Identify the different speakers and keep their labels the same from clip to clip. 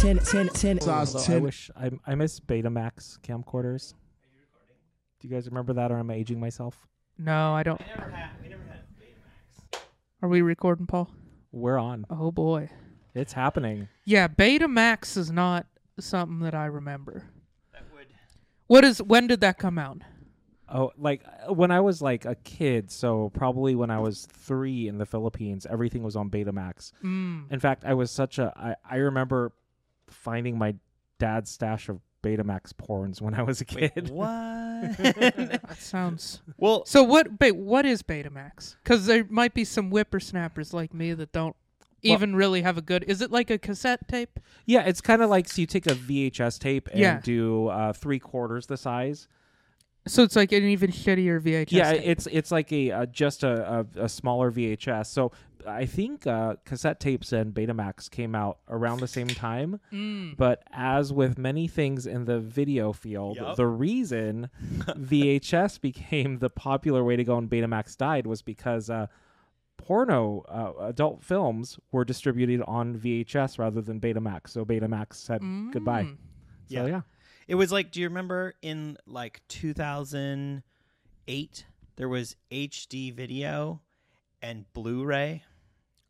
Speaker 1: ten, ten, ten.
Speaker 2: Size
Speaker 3: Although I
Speaker 2: 10.
Speaker 3: wish I, I miss Betamax camcorders. Do you guys remember that, or am I aging myself?
Speaker 4: No, I don't. Are we recording, Paul?
Speaker 3: We're on.
Speaker 4: Oh boy.
Speaker 3: It's happening.
Speaker 4: Yeah, Betamax is not something that I remember.
Speaker 5: That would.
Speaker 4: What is? When did that come out?
Speaker 3: Oh, like uh, when I was like a kid, so probably when I was three in the Philippines, everything was on Betamax.
Speaker 4: Mm.
Speaker 3: In fact, I was such a. I, I remember finding my dad's stash of Betamax porns when I was a kid.
Speaker 5: What?
Speaker 4: That sounds.
Speaker 5: well,
Speaker 4: So what? Wait, what is Betamax? Because there might be some whippersnappers like me that don't even really have a good. Is it like a cassette tape?
Speaker 3: Yeah, it's kind of like so you take a VHS tape and
Speaker 4: Yeah.
Speaker 3: do uh, three quarters the size.
Speaker 4: So it's like an even shittier VHS.
Speaker 3: yeah,
Speaker 4: tape.
Speaker 3: it's it's like a uh, just a, a a smaller VHS. So I think uh, cassette tapes and Betamax came out around the same time.
Speaker 4: Mm.
Speaker 3: But as with many things in the video field,
Speaker 5: Yup.
Speaker 3: the reason VHS became the popular way to go and Betamax died was because uh, porno uh, adult films were distributed on VHS rather than Betamax. So Betamax said goodbye. So
Speaker 4: Mm.
Speaker 3: yeah.
Speaker 5: Yeah. it was like, do you remember in like 2008, there was HD video and Blu ray?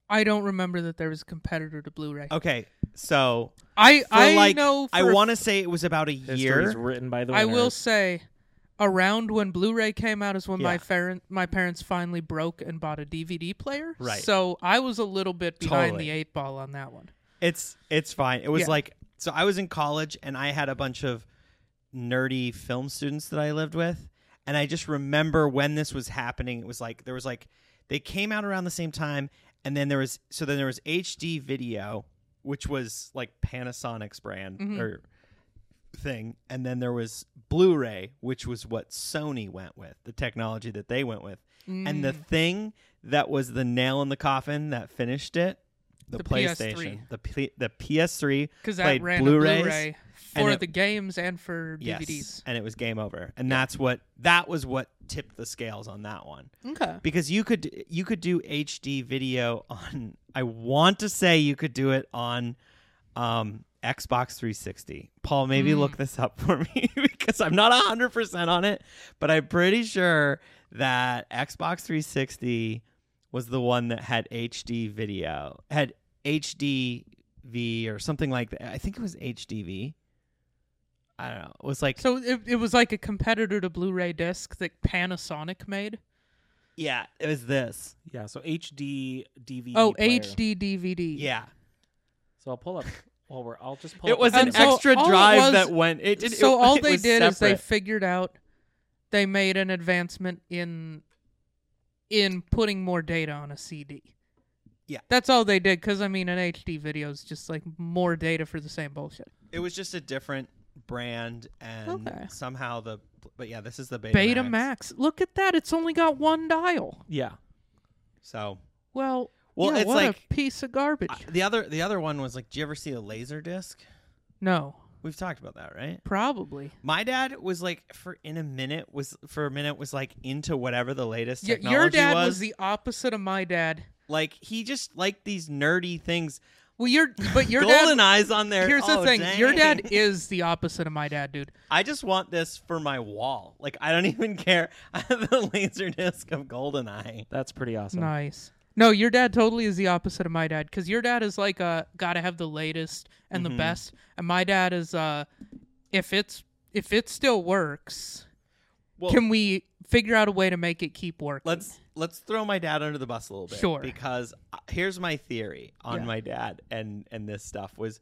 Speaker 4: I don't remember that there was a competitor to Blu-ray.
Speaker 5: Okay, so
Speaker 4: I
Speaker 5: Oh, for
Speaker 4: I
Speaker 5: like,
Speaker 4: know.
Speaker 5: I
Speaker 4: for a
Speaker 5: want to say it was about a
Speaker 3: History is
Speaker 5: year.
Speaker 3: written by the
Speaker 4: I will
Speaker 3: winners.
Speaker 4: say, around when Blu-ray came out is when my
Speaker 5: Yeah.
Speaker 4: parent my parents finally broke and bought a DVD player.
Speaker 5: Right.
Speaker 4: So I was a little bit behind
Speaker 5: Totally.
Speaker 4: the eight ball on that one.
Speaker 5: It's it's fine. It was
Speaker 4: Yeah.
Speaker 5: like so I was in college and I had a bunch of nerdy film students that I lived with and I just remember when this was happening it was like there was like they came out around the same time and then there was so then there was HD video which was like Panasonic's brand or thing and then there was Blu-ray which was what Sony went with the technology that they went with and the
Speaker 4: Mm.
Speaker 5: thing that was the nail in the coffin that finished it the,
Speaker 4: The
Speaker 5: PlayStation
Speaker 4: PS3
Speaker 5: the P- the PS3
Speaker 4: Because that
Speaker 5: played
Speaker 4: ran
Speaker 5: Blu-rays
Speaker 4: a Blu-ray
Speaker 5: and
Speaker 4: for
Speaker 5: it-
Speaker 4: the games and for
Speaker 5: yes,
Speaker 4: DVDs.
Speaker 5: and it was game over and that's what that was what tipped the scales on that one
Speaker 4: Okay.
Speaker 5: because you could you could do HD video on I want to say you could do it on um Xbox 360. Paul, maybe look this up for me because I'm not 100% on it, but I'm pretty sure that Xbox 360 was the one that had HD video. Had HDV or something like that. I think it was HDV. I don't know. It was like
Speaker 4: So it, it was like a competitor to Blu-ray disc that Panasonic made.
Speaker 5: yeah, it was this.
Speaker 3: Yeah, so HD DVD.
Speaker 4: oh,
Speaker 3: player.
Speaker 4: HD DVD.
Speaker 5: Yeah.
Speaker 3: So I'll pull up. Well, we're. I'll just pull.
Speaker 5: It
Speaker 3: up
Speaker 5: was
Speaker 3: the
Speaker 5: an
Speaker 4: And so
Speaker 3: Betamax.
Speaker 5: extra
Speaker 4: all it
Speaker 5: drive
Speaker 4: was-
Speaker 5: that went. It, it,
Speaker 4: so
Speaker 5: it-
Speaker 4: all
Speaker 5: it
Speaker 4: they
Speaker 5: was
Speaker 4: did is they
Speaker 5: separate.
Speaker 4: figured out they made an advancement in in putting more data on a CD.
Speaker 5: Yeah.
Speaker 4: that's all they did. Because I mean, an HD video is just like more data for the same bullshit.
Speaker 5: it was just a different brand, and
Speaker 4: Okay.
Speaker 5: somehow the but yeah, this is the Betamax.
Speaker 4: Beta Max. look at that. It's only got one dial.
Speaker 3: Yeah.
Speaker 5: So
Speaker 4: Well,
Speaker 5: Well,
Speaker 4: yeah,
Speaker 5: it's
Speaker 4: what
Speaker 5: like-
Speaker 4: a piece of garbage.
Speaker 5: I- the other the other one was like, do you ever see a laser disc?
Speaker 4: no,
Speaker 5: We've talked about that, right?
Speaker 4: probably.
Speaker 5: My dad was like, for in a minute was for a minute was like into whatever the latest
Speaker 4: Y-
Speaker 5: technology
Speaker 4: your dad was.
Speaker 5: was
Speaker 4: the opposite of my dad.
Speaker 5: like he just liked these nerdy things.
Speaker 4: Well, your but your
Speaker 5: Golden
Speaker 4: dad.
Speaker 5: eyes on there.
Speaker 4: Here's the
Speaker 5: Oh,
Speaker 4: thing. Your
Speaker 5: dang.
Speaker 4: dad is the opposite of my dad, dude.
Speaker 5: I just want this for my wall. Like I don't even care. I have the laser disc of Goldeneye.
Speaker 3: That's pretty awesome.
Speaker 4: Nice. No, your dad totally is the opposite of my dad because your dad is like, uh, gotta have the latest and
Speaker 5: Mm-hmm.
Speaker 4: the best, and my dad is, uh, if it's if it still works,
Speaker 5: Well-
Speaker 4: can we figure out a way to make it keep working?
Speaker 5: Let's let's throw my dad under the bus a little bit.
Speaker 4: Sure.
Speaker 5: Because uh, here's my theory on
Speaker 4: Yeah. Mm-hmm.
Speaker 5: my dad and and this stuff was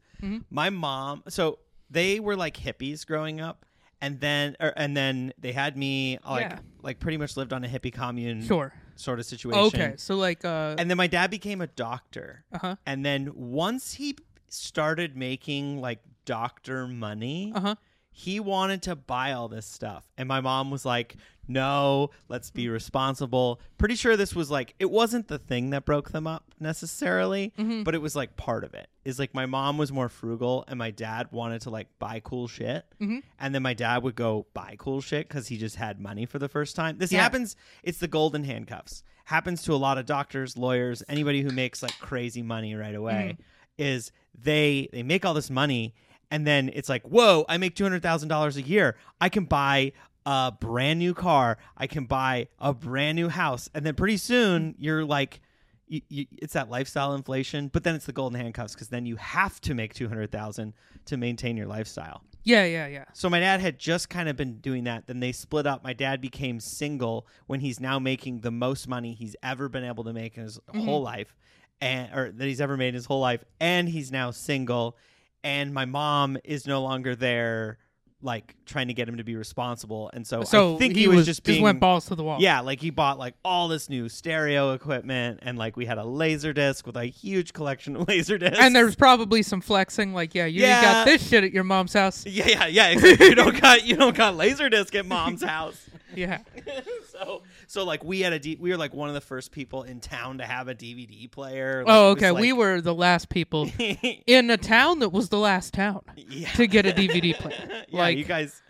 Speaker 5: my mom. So they were like hippies growing up, and then or, and then they had me like
Speaker 4: Yeah.
Speaker 5: like pretty much lived on a hippie commune
Speaker 4: Sure.
Speaker 5: sort of situation.
Speaker 4: Okay, so like, uh,
Speaker 5: And then my dad became a doctor.
Speaker 4: Uh-huh.
Speaker 5: And then once he started making like doctor money,
Speaker 4: uh huh.
Speaker 5: he wanted to buy all this stuff and my mom was like no let's be responsible pretty sure this was like it wasn't the thing that broke them up necessarily but it was like part of it is like my mom was more frugal and my dad wanted to like buy cool shit and then my dad would go buy cool shit because he just had money for the first time this
Speaker 4: Yeah.
Speaker 5: happens it's the golden handcuffs happens to a lot of doctors lawyers anybody who makes like crazy money right away is they they make all this money and then it's like, whoa, I make two hundred thousand dollars a year. I can buy a brand new car. I can buy a brand new house. And then pretty soon you're like, you, you, it's that lifestyle inflation. But then it's the golden handcuffs because then you have to make two hundred thousand to maintain your lifestyle.
Speaker 4: Yeah, yeah, yeah.
Speaker 5: So my dad had just kind of been doing that. Then they split up. My dad became single when he's now making the most money he's ever been able to make in his
Speaker 4: Mm-hmm.
Speaker 5: whole life, and or that he's ever made in his whole life. And he's now single. And my mom is no longer there, like trying to get him to be responsible. And so,
Speaker 4: So
Speaker 5: I think he, was, just being
Speaker 4: went balls to the wall.
Speaker 5: yeah, like he bought like all this new stereo equipment, and like we had a laser disc with a huge collection of laser discs.
Speaker 4: And there's probably some flexing, like, yeah, you ain't
Speaker 5: Yeah.
Speaker 4: got this shit at your mom's house.
Speaker 5: Yeah, yeah, yeah. Exactly. you don't got you don't got Laserdisc at mom's house.
Speaker 4: Yeah.
Speaker 5: so so like we had a D- we were like one of the first people in town to have a DVD player. Like,
Speaker 4: Oh,
Speaker 5: it was,
Speaker 4: okay. we
Speaker 5: like-
Speaker 4: were the last people in a town that was the last town
Speaker 5: yeah,
Speaker 4: to get a DVD player.
Speaker 5: yeah,
Speaker 4: like,
Speaker 5: you guys.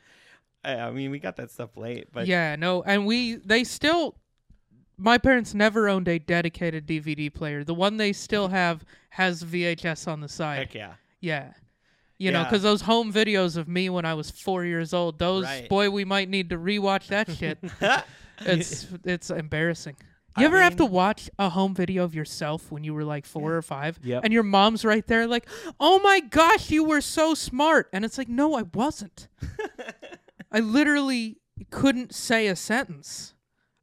Speaker 5: I, I mean, we got that stuff late, but
Speaker 4: yeah, no, and we they still. My parents never owned a dedicated DVD player. The one they still have has VHS on the side.
Speaker 5: heck yeah.
Speaker 4: Yeah. You know, 'cause know,
Speaker 5: Yeah.
Speaker 4: because those home videos of me when I was four years old, those
Speaker 5: Right.
Speaker 4: boy, we might need to rewatch that shit. it's it's embarrassing. You
Speaker 5: I
Speaker 4: ever have to
Speaker 5: mean-
Speaker 4: watch a home video of yourself when you were like four or five,
Speaker 3: Yep.
Speaker 4: and your mom's right there, like, "Oh my gosh, you were so smart," and it's like, "No, I wasn't. I literally couldn't say a sentence.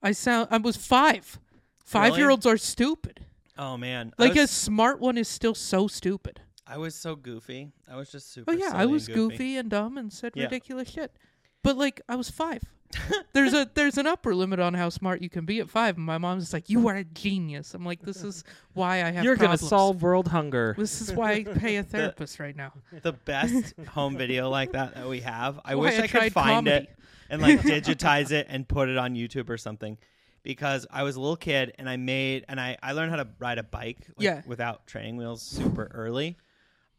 Speaker 4: I sound I was five. Five year olds are stupid.
Speaker 5: Oh man,
Speaker 4: Like
Speaker 5: I
Speaker 4: a
Speaker 5: was,
Speaker 4: smart one is still so stupid."
Speaker 5: I was so goofy. I was just super.
Speaker 4: Oh yeah,
Speaker 5: silly
Speaker 4: I
Speaker 5: and
Speaker 4: was goofy. and dumb and said
Speaker 5: Yeah.
Speaker 4: ridiculous shit. But like I was five. there's a there's an upper limit on how smart you can be at five. And my mom's just like, You are a genius. I'm like, This is why I have
Speaker 3: You're
Speaker 4: problems.
Speaker 3: gonna solve world hunger.
Speaker 4: this is why I pay a therapist right now.
Speaker 5: the best home video like that that we have. I
Speaker 4: Why
Speaker 5: wish
Speaker 4: I
Speaker 5: I, could
Speaker 4: tried
Speaker 5: find
Speaker 4: comedy.
Speaker 5: it and like digitize it and put it on YouTube or something. Because I was a little kid and I made and I, I learned how to ride a bike like,
Speaker 4: Yeah.
Speaker 5: without training wheels super early.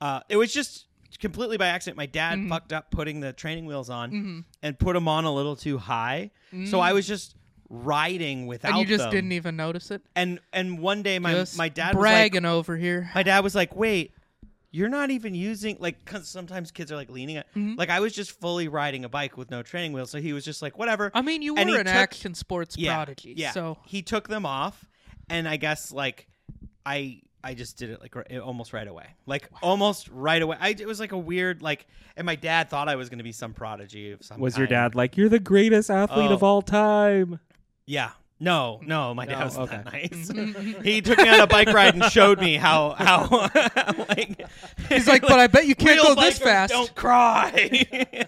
Speaker 5: Uh, it was just completely by accident. My dad
Speaker 4: Mm-hmm.
Speaker 5: fucked up putting the training wheels on and put them on a little too high. So I was just riding without
Speaker 4: Mm. And you just
Speaker 5: them.
Speaker 4: didn't even notice it.
Speaker 5: and and one day my
Speaker 4: Just
Speaker 5: my dad was like,
Speaker 4: bragging over here.
Speaker 5: my dad was like, "Wait, you're not even using like cuz sometimes kids are like leaning at
Speaker 4: Mm-hmm.
Speaker 5: like I was just fully riding a bike with no training wheels, so he was just like, "Whatever."
Speaker 4: I mean you
Speaker 5: And
Speaker 4: were
Speaker 5: he
Speaker 4: an
Speaker 5: took-
Speaker 4: action sports prodigy.
Speaker 5: Yeah.
Speaker 4: So
Speaker 5: he took them off and I guess like I I just did it like ri- almost right away. Like almost right away. I it was like a weird like and my dad thought I was going to be some prodigy of some
Speaker 3: Was your
Speaker 5: kind.
Speaker 3: dad like, "You're the greatest athlete of
Speaker 5: Oh.
Speaker 3: all time"?
Speaker 5: Yeah. No, no, my dad
Speaker 3: No,
Speaker 5: was not nice. he took me on a bike ride and showed me how how like
Speaker 4: he's like, But I bet you can't
Speaker 5: Real
Speaker 4: go this
Speaker 5: bikers
Speaker 4: fast.
Speaker 5: Don't cry.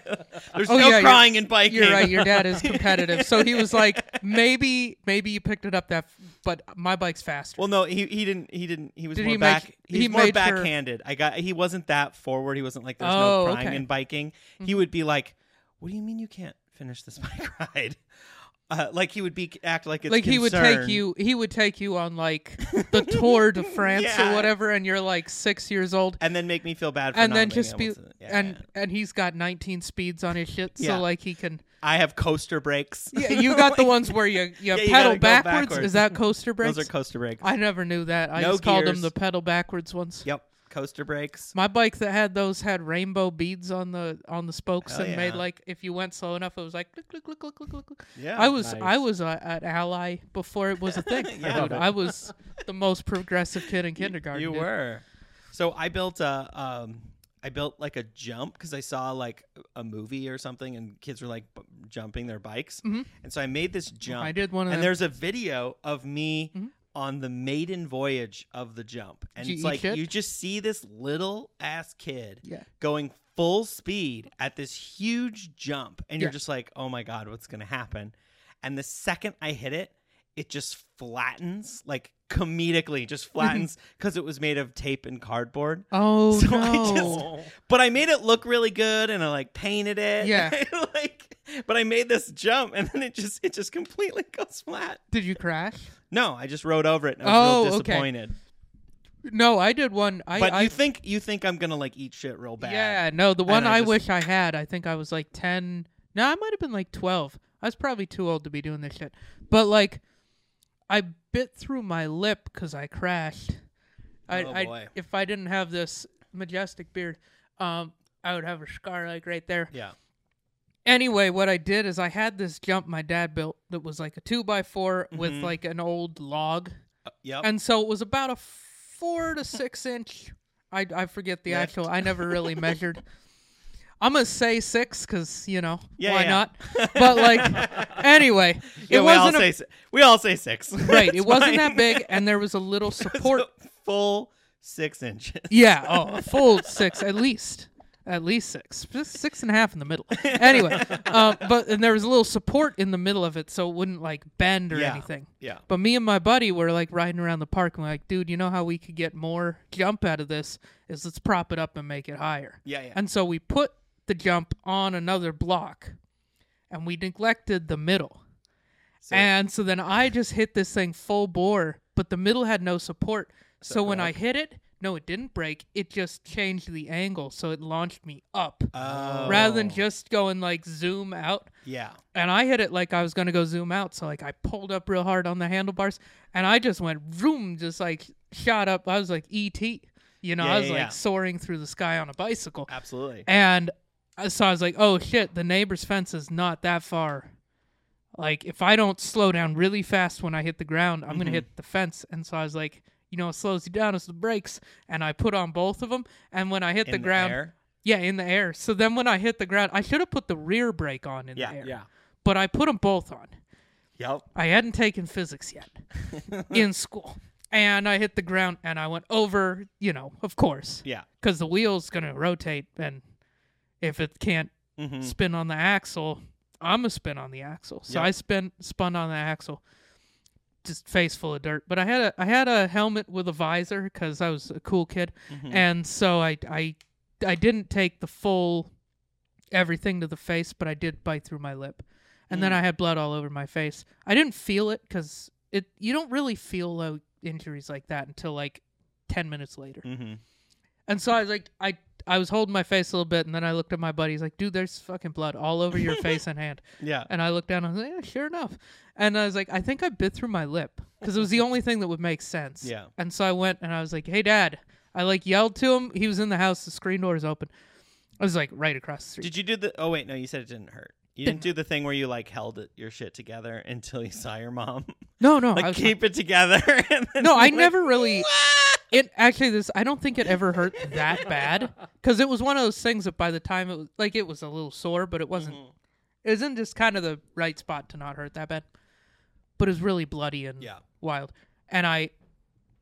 Speaker 5: There's
Speaker 4: Oh,
Speaker 5: no
Speaker 4: yeah, you're-
Speaker 5: crying in biking.
Speaker 4: You're right. Your dad is competitive, so he was like, maybe, maybe you picked it up that, f- but my bike's faster.
Speaker 5: well, no, he, he didn't. He didn't. He was
Speaker 4: Did
Speaker 5: more
Speaker 4: he make-
Speaker 5: back. he's
Speaker 4: he
Speaker 5: more
Speaker 4: made sure-
Speaker 5: backhanded. I got. He wasn't that forward. He wasn't like there's
Speaker 4: Oh,
Speaker 5: no crying
Speaker 4: okay. Mm-hmm.
Speaker 5: in biking. He would be like, "What do you mean you can't finish this bike ride?" Uh, like he would be act like it's
Speaker 4: like he would take
Speaker 5: concern.
Speaker 4: you, he would take you on like the Tour de France or
Speaker 5: Yeah.
Speaker 4: whatever, and you're like six years old,
Speaker 5: and then make me feel bad for
Speaker 4: and
Speaker 5: not
Speaker 4: then
Speaker 5: being
Speaker 4: just be,
Speaker 5: able to- yeah,
Speaker 4: and
Speaker 5: yeah.
Speaker 4: and he's got 19 speeds on his shit,
Speaker 5: Yeah.
Speaker 4: so like he can.
Speaker 5: I have coaster brakes.
Speaker 4: Yeah, you got the ones where you you
Speaker 5: Yeah, you
Speaker 4: pedal
Speaker 5: gotta go
Speaker 4: backwards.
Speaker 5: backwards.
Speaker 4: Is that coaster brakes?
Speaker 5: Those are coaster brakes.
Speaker 4: I never knew that. I
Speaker 5: No
Speaker 4: just called them
Speaker 5: gears.
Speaker 4: the pedal backwards ones.
Speaker 5: yep, coaster brakes.
Speaker 4: My bike that had those had rainbow beads on the on the spokes
Speaker 5: Hell
Speaker 4: and made
Speaker 5: yeah.
Speaker 4: like if you went slow enough, it was like click click click click click click. click.
Speaker 5: Yeah,
Speaker 4: I was
Speaker 3: nice.
Speaker 4: I was a, an ally before it was a thing.
Speaker 5: Yeah.
Speaker 4: dude. I was the most progressive kid in kindergarten.
Speaker 5: You
Speaker 4: dude.
Speaker 5: were. So I built a um I built like a jump because I saw like a movie or something and kids were like b- jumping their bikes. And so I made this jump.
Speaker 4: Mm-hmm. I did one of them.
Speaker 5: And
Speaker 4: Mm-hmm.
Speaker 5: there's a video of me on the maiden voyage of the jump. And
Speaker 4: you
Speaker 5: it's
Speaker 4: eat
Speaker 5: like
Speaker 4: shit?
Speaker 5: you just see this little ass kid
Speaker 4: Yeah.
Speaker 5: going full speed at this huge jump and you're
Speaker 4: Yeah.
Speaker 5: just like, "Oh my god, what's going to happen?" And the second I hit it, it just flattens like comedically just flattens because it was made of tape and cardboard
Speaker 4: Oh
Speaker 5: so
Speaker 4: no!
Speaker 5: i just but i made it look really good and i like painted it
Speaker 4: Yeah.
Speaker 5: like but i made this jump and then it just it just completely goes flat
Speaker 4: Did you crash?
Speaker 5: no i just rode over it and i was
Speaker 4: Oh,
Speaker 5: real
Speaker 4: okay.
Speaker 5: disappointed
Speaker 4: No, I did one. I,
Speaker 5: but
Speaker 4: I
Speaker 5: you think you think i'm gonna like eat shit real bad
Speaker 4: yeah no the one
Speaker 5: And I
Speaker 4: I,
Speaker 5: just-
Speaker 4: wish I had. I think I was like ten. No, I might have been like twelve. I was probably too old to be doing this shit. But like, I bit through my lip because I crashed, I,
Speaker 5: Oh,
Speaker 4: I
Speaker 5: boy.
Speaker 4: if I didn't have this majestic beard, um, I would have a scar like right there.
Speaker 5: Yeah.
Speaker 4: Anyway, what I did is I had this jump my dad built that was like a two by 4 with
Speaker 5: Mm-hmm.
Speaker 4: like an old log,
Speaker 5: Uh, yep.
Speaker 4: and so it was about a four to six inch. I I forget the
Speaker 5: Lift.
Speaker 4: actual. I never really measured. I'm gonna say six because you know
Speaker 5: Yeah,
Speaker 4: why
Speaker 5: yeah.
Speaker 4: not. But like anyway,
Speaker 5: Yeah,
Speaker 4: it
Speaker 5: we all
Speaker 4: wasn't a,
Speaker 5: say si- we all say six.
Speaker 4: right. It
Speaker 5: It's
Speaker 4: wasn't
Speaker 5: fine.
Speaker 4: that big, and there was a little support
Speaker 5: full six inches.
Speaker 4: Yeah, oh, a full six at least, at least six, Just six and a half in the middle. Anyway, uh, but and there was a little support in the middle of it, so it wouldn't like bend or
Speaker 5: Yeah.
Speaker 4: anything.
Speaker 5: Yeah.
Speaker 4: But me and my buddy were like riding around the park and we're like, dude, you know how we could get more jump out of this is let's prop it up and make it higher.
Speaker 5: Yeah, yeah.
Speaker 4: And so we put the jump on another block, and we neglected the middle.
Speaker 5: So-
Speaker 4: And so then I just hit this thing full bore, but the middle had no support. So when I hit it, no, it didn't break. It just changed the angle, so it launched me up
Speaker 5: Oh.
Speaker 4: rather than just going like zoom out.
Speaker 5: Yeah.
Speaker 4: And I hit it like I was gonna go zoom out, so like I pulled up real hard on the handlebars, and I just went vroom, just like shot up. I was like ET, you know,
Speaker 5: Yeah,
Speaker 4: I was
Speaker 5: yeah,
Speaker 4: like
Speaker 5: yeah.
Speaker 4: soaring through the sky on a bicycle.
Speaker 5: Absolutely.
Speaker 4: And uh, so I was like, oh shit, the neighbor's fence is not that far. Like, if I don't slow down really fast when I hit the ground, I'm
Speaker 5: Mm-hmm.
Speaker 4: going to hit the fence. And so I was like, you know, what slows you down is the brakes. And I put on both of them. And when I hit
Speaker 5: In
Speaker 4: the ground,
Speaker 5: air.
Speaker 4: yeah, in the air. So then when I hit the ground, I should have put the rear brake on in
Speaker 5: Yeah,
Speaker 4: the air.
Speaker 3: yeah.
Speaker 4: But I put them both on.
Speaker 5: Yep.
Speaker 4: I hadn't taken physics yet in school. And I hit the ground and I went over, you know, of course
Speaker 5: Yeah.
Speaker 4: because the wheel's going to rotate and if it can't
Speaker 5: Mhm.
Speaker 4: spin on the axle i'm going to spin on the axle so
Speaker 5: Yep.
Speaker 4: i spin spun on the axle just face full of dirt but i had a i had a helmet with a visor because i was a cool kid and so i i i didn't take the full everything to the face but i did bite through my lip and then i had blood all over my face i didn't feel it because it you don't really feel like, injuries like that until like 10 minutes later
Speaker 5: Mhm.
Speaker 4: and so I was like, I I was holding my face a little bit, and then I looked at my buddy. He's like, dude, there's fucking blood all over your face and hand.
Speaker 5: Yeah.
Speaker 4: And I looked down, and I was like, yeah, sure enough. And I was like, I think I bit through my lip because it was the only thing that would make sense.
Speaker 5: Yeah.
Speaker 4: And so I went and I was like, hey, dad. I like yelled to him. He was in the house. The screen door is open. I was like, right across the street.
Speaker 5: Did you do the? Oh wait, no. You said it didn't hurt. You didn't do the thing where you like held it, your shit together until you saw your mom.
Speaker 4: no, no. Oh, I
Speaker 5: like
Speaker 4: was
Speaker 5: keep it together. And then
Speaker 4: No,
Speaker 5: you
Speaker 4: I
Speaker 5: went,
Speaker 4: never really. It actually this I don't think it ever hurt that bad because it was one of those things that by the time it was like it was a little sore, but it wasn't. It was in just kind of the right spot to not hurt that bad, but it was really bloody and
Speaker 5: Yeah.
Speaker 4: wild. And I,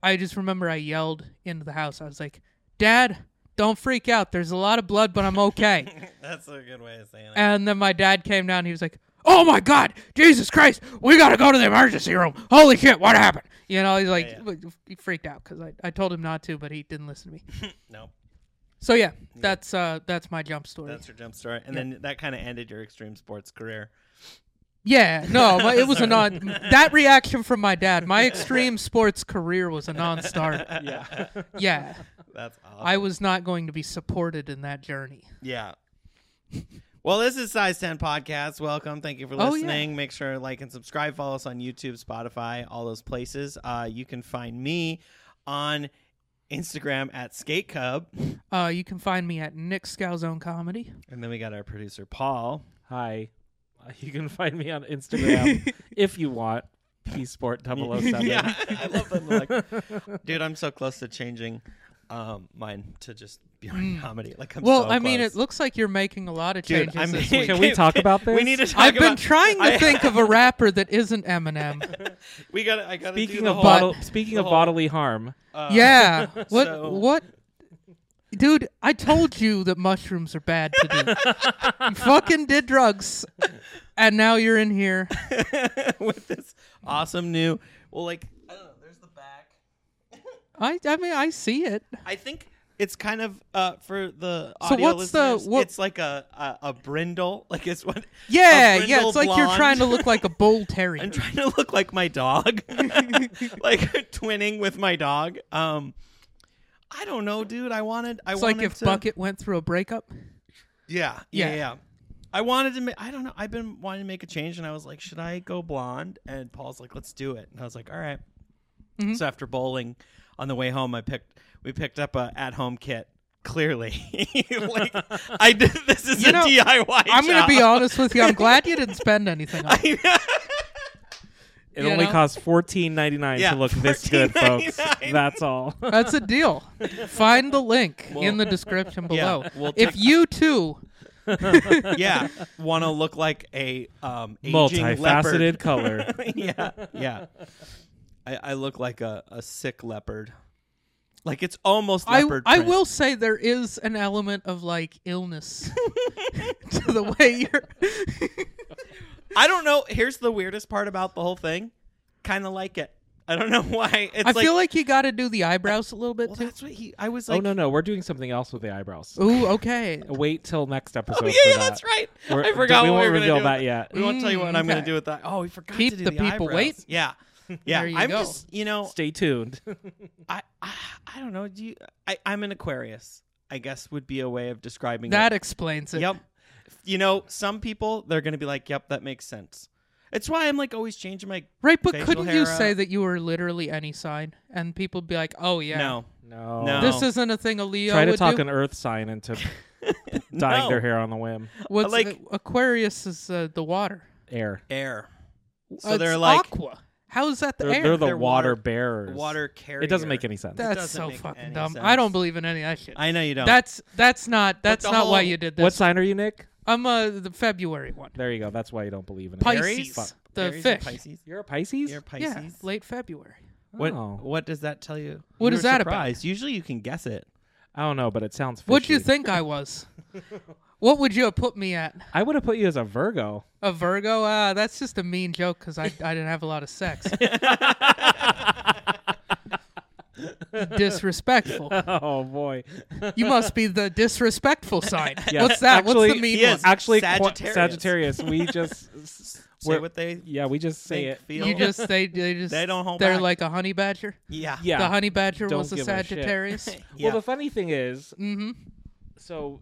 Speaker 4: I just remember I yelled into the house. I was like, "Dad, don't freak out. There's a lot of blood, but I'm okay."
Speaker 5: That's a good way of saying it.
Speaker 4: And then my dad came down. He was like, "Oh my God, Jesus Christ, we gotta go to the emergency room. Holy shit, what happened?" You know, he's like, he freaked out because I, I told him not to, but he didn't listen to me.
Speaker 5: no,
Speaker 4: So yeah, that's uh that's my jump story.
Speaker 5: that's your jump story. And then that kind of ended your extreme sports career.
Speaker 4: yeah, no, my, it was a non. that reaction from my dad. My extreme sports career was a non-starter.
Speaker 3: Yeah.
Speaker 4: Yeah,
Speaker 5: That's awesome.
Speaker 4: I was not going to be supported in that journey.
Speaker 5: Yeah. Well, this is Size 10 Podcast. Welcome. Thank you for
Speaker 4: Oh, yeah.
Speaker 5: listening. Make sure to like and subscribe. Follow us on YouTube, Spotify, all those places. Uh, you can find me on Instagram at Skate Cub.
Speaker 4: Uh, you can find me at Nick Scalzone Comedy.
Speaker 5: And then we got our producer, Paul.
Speaker 3: Hi. Uh, You can find me on Instagram if you want. Psport 007.
Speaker 5: Yeah, I love that. Like, dude, I'm so close to changing um, mine to just pure comedy. Like, I'm
Speaker 4: Well,
Speaker 5: so
Speaker 4: I mean,
Speaker 5: close.
Speaker 4: it looks like you're making a lot of
Speaker 5: Dude,
Speaker 4: changes.
Speaker 5: I'm,
Speaker 4: this
Speaker 3: Can we talk about
Speaker 5: We
Speaker 3: this?
Speaker 5: need to talk
Speaker 4: I've been
Speaker 5: about-
Speaker 4: trying to
Speaker 5: I-
Speaker 4: think of a rapper that isn't Eminem.
Speaker 5: We got. I got.
Speaker 3: Speaking
Speaker 5: the
Speaker 3: of
Speaker 5: whole,
Speaker 3: bottle,
Speaker 4: But-
Speaker 3: speaking
Speaker 5: the
Speaker 3: of
Speaker 5: whole-
Speaker 3: bodily harm,
Speaker 5: uh,
Speaker 4: yeah. What?
Speaker 5: So-
Speaker 4: What? Dude, I told you that mushrooms are bad to do. you fucking did drugs, and now you're in here.
Speaker 5: with this awesome new. Well, like I don't know. There's the back.
Speaker 4: I, I mean, I see it.
Speaker 5: I think it's kind of uh for the
Speaker 4: So
Speaker 5: audio
Speaker 4: what's the-
Speaker 5: listeners,
Speaker 4: what-
Speaker 5: It's like a, a a brindle. Like it's what.
Speaker 4: Yeah,
Speaker 5: a
Speaker 4: yeah. It's like you're
Speaker 5: brindle
Speaker 4: trying to
Speaker 5: blonde.
Speaker 4: look like a bull terrier.
Speaker 5: I'm trying to look like my dog, like twinning with my dog. Um, I don't know, dude. I wanted. I
Speaker 4: it's
Speaker 5: wanted
Speaker 4: like if
Speaker 5: to,
Speaker 4: Bucket went through a breakup.
Speaker 5: Yeah, yeah,
Speaker 4: Yeah.
Speaker 5: yeah. I wanted to. Ma- I don't know. I've been wanting to make a change, and I was like, should I go blonde? And Paul's like, let's do it. And I was like, all right.
Speaker 4: Mm-hmm.
Speaker 5: So after bowling on the way home, I picked we picked up a at home kit. Clearly, like I did. This is
Speaker 4: You
Speaker 5: a
Speaker 4: know,
Speaker 5: DIY.
Speaker 4: I'm going to be
Speaker 5: job.
Speaker 4: honest with you. I'm glad you didn't spend anything on it.
Speaker 3: It
Speaker 4: You
Speaker 3: only
Speaker 4: know?
Speaker 3: costs fourteen ninety nine
Speaker 5: Yeah,
Speaker 3: to look this good, folks.
Speaker 5: $14.99.
Speaker 3: That's all.
Speaker 4: That's a deal. Find the link in the description
Speaker 5: Yeah,
Speaker 4: below.
Speaker 5: we'll
Speaker 4: if
Speaker 5: take-
Speaker 4: you too
Speaker 5: yeah, want to look like a um, aging
Speaker 3: Multifaceted
Speaker 5: leopard.
Speaker 3: color. Oh,
Speaker 5: yeah, yeah. I, I look like a, a sick leopard. Like it's almost
Speaker 4: I,
Speaker 5: leopard.
Speaker 4: I
Speaker 5: print.
Speaker 4: will say there is an element of like illness to the way you're.
Speaker 5: I don't know. Here's the weirdest part about the whole thing. Kind of like it. I don't know why. It's
Speaker 4: I
Speaker 5: like,
Speaker 4: feel like you got to do the eyebrows a little bit
Speaker 5: well,
Speaker 4: too.
Speaker 5: that's what he. I was
Speaker 3: oh
Speaker 5: like.
Speaker 3: no, no, we're doing something else with the eyebrows.
Speaker 4: Ooh, okay.
Speaker 3: Wait till next episode.
Speaker 5: Oh, yeah,
Speaker 3: for
Speaker 5: yeah,
Speaker 3: that.
Speaker 5: that's right.
Speaker 3: We're-
Speaker 5: I forgot
Speaker 3: we
Speaker 5: what
Speaker 3: won't
Speaker 5: we were gonna
Speaker 3: reveal
Speaker 5: do.
Speaker 3: that yet.
Speaker 5: We won't tell you what I'm going
Speaker 4: okay.
Speaker 5: to do with that. Oh, we forgot
Speaker 4: Keep
Speaker 5: to do
Speaker 4: the people
Speaker 5: eyebrows.
Speaker 4: wait.
Speaker 5: Yeah, yeah.
Speaker 4: There you
Speaker 5: I'm
Speaker 4: go.
Speaker 5: just, you know,
Speaker 3: Stay tuned.
Speaker 5: I, I, I don't know. Do you? I, I'm an Aquarius. I guess would be a way of describing
Speaker 4: That
Speaker 5: It.
Speaker 4: explains it.
Speaker 5: Yep. You know, some people they're going to be like, "Yep, that makes sense." It's why I'm like always changing my.
Speaker 4: Right, but
Speaker 5: Facial
Speaker 4: couldn't you
Speaker 5: hair uh,
Speaker 4: say
Speaker 5: up.
Speaker 4: that you were literally any sign and people would be like, "Oh yeah,
Speaker 5: No,
Speaker 3: No.
Speaker 5: No.
Speaker 4: this isn't a thing a Leo
Speaker 3: Try to
Speaker 4: would
Speaker 3: talk
Speaker 4: do."
Speaker 3: an earth sign into dyeing
Speaker 5: no.
Speaker 3: their hair on the whim.
Speaker 4: What's
Speaker 5: like-
Speaker 4: uh, Aquarius is uh, the water.
Speaker 3: Air.
Speaker 5: air. So
Speaker 4: It's
Speaker 5: they're like
Speaker 4: aqua. How is that the
Speaker 3: They're,
Speaker 4: air?
Speaker 3: they're the
Speaker 5: They're
Speaker 3: water,
Speaker 5: water-
Speaker 3: bearers.
Speaker 5: water carrier.
Speaker 3: It doesn't make any sense.
Speaker 5: That-
Speaker 4: that's
Speaker 5: doesn't
Speaker 4: so
Speaker 5: make
Speaker 4: fucking
Speaker 5: any
Speaker 4: dumb.
Speaker 5: sense.
Speaker 4: I don't believe in any of that shit.
Speaker 5: I know you don't.
Speaker 4: That's that's not that's
Speaker 5: the
Speaker 4: not why
Speaker 5: whole-
Speaker 4: you did this.
Speaker 3: what sign are you, Nick?
Speaker 4: I'm uh, the February one.
Speaker 3: There you go. That's why you don't believe in it.
Speaker 4: Pisces,
Speaker 3: Fuck.
Speaker 4: the
Speaker 5: Aries and
Speaker 4: fish.
Speaker 5: Pisces.
Speaker 3: You're a Pisces?
Speaker 5: You're Pisces.
Speaker 4: Yeah, late February.
Speaker 5: What
Speaker 3: Oh.
Speaker 5: What does that tell you?
Speaker 4: What
Speaker 5: What is
Speaker 4: is that about?
Speaker 5: Usually you can guess it.
Speaker 3: I don't know, but it sounds fishy.
Speaker 4: What'd you think I was? what would you have put me at?
Speaker 3: I would have put you as a Virgo.
Speaker 4: A Virgo? Ah, that's just a mean joke because I, I didn't have a lot of sex. disrespectful.
Speaker 3: Oh boy.
Speaker 4: You must be the disrespectful sign.
Speaker 3: Yeah.
Speaker 4: What's that? What's
Speaker 3: Actually,
Speaker 4: the mean
Speaker 5: he
Speaker 4: one?
Speaker 5: is.
Speaker 3: Actually, qu-
Speaker 5: Sagittarius.
Speaker 3: Sagittarius. We just s-
Speaker 5: Say
Speaker 3: we're-
Speaker 5: what they
Speaker 3: yeah, we just say
Speaker 5: think,
Speaker 3: it.
Speaker 5: feel.
Speaker 4: You just they they just
Speaker 5: They don't hold
Speaker 4: They're
Speaker 5: back.
Speaker 4: like a honey badger.
Speaker 5: yeah.
Speaker 3: Yeah.
Speaker 4: the honey badger
Speaker 3: don't
Speaker 4: was a
Speaker 3: give a shit.
Speaker 4: Sagittarius.
Speaker 5: yeah.
Speaker 3: Well, the funny thing is,
Speaker 4: mm-hmm.
Speaker 3: so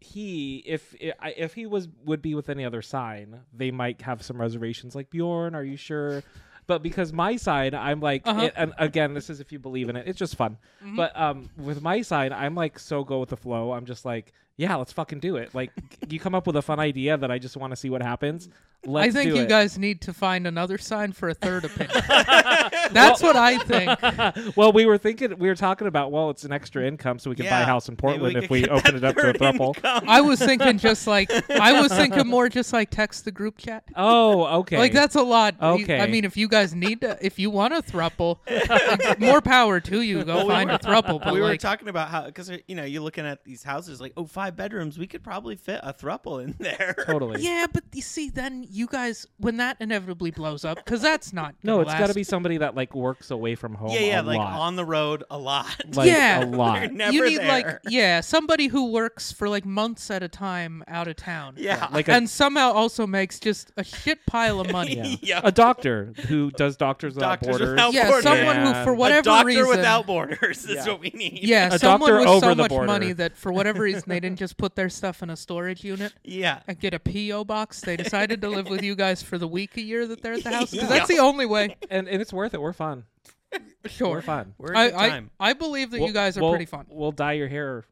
Speaker 3: he if i- if he was would be with any other sign, they might have some reservations. Like Bjorn, are you sure? But because my sign, I'm like,
Speaker 4: Uh-huh.
Speaker 3: it- and again, this is if you believe in it. It's just fun.
Speaker 5: Mm-hmm.
Speaker 3: But um, with my sign, I'm like so go with the flow. I'm just like, yeah, let's fucking do it. Like, you come up with a fun idea that I just want to see what happens. Let's
Speaker 4: I think
Speaker 3: do
Speaker 4: you
Speaker 3: it.
Speaker 4: guys need to find another sign for a third opinion. That's what I think.
Speaker 3: well, we were thinking, we were talking about, well, it's an extra income, so we can buy a
Speaker 5: Yeah.
Speaker 3: house in
Speaker 5: Maybe
Speaker 3: Portland
Speaker 5: we
Speaker 3: if
Speaker 5: could
Speaker 3: we
Speaker 5: get
Speaker 3: open
Speaker 5: that
Speaker 3: it up to a
Speaker 5: third
Speaker 3: throuple.
Speaker 5: income.
Speaker 4: I was thinking just like I was thinking more just like text the group chat.
Speaker 3: Oh, okay.
Speaker 4: Like that's a lot. You- I
Speaker 3: Okay.
Speaker 4: mean, if you guys need to, if you want a thruple, like, more power to you. Go
Speaker 5: Well, we
Speaker 4: find
Speaker 5: were-
Speaker 4: a thruple. But
Speaker 5: we were
Speaker 4: like,
Speaker 5: talking about how because you know you're looking at these houses like oh five bedrooms we could probably fit a thruple in there.
Speaker 3: totally.
Speaker 4: yeah, but you see, then you guys, when that inevitably blows up, because that's not.
Speaker 3: No,
Speaker 4: gonna
Speaker 3: it's
Speaker 4: last.
Speaker 3: got to be somebody that like works away from home.
Speaker 5: Yeah, yeah,
Speaker 3: a
Speaker 5: like
Speaker 3: lot.
Speaker 5: on the road a lot.
Speaker 3: Like,
Speaker 4: Yeah.
Speaker 3: a lot.
Speaker 5: They're never
Speaker 4: you need
Speaker 5: there.
Speaker 4: like yeah somebody who works for like months at a time out of town.
Speaker 5: yeah,
Speaker 3: Like a
Speaker 4: and somehow also makes just a shit pile of money.
Speaker 3: yeah.
Speaker 5: Yeah.
Speaker 3: a doctor who does doctors without
Speaker 5: Doctors
Speaker 3: borders.
Speaker 5: Without
Speaker 4: Yeah,
Speaker 5: Borders.
Speaker 4: someone who,
Speaker 3: Yeah.
Speaker 4: for
Speaker 3: A
Speaker 5: a
Speaker 4: whatever
Speaker 5: doctor
Speaker 4: reason,
Speaker 5: without borders is
Speaker 3: Yeah.
Speaker 5: what we need.
Speaker 4: yeah,
Speaker 3: A
Speaker 4: someone
Speaker 3: doctor
Speaker 4: with so
Speaker 3: over the
Speaker 4: much
Speaker 3: border.
Speaker 4: money that for whatever reason they didn't just put their stuff in a storage unit
Speaker 5: yeah.
Speaker 4: and get a PO box. They decided to live with you guys for the week a year that they're at the house because
Speaker 5: Yeah.
Speaker 4: that's the only way.
Speaker 3: and and it's worth it. We're fun. We're
Speaker 4: Sure,
Speaker 3: fun.
Speaker 5: We're a
Speaker 4: I,
Speaker 5: good
Speaker 4: I
Speaker 5: time.
Speaker 4: I believe that
Speaker 3: We'll-
Speaker 4: you guys are
Speaker 3: we'll-
Speaker 4: pretty fun.
Speaker 3: We'll dye your hair.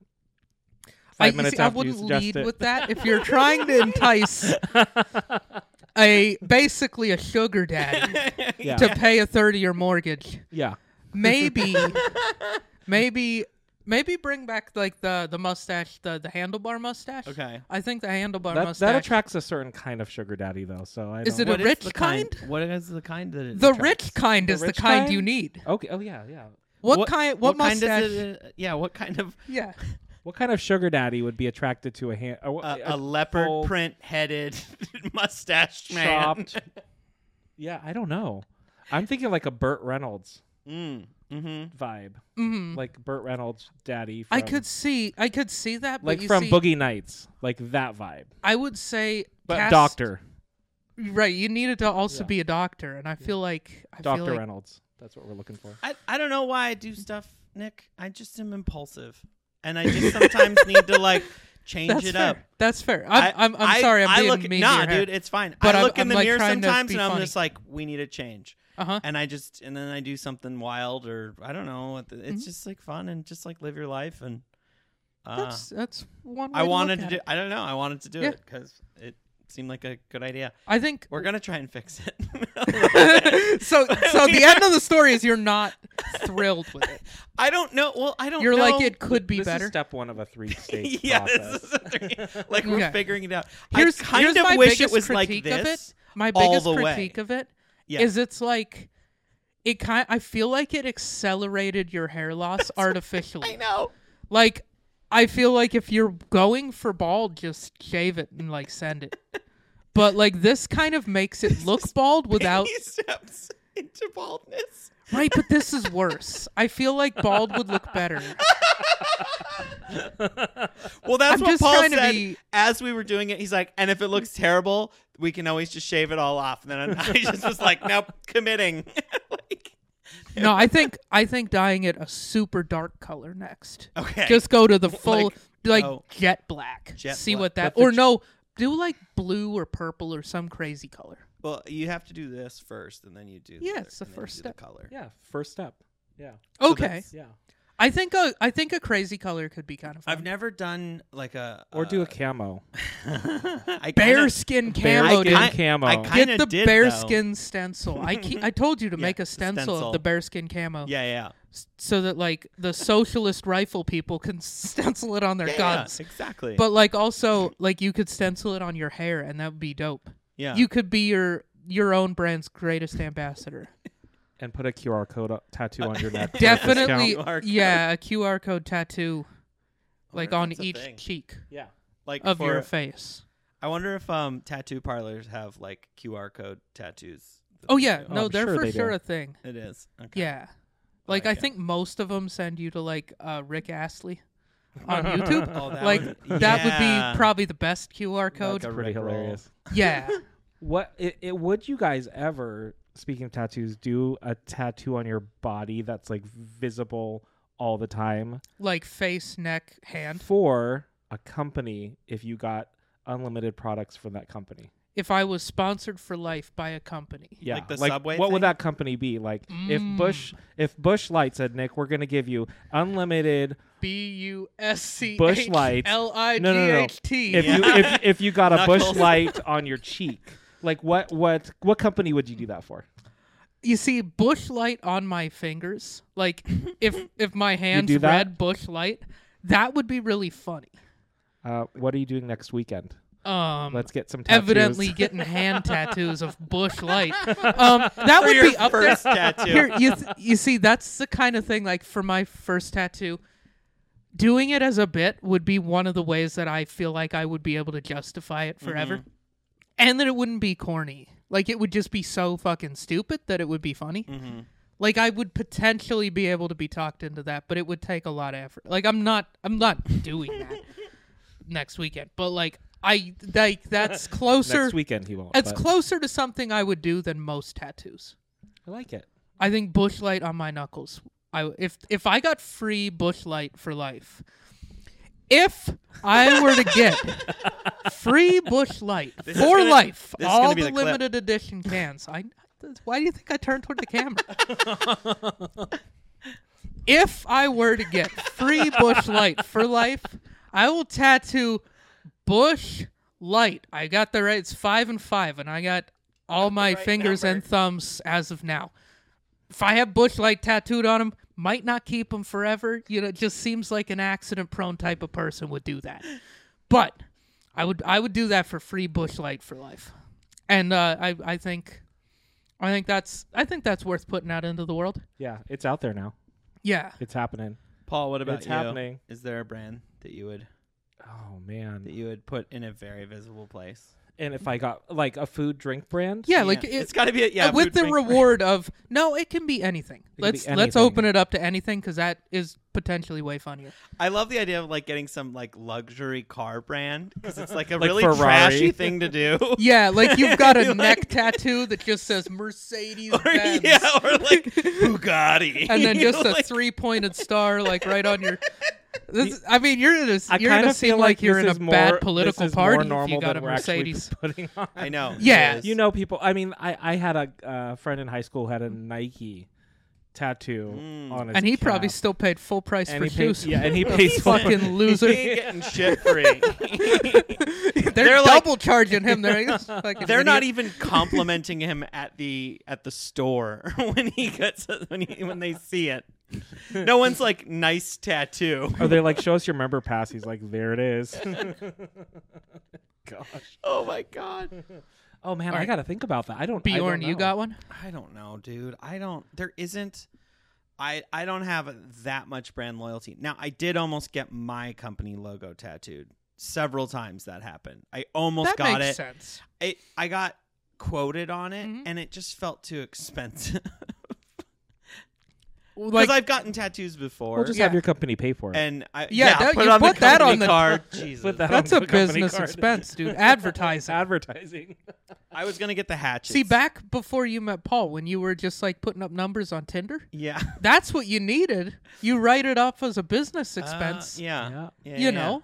Speaker 4: I,
Speaker 3: Five
Speaker 4: you
Speaker 3: minutes
Speaker 4: see, I
Speaker 3: after you
Speaker 4: wouldn't
Speaker 3: suggest
Speaker 4: lead
Speaker 3: it.
Speaker 4: with that if you're trying to entice a basically a sugar daddy
Speaker 3: Yeah,
Speaker 4: to pay a thirty year mortgage.
Speaker 3: yeah.
Speaker 4: maybe maybe maybe bring back like the the mustache the the handlebar mustache
Speaker 5: Okay.
Speaker 4: i think the handlebar
Speaker 3: That,
Speaker 4: mustache
Speaker 3: that attracts a certain kind of sugar daddy though. So I
Speaker 4: Is
Speaker 3: don't-
Speaker 4: it a-
Speaker 5: What is
Speaker 4: rich
Speaker 5: the
Speaker 4: kind?
Speaker 5: What is the kind that it
Speaker 4: the
Speaker 5: attracts?
Speaker 4: rich kind
Speaker 3: The
Speaker 4: is the
Speaker 3: rich
Speaker 4: kind,
Speaker 3: kind?
Speaker 4: you need
Speaker 3: okay? Oh yeah, yeah.
Speaker 4: what, kind what,
Speaker 5: kind does
Speaker 4: mustache
Speaker 5: it, uh, yeah, what kind of
Speaker 4: yeah
Speaker 3: What kind of sugar daddy would be attracted to a hand? A,
Speaker 5: uh,
Speaker 3: a
Speaker 5: a leopard
Speaker 3: full
Speaker 5: print headed mustache man?
Speaker 3: chopped? yeah, I don't know. I'm thinking like a Burt Reynolds
Speaker 5: Mm, mm-hmm.
Speaker 3: vibe,
Speaker 4: Mhm.
Speaker 3: like Burt Reynolds daddy. From,
Speaker 4: i could see i could see that but
Speaker 3: like
Speaker 4: you
Speaker 3: from
Speaker 4: see,
Speaker 3: Boogie Nights, like that vibe.
Speaker 4: i would say
Speaker 3: But
Speaker 4: cast-
Speaker 3: Doctor,
Speaker 4: right you needed to also
Speaker 3: Yeah.
Speaker 4: be a doctor and i feel like i feel
Speaker 3: Doctor
Speaker 4: like
Speaker 3: Reynolds. That's what we're looking for.
Speaker 5: I, I don't know why I do stuff, Nick. I just am impulsive, and I just sometimes need to like change
Speaker 4: that's
Speaker 5: it
Speaker 4: fair.
Speaker 5: up.
Speaker 4: That's fair. I'm, I, am i am sorry. I'm
Speaker 5: I
Speaker 4: being
Speaker 5: look,
Speaker 4: mean to
Speaker 5: Nah,
Speaker 4: your hair.
Speaker 5: dude, it's fine.
Speaker 4: But
Speaker 5: I
Speaker 4: I'm-
Speaker 5: look
Speaker 4: I'm,
Speaker 5: in the
Speaker 4: like,
Speaker 5: mirror
Speaker 4: trying to
Speaker 5: sometimes,
Speaker 4: be
Speaker 5: and I'm
Speaker 4: funny.
Speaker 5: just like, we need a change.
Speaker 4: Uh-huh.
Speaker 5: and I just and then I do something wild or I don't know. It's
Speaker 4: Mm-hmm.
Speaker 5: just like fun and just like live your life and. Uh,
Speaker 4: that's that's one. Way
Speaker 5: I
Speaker 4: to look
Speaker 5: wanted to
Speaker 4: at
Speaker 5: do.
Speaker 4: it.
Speaker 5: I don't know. I wanted to do
Speaker 4: Yeah.
Speaker 5: it because it seemed like a good idea.
Speaker 4: I think
Speaker 5: We're gonna try and fix it.
Speaker 4: so. So the end of the story is you're not thrilled with it.
Speaker 5: I don't know. Well, I don't.
Speaker 4: You're like
Speaker 5: know.
Speaker 4: it could be
Speaker 3: this
Speaker 4: better.
Speaker 3: Is step one of a three stage
Speaker 5: yeah, this
Speaker 3: process.
Speaker 5: is a three. like we're
Speaker 4: Okay.
Speaker 5: figuring it out.
Speaker 4: here's
Speaker 5: I kind
Speaker 4: here's
Speaker 5: of
Speaker 4: my
Speaker 5: wish it
Speaker 4: biggest
Speaker 5: was like
Speaker 4: critique
Speaker 5: this.
Speaker 4: of it. My
Speaker 5: all
Speaker 4: biggest
Speaker 5: the way.
Speaker 4: critique of it
Speaker 5: Yeah.
Speaker 4: is it's like it kind. I feel like it accelerated your hair loss artificially.
Speaker 5: I know.
Speaker 4: Like I feel like if you're going for bald, just shave it and like send it. But like this kind of makes it look bald without
Speaker 5: Baby steps into baldness.
Speaker 4: right. But this is worse. I feel like bald would look better.
Speaker 5: Well, that's
Speaker 4: I'm
Speaker 5: what
Speaker 4: just
Speaker 5: Paul
Speaker 4: trying to
Speaker 5: said
Speaker 4: be-
Speaker 5: as we were doing it. He's like, and if it looks terrible, we can always just shave it all off. And then I just was like, nope, committing. like,
Speaker 4: No, I think I think dyeing it a super dark color next.
Speaker 5: okay,
Speaker 4: Just go to the full like,
Speaker 5: oh.
Speaker 4: jet black.
Speaker 5: Jet
Speaker 4: See
Speaker 5: black.
Speaker 4: what that
Speaker 3: But the
Speaker 4: or
Speaker 3: j-
Speaker 4: no, do like blue or purple or some crazy color.
Speaker 5: Well, you have to do this first, and then you do.
Speaker 4: Yeah,
Speaker 5: other-
Speaker 4: it's the
Speaker 5: and then you
Speaker 4: first
Speaker 5: do the
Speaker 4: step.
Speaker 5: color.
Speaker 3: Yeah, first step. Yeah,
Speaker 4: Okay.
Speaker 3: yeah.
Speaker 4: I think a I think a crazy color could be kind of fun.
Speaker 5: I've never done like a
Speaker 3: Or do
Speaker 5: uh,
Speaker 3: a camo.
Speaker 5: I
Speaker 4: Bear
Speaker 5: kinda-
Speaker 4: skin
Speaker 3: Bear
Speaker 4: camo. dude.
Speaker 3: skin
Speaker 5: I-
Speaker 3: camo.
Speaker 5: I kind-
Speaker 4: Get
Speaker 5: Kinda
Speaker 4: the
Speaker 5: did, though.
Speaker 4: bearskin stencil. I keep, I told you to
Speaker 5: Yeah,
Speaker 4: make a
Speaker 5: the
Speaker 4: stencil,
Speaker 5: stencil.
Speaker 4: of the bearskin camo,
Speaker 5: Yeah, yeah.
Speaker 4: s- so that like the socialist rifle people can stencil it on their
Speaker 5: Yeah,
Speaker 4: guns.
Speaker 5: Yeah, exactly.
Speaker 4: But like also like you could stencil it on your hair, and that would be dope.
Speaker 5: yeah.
Speaker 4: You could be your your own brand's greatest ambassador.
Speaker 3: and put a QR code o- tattoo on your neck. for a
Speaker 4: Definitely,
Speaker 3: discount.
Speaker 5: QR code.
Speaker 4: yeah, a QR code tattoo, like
Speaker 5: wonder if
Speaker 4: on
Speaker 5: that's a
Speaker 4: each
Speaker 5: thing.
Speaker 4: cheek
Speaker 3: Yeah.
Speaker 5: like
Speaker 4: of
Speaker 5: for,
Speaker 4: your face.
Speaker 5: I wonder if um tattoo parlors have like QR code tattoos. that
Speaker 4: Oh
Speaker 5: they
Speaker 4: yeah,
Speaker 5: do.
Speaker 4: no,
Speaker 3: I'm
Speaker 4: they're
Speaker 3: sure
Speaker 4: for
Speaker 3: they do.
Speaker 4: sure a thing.
Speaker 5: it is. Okay.
Speaker 4: Yeah. Like I
Speaker 5: Okay.
Speaker 4: think most of them send you to like uh, Rick Astley on YouTube.
Speaker 5: Oh, that
Speaker 4: like
Speaker 5: would-
Speaker 4: that would
Speaker 5: yeah.
Speaker 4: be probably the best QR code.
Speaker 5: a
Speaker 3: Pretty
Speaker 5: Rickroll.
Speaker 3: hilarious.
Speaker 4: yeah.
Speaker 3: What it, it would you guys ever speaking of tattoos do a tattoo on your body that's like visible all the time
Speaker 4: Like face, neck, hand.
Speaker 3: for a company if you got unlimited products from that company?
Speaker 4: If I was sponsored for life by a company.
Speaker 3: Yeah,
Speaker 5: Like the Subway
Speaker 3: What
Speaker 5: thing? Mm.
Speaker 3: would that company be like? If Bush, if Bush Light said, "Nick, we're going to give you unlimited."
Speaker 4: B U S C
Speaker 3: Bush lights.
Speaker 4: L I G
Speaker 3: No, no, no.
Speaker 4: H T.
Speaker 3: If you
Speaker 5: Yeah.
Speaker 3: if, if you got a Bush
Speaker 5: Knuckles.
Speaker 3: Light on your cheek, like what what what company would you do that for?
Speaker 4: You see bush light on my fingers. Like if if my hands
Speaker 3: do that?
Speaker 4: read bush light, that would be really funny.
Speaker 3: Uh, what are you doing next weekend?
Speaker 4: Um
Speaker 3: Let's get some tattoos.
Speaker 4: evidently getting hand tattoos of bush light. Um, that
Speaker 5: For
Speaker 4: would
Speaker 5: your
Speaker 4: be up there.
Speaker 5: first tattoo.
Speaker 4: Here, you, th- you see, that's the kind of thing. Like for my first tattoo, doing it as a bit would be one of the ways that I feel like I would be able to justify it forever,
Speaker 5: Mm-hmm.
Speaker 4: and that it wouldn't be corny. Like it would just be so fucking stupid that it would be funny.
Speaker 5: Mm-hmm.
Speaker 4: Like I would potentially be able to be talked into that, but it would take a lot of effort. Like I'm not, I'm not doing that next weekend. But like I like that's closer.
Speaker 3: next weekend he won't.
Speaker 4: It's
Speaker 3: but
Speaker 4: closer to something I would do than most tattoos.
Speaker 3: I like it.
Speaker 4: I think bushlight on my knuckles. I if if I got free bushlight for life, if I were to get free bushlight
Speaker 5: This is
Speaker 4: for
Speaker 5: gonna-
Speaker 4: life,
Speaker 5: this is gonna
Speaker 4: all
Speaker 5: be
Speaker 4: the,
Speaker 5: the clip.
Speaker 4: limited edition cans. I why do you think I turned toward the camera? if I were to get free bushlight for life, I will tattoo bush light. I got the right. It's five and five, and I got all my
Speaker 5: right
Speaker 4: fingers and
Speaker 5: number.
Speaker 4: thumbs as of now. If I have bush light tattooed on them, might not keep them forever. You know, it just seems like an accident-prone type of person would do that. But I would, I would do that for free bush light for life, and uh, I, I think, I think that's, I think that's worth putting out into the world.
Speaker 3: Yeah, it's out there now.
Speaker 4: Yeah.
Speaker 3: It's happening.
Speaker 5: Paul, what about
Speaker 3: it's
Speaker 5: you?
Speaker 3: happening.
Speaker 5: Is there a brand that you would
Speaker 3: Oh
Speaker 5: that
Speaker 3: man!
Speaker 5: you would put in a very visible place?
Speaker 3: And if I got like a food drink brand,
Speaker 4: Yeah, like it,
Speaker 5: has got to be a, yeah
Speaker 4: with
Speaker 5: food
Speaker 4: the
Speaker 5: drink.
Speaker 4: reward of no, it can be anything.
Speaker 3: be
Speaker 4: let's let's
Speaker 3: anything.
Speaker 4: open it up to anything because that is potentially way funnier.
Speaker 5: I love the idea of like getting some like luxury car brand because it's like a
Speaker 3: Like
Speaker 5: really
Speaker 3: Ferrari.
Speaker 5: trashy thing to do.
Speaker 4: Yeah, like you've got a
Speaker 5: Like-
Speaker 4: neck tattoo that just says Mercedes
Speaker 5: or,
Speaker 4: Benz,
Speaker 5: yeah, or like Bugatti,
Speaker 4: and then
Speaker 5: You
Speaker 4: just
Speaker 5: know,
Speaker 4: a
Speaker 5: like-
Speaker 4: three pointed star like right on your This, I mean, you're in a,
Speaker 3: I
Speaker 4: you're in
Speaker 3: kind
Speaker 4: a
Speaker 3: of
Speaker 4: seem
Speaker 3: feel
Speaker 4: like, you're
Speaker 3: this
Speaker 4: in a
Speaker 3: is more,
Speaker 4: bad political
Speaker 3: this is
Speaker 4: party
Speaker 3: More normal
Speaker 4: if you got
Speaker 3: than
Speaker 4: a
Speaker 3: we're actually
Speaker 4: Mercedes.
Speaker 3: putting on.
Speaker 5: I know.
Speaker 4: Yeah.
Speaker 5: It is.
Speaker 3: You know, people. I mean, I I had a uh, friend in high school had a Nike tattoo
Speaker 5: Mm.
Speaker 3: on his
Speaker 4: And he
Speaker 3: calf.
Speaker 4: probably still paid full price
Speaker 3: And
Speaker 4: for
Speaker 3: he paid-
Speaker 4: shoes.
Speaker 3: yeah, and he
Speaker 4: What a
Speaker 3: pays full
Speaker 4: fucking loser.
Speaker 5: He ain't getting shit free.
Speaker 4: They're,
Speaker 5: They're like-
Speaker 4: double charging him. They're, like, "This fucking
Speaker 5: They're not
Speaker 4: idiot."
Speaker 5: even complimenting him at the at the store when he gets when he, when they see it. No one's like nice tattoo.
Speaker 3: Or they're like, show us your member pass. He's like, there it is. Gosh.
Speaker 5: Oh my god.
Speaker 3: Oh man,
Speaker 4: All
Speaker 3: I
Speaker 4: right.
Speaker 3: got to think about that. I don't. I
Speaker 4: Bjorn,
Speaker 3: don't
Speaker 4: you
Speaker 3: know.
Speaker 4: got one?
Speaker 5: I don't know, dude. I don't. There isn't. I I don't have that much brand loyalty. Now I did almost get my company logo tattooed several times. That happened. I
Speaker 4: That
Speaker 5: almost got
Speaker 4: makes
Speaker 5: it.
Speaker 4: sense.
Speaker 5: it. I got quoted on it,
Speaker 4: Mhm.
Speaker 5: and it just felt too expensive. Because
Speaker 4: Like,
Speaker 5: I've gotten tattoos before.
Speaker 3: We'll just
Speaker 4: Yeah.
Speaker 3: have your company pay for it.
Speaker 5: and I,
Speaker 4: Yeah, that-
Speaker 5: put
Speaker 4: you
Speaker 5: on
Speaker 4: put
Speaker 5: the
Speaker 4: that
Speaker 5: company
Speaker 4: on the-
Speaker 5: card. Jesus.
Speaker 3: Put that on
Speaker 4: that's a
Speaker 3: the company
Speaker 4: business
Speaker 3: card.
Speaker 4: expense, dude. Advertising.
Speaker 3: Advertising.
Speaker 5: I was gonna get the hatchet.
Speaker 4: See, back before you met Paul, when you were just like putting up numbers on Tinder,
Speaker 5: Yeah.
Speaker 4: that's what you needed. You write it off as a business expense.
Speaker 5: Uh, yeah.
Speaker 3: Yeah.
Speaker 5: Yeah, yeah,
Speaker 4: You know,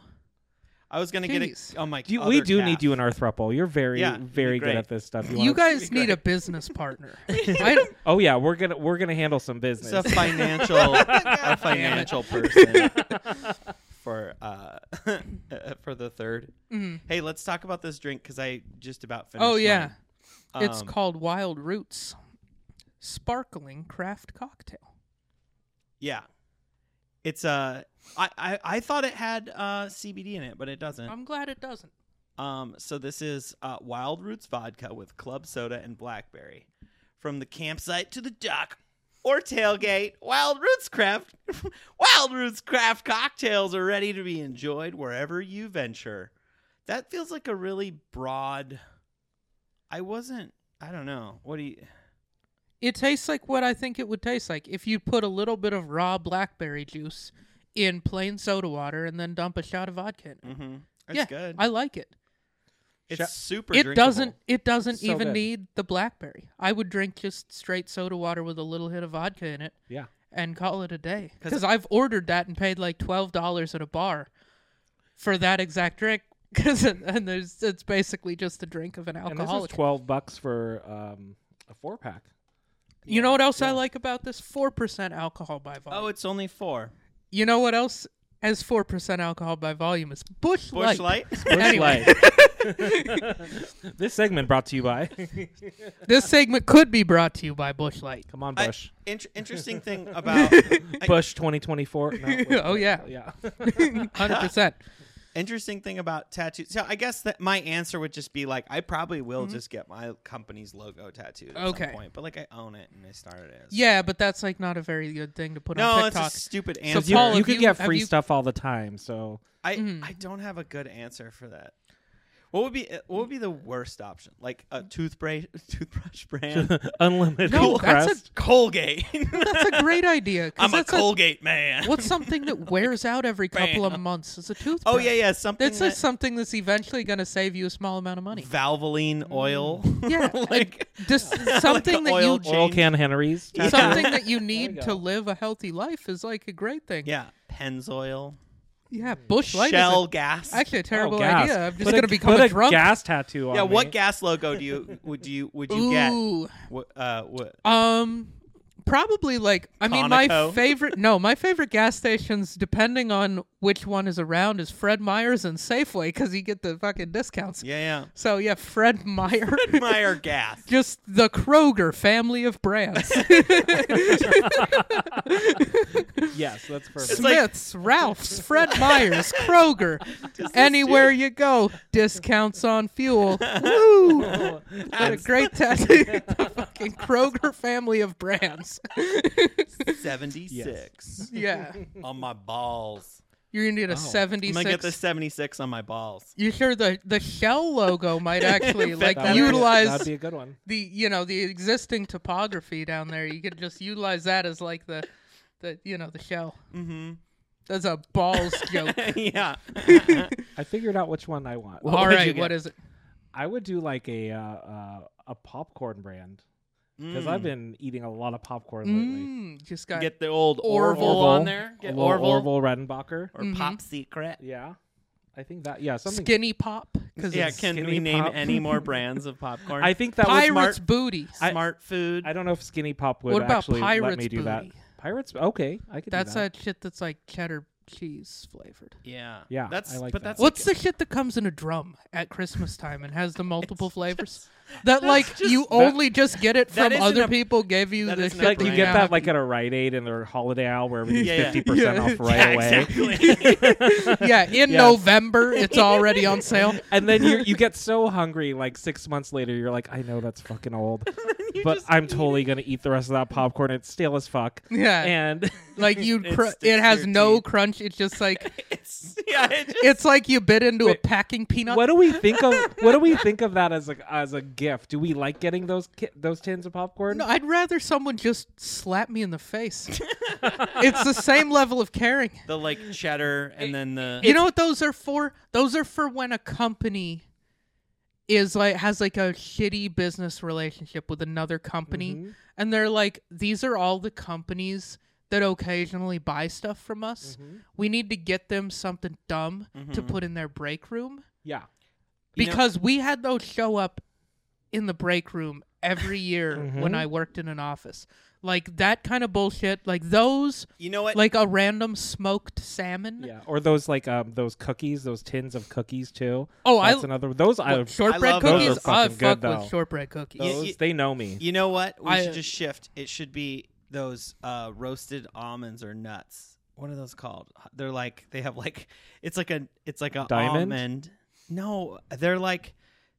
Speaker 5: I was gonna get it
Speaker 4: Jeez.
Speaker 5: on my.
Speaker 3: Do you,
Speaker 5: other
Speaker 3: we do
Speaker 5: calf.
Speaker 3: need you in our throuple. You're very,
Speaker 5: Yeah, it'd be
Speaker 3: very good
Speaker 5: great.
Speaker 3: at this stuff.
Speaker 4: you,
Speaker 3: wanna-
Speaker 4: guys need a business partner. I don't,
Speaker 3: Oh yeah, we're gonna we're gonna handle some business.
Speaker 5: It's a financial, a financial person for uh, for the third. Hey, let's talk about this drink because I just about finished.
Speaker 4: Mm-hmm. oh yeah,
Speaker 5: mine.
Speaker 4: it's
Speaker 5: Um,
Speaker 4: called Wild Roots, sparkling craft cocktail.
Speaker 5: yeah. It's uh, I, I I thought it had uh CBD in it, but it doesn't.
Speaker 4: I'm glad it doesn't.
Speaker 5: Um, so this is uh, Wild Roots vodka with club soda and blackberry. From the campsite to the dock or tailgate, Wild Roots craft Wild Roots craft cocktails are ready to be enjoyed wherever you venture. That feels like a really broad. I wasn't. I don't know. What do you?
Speaker 4: It tastes like what I think it would taste like if you put a little bit of raw blackberry juice in plain soda water and then dump a shot of vodka. In. it.
Speaker 5: Mm-hmm. It's
Speaker 4: yeah,
Speaker 5: good.
Speaker 4: I like it.
Speaker 5: it's
Speaker 3: Sh-
Speaker 5: super.
Speaker 4: it
Speaker 5: drinkable.
Speaker 4: doesn't it doesn't
Speaker 3: So
Speaker 4: even
Speaker 3: good.
Speaker 4: need the blackberry i would drink just straight soda water with a little hit of vodka in it
Speaker 3: yeah.
Speaker 4: and call it a day
Speaker 5: 'Cause-
Speaker 4: because i've ordered that and paid like $12 at a bar for that exact drink because and there's it's basically just a drink of an
Speaker 3: And this is
Speaker 4: alcoholic
Speaker 3: twelve bucks for um, a four pack.
Speaker 4: you know what else i like about this 4% alcohol by volume
Speaker 5: Oh, it's only four.
Speaker 4: you know what else as 4% alcohol by volume is bush,
Speaker 5: Bush
Speaker 4: light.
Speaker 5: light.
Speaker 4: Anyway.
Speaker 3: Bushlight. this segment brought to you by.
Speaker 4: this segment could be brought to you by bush light
Speaker 3: Come on,
Speaker 5: I-
Speaker 3: Bush.
Speaker 5: Inter- interesting thing about I-
Speaker 3: Bush 2024. No, wait,
Speaker 4: Oh, yeah.
Speaker 3: yeah.
Speaker 4: 100%
Speaker 5: interesting thing about tattoos. So I guess that my answer would just be like, I probably will just get my company's logo tattooed at
Speaker 4: Mm-hmm. Okay.
Speaker 5: some point, but like I own it and I started it.
Speaker 4: yeah but that's like not a very good thing to put
Speaker 5: No,
Speaker 4: on
Speaker 5: it's
Speaker 4: tiktok
Speaker 5: a stupid
Speaker 4: So,
Speaker 5: answer.
Speaker 3: you,
Speaker 4: Paul,
Speaker 3: you
Speaker 4: have
Speaker 3: could
Speaker 4: you- Mm-hmm.
Speaker 3: get
Speaker 4: have
Speaker 3: free
Speaker 4: you-
Speaker 3: stuff all the time. So
Speaker 5: I I don't have a good answer for that. What would be eh, what would be the worst option? Like a toothbrush toothbrush brand,
Speaker 3: unlimited
Speaker 4: No, that's a-
Speaker 3: crust.
Speaker 5: Colgate.
Speaker 4: That's a great idea. 'cause
Speaker 5: I'm a
Speaker 4: that's
Speaker 5: Colgate man.
Speaker 4: what's something that wears out every couple of months? It's a toothbrush.
Speaker 5: Oh yeah, yeah, something
Speaker 4: That's just something that's eventually going to save you a small amount of money.
Speaker 5: that- Valvoline oil.
Speaker 4: Mm. Yeah,
Speaker 5: like
Speaker 4: Just something that
Speaker 5: oil
Speaker 4: you
Speaker 5: change.
Speaker 3: Oil can Henry's. tattoo.
Speaker 4: something that you need
Speaker 3: go.
Speaker 4: to live a healthy life is like a great thing.
Speaker 5: yeah, Pennzoil,
Speaker 4: yeah. Bush light
Speaker 5: Shell
Speaker 4: is
Speaker 5: gas.
Speaker 4: a, actually
Speaker 3: Oh,
Speaker 4: a terrible
Speaker 3: gas.
Speaker 4: idea. I'm just
Speaker 3: Put
Speaker 4: going to become
Speaker 3: put
Speaker 4: a drunk.
Speaker 3: gas tattoo on
Speaker 5: Yeah,
Speaker 3: me.
Speaker 5: what gas logo do you would you would you get?
Speaker 4: Ooh.
Speaker 5: What uh what
Speaker 4: Um, probably like I mean, my
Speaker 5: Conoco?
Speaker 4: favorite. No, my favorite gas stations, depending on which one is around, is Fred Meyer's and Safeway because you get the fucking discounts.
Speaker 5: Yeah,
Speaker 4: So yeah, Fred Meyer.
Speaker 5: yeah. Meyer gas.
Speaker 4: just the Kroger family of brands.
Speaker 3: Yes, that's perfect.
Speaker 5: It's like-
Speaker 4: Smith's, Ralph's, Fred Meyer's, Kroger. Anywhere you go, discounts on fuel. Woo! What a great tattoo. the fucking Kroger family of brands.
Speaker 5: 76
Speaker 4: yeah.
Speaker 5: on my balls.
Speaker 4: You're going to need a
Speaker 5: I'm
Speaker 4: 76.
Speaker 5: going to get the 76 on my balls.
Speaker 4: You sure the, the Shell logo might actually like
Speaker 3: That would be-
Speaker 4: utilize
Speaker 3: That'd be a good one.
Speaker 4: the you know the existing topography down there. You could just utilize that as like the the you know the shell. Mm-hmm. That's a balls joke.
Speaker 5: yeah.
Speaker 3: I figured out which one I want.
Speaker 4: All
Speaker 5: would you
Speaker 4: right,
Speaker 5: get?
Speaker 4: what is it?
Speaker 3: I would do like a uh, uh, a popcorn brand. because I've been eating a lot of popcorn lately.
Speaker 4: Mm, just got
Speaker 5: Mm. Get the old Orville,
Speaker 4: Orville.
Speaker 5: on there.
Speaker 3: A
Speaker 5: Get
Speaker 3: little
Speaker 5: Orville,
Speaker 3: Orville Mm-hmm. Redenbacher.
Speaker 5: or Pop Secret.
Speaker 3: Yeah, I think that. Yeah, something.
Speaker 4: skinny pop because
Speaker 5: Yeah,
Speaker 4: it's
Speaker 5: can we
Speaker 3: Skinny
Speaker 5: name
Speaker 3: Pop.
Speaker 5: any more brands of popcorn?
Speaker 3: I think that was
Speaker 4: pirates
Speaker 3: Mark.
Speaker 4: booty.
Speaker 3: I-
Speaker 5: Smart food.
Speaker 3: I don't know if Skinny Pop would
Speaker 4: What about
Speaker 3: actually let
Speaker 4: Pirates
Speaker 3: me do that.
Speaker 4: Booty?
Speaker 3: Pirates. Okay, I could.
Speaker 4: that's
Speaker 3: do that.
Speaker 4: that shit that's like cheddar cheese flavored.
Speaker 5: yeah.
Speaker 3: Yeah,
Speaker 5: That's
Speaker 3: I like
Speaker 5: but
Speaker 3: that.
Speaker 5: that's
Speaker 4: What's the shit that comes in a drum at Christmas time and has the multiple flavors? that like
Speaker 5: just-
Speaker 4: you only just get it from
Speaker 5: that isn't
Speaker 4: other
Speaker 5: a-
Speaker 4: people gave you
Speaker 5: that
Speaker 4: the
Speaker 5: isn't
Speaker 4: shit.
Speaker 5: a
Speaker 3: like you
Speaker 5: brand.
Speaker 3: get
Speaker 4: now-
Speaker 3: that like at a Rite Aid and their holiday owl where everything's
Speaker 5: Yeah, yeah.
Speaker 3: fifty percent off right
Speaker 5: yeah,
Speaker 3: away.
Speaker 5: exactly.
Speaker 4: yeah, in
Speaker 3: Yeah.
Speaker 4: November it's already on sale.
Speaker 3: And then you you get so hungry, like six months later, you're like, I know that's fucking old, but I'm totally gonna eat the rest of that popcorn. It's stale as fuck.
Speaker 4: Yeah.
Speaker 3: And
Speaker 4: Like you,
Speaker 5: It
Speaker 4: cr-
Speaker 5: sticks
Speaker 4: it
Speaker 5: to
Speaker 4: has
Speaker 5: your
Speaker 4: no
Speaker 5: teeth.
Speaker 4: crunch. It's just like
Speaker 5: it's, yeah, it just,
Speaker 4: it's like you bit into
Speaker 3: Wait,
Speaker 4: a packing peanut.
Speaker 3: what do we think of what do we think of that as a as a gift? Do we like getting those ki- those tins of popcorn?
Speaker 4: No, I'd rather someone just slap me in the face. it's the same level of caring.
Speaker 5: the like cheddar and then the
Speaker 4: you know what those are for? Those are for when a company is like has like a shitty business relationship with another company
Speaker 5: Mm-hmm.
Speaker 3: Mhm.
Speaker 4: and they're like these are all the companies that occasionally buy stuff from us.
Speaker 5: Mm-hmm.
Speaker 3: Mhm.
Speaker 4: We need to get them something dumb to put in their break room
Speaker 3: Yeah.
Speaker 5: You know-
Speaker 4: because we had those show up in the break room every year when
Speaker 5: Mm-hmm.
Speaker 3: Mhm.
Speaker 4: I worked in an office. Like that kind of bullshit, like those
Speaker 5: you know what
Speaker 4: like a random smoked salmon.
Speaker 3: Yeah, or those like um those cookies, those tins of cookies too.
Speaker 4: Oh, I-
Speaker 3: that's another those I
Speaker 4: What, shortbread
Speaker 5: love
Speaker 3: those.
Speaker 4: cookies.
Speaker 3: Those are
Speaker 4: I
Speaker 3: fucking
Speaker 4: fuck
Speaker 3: good, though.
Speaker 4: with shortbread cookies.
Speaker 3: those
Speaker 5: you-
Speaker 3: they know me.
Speaker 5: You know what? We
Speaker 4: I-
Speaker 5: should just shift. It should be those uh, roasted almonds or nuts. What are those called? They're like they have like it's like a it's like a
Speaker 3: Diamond?
Speaker 5: almond. No, they're like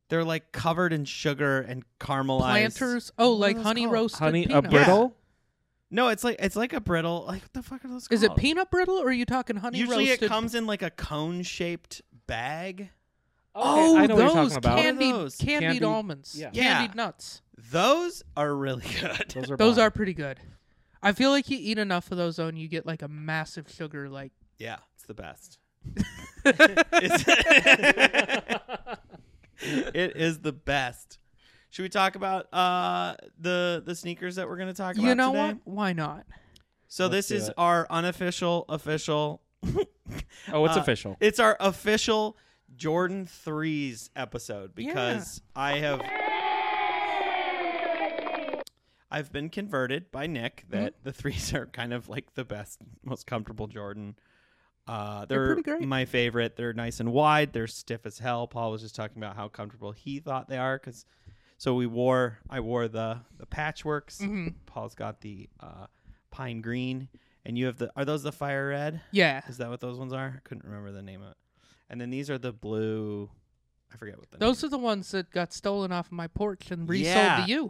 Speaker 5: they're like covered in sugar and caramelized.
Speaker 4: Planters. Oh,
Speaker 5: What are
Speaker 4: like
Speaker 5: those
Speaker 4: honey
Speaker 5: called?
Speaker 4: roasted
Speaker 3: Honey, a
Speaker 4: peanut.
Speaker 3: brittle.
Speaker 5: No, it's like it's like a brittle. Like what the fuck are those?
Speaker 4: Is
Speaker 5: called?
Speaker 4: it peanut brittle or are you talking honey
Speaker 5: Oh. Usually
Speaker 4: roasted?
Speaker 5: it comes in like a cone shaped bag.
Speaker 4: Oh,
Speaker 3: Okay, I know what
Speaker 4: those
Speaker 3: you're talking about.
Speaker 5: can-
Speaker 4: candied
Speaker 5: What are those?
Speaker 4: candied
Speaker 3: Candied-
Speaker 4: almonds.
Speaker 3: yeah.
Speaker 5: Yeah.
Speaker 4: Candied nuts.
Speaker 5: Those are really good.
Speaker 3: Those are
Speaker 4: Those
Speaker 3: bomb.
Speaker 4: are pretty good. I feel like you eat enough of those though and you get like a massive sugar like
Speaker 5: yeah, it's the best. it is the best. Should we talk about uh, the the sneakers that we're going to talk about
Speaker 4: You know
Speaker 5: today?
Speaker 4: what? Why not?
Speaker 5: So
Speaker 3: Let's do
Speaker 5: this is
Speaker 3: it.
Speaker 5: our unofficial official.
Speaker 3: Oh, it's
Speaker 5: uh,
Speaker 3: official.
Speaker 5: It's our official Jordan threes episode because I have I've been converted by Nick that the threes are kind of like the best, most comfortable Jordan. Uh, they're,
Speaker 4: pretty great.
Speaker 5: my favorite. They're nice and wide. They're stiff as hell. Paul was just talking about how comfortable he thought they are because. So we wore. I wore the the patchworks. Paul's got the uh, pine green, and you have the. Are those the fire red?
Speaker 4: Yeah.
Speaker 5: Is that what those ones are? I couldn't remember the name of it. And then these are the blue. I forget what the
Speaker 4: Those are the ones that got stolen off my porch and resold
Speaker 5: Yeah.
Speaker 4: to you.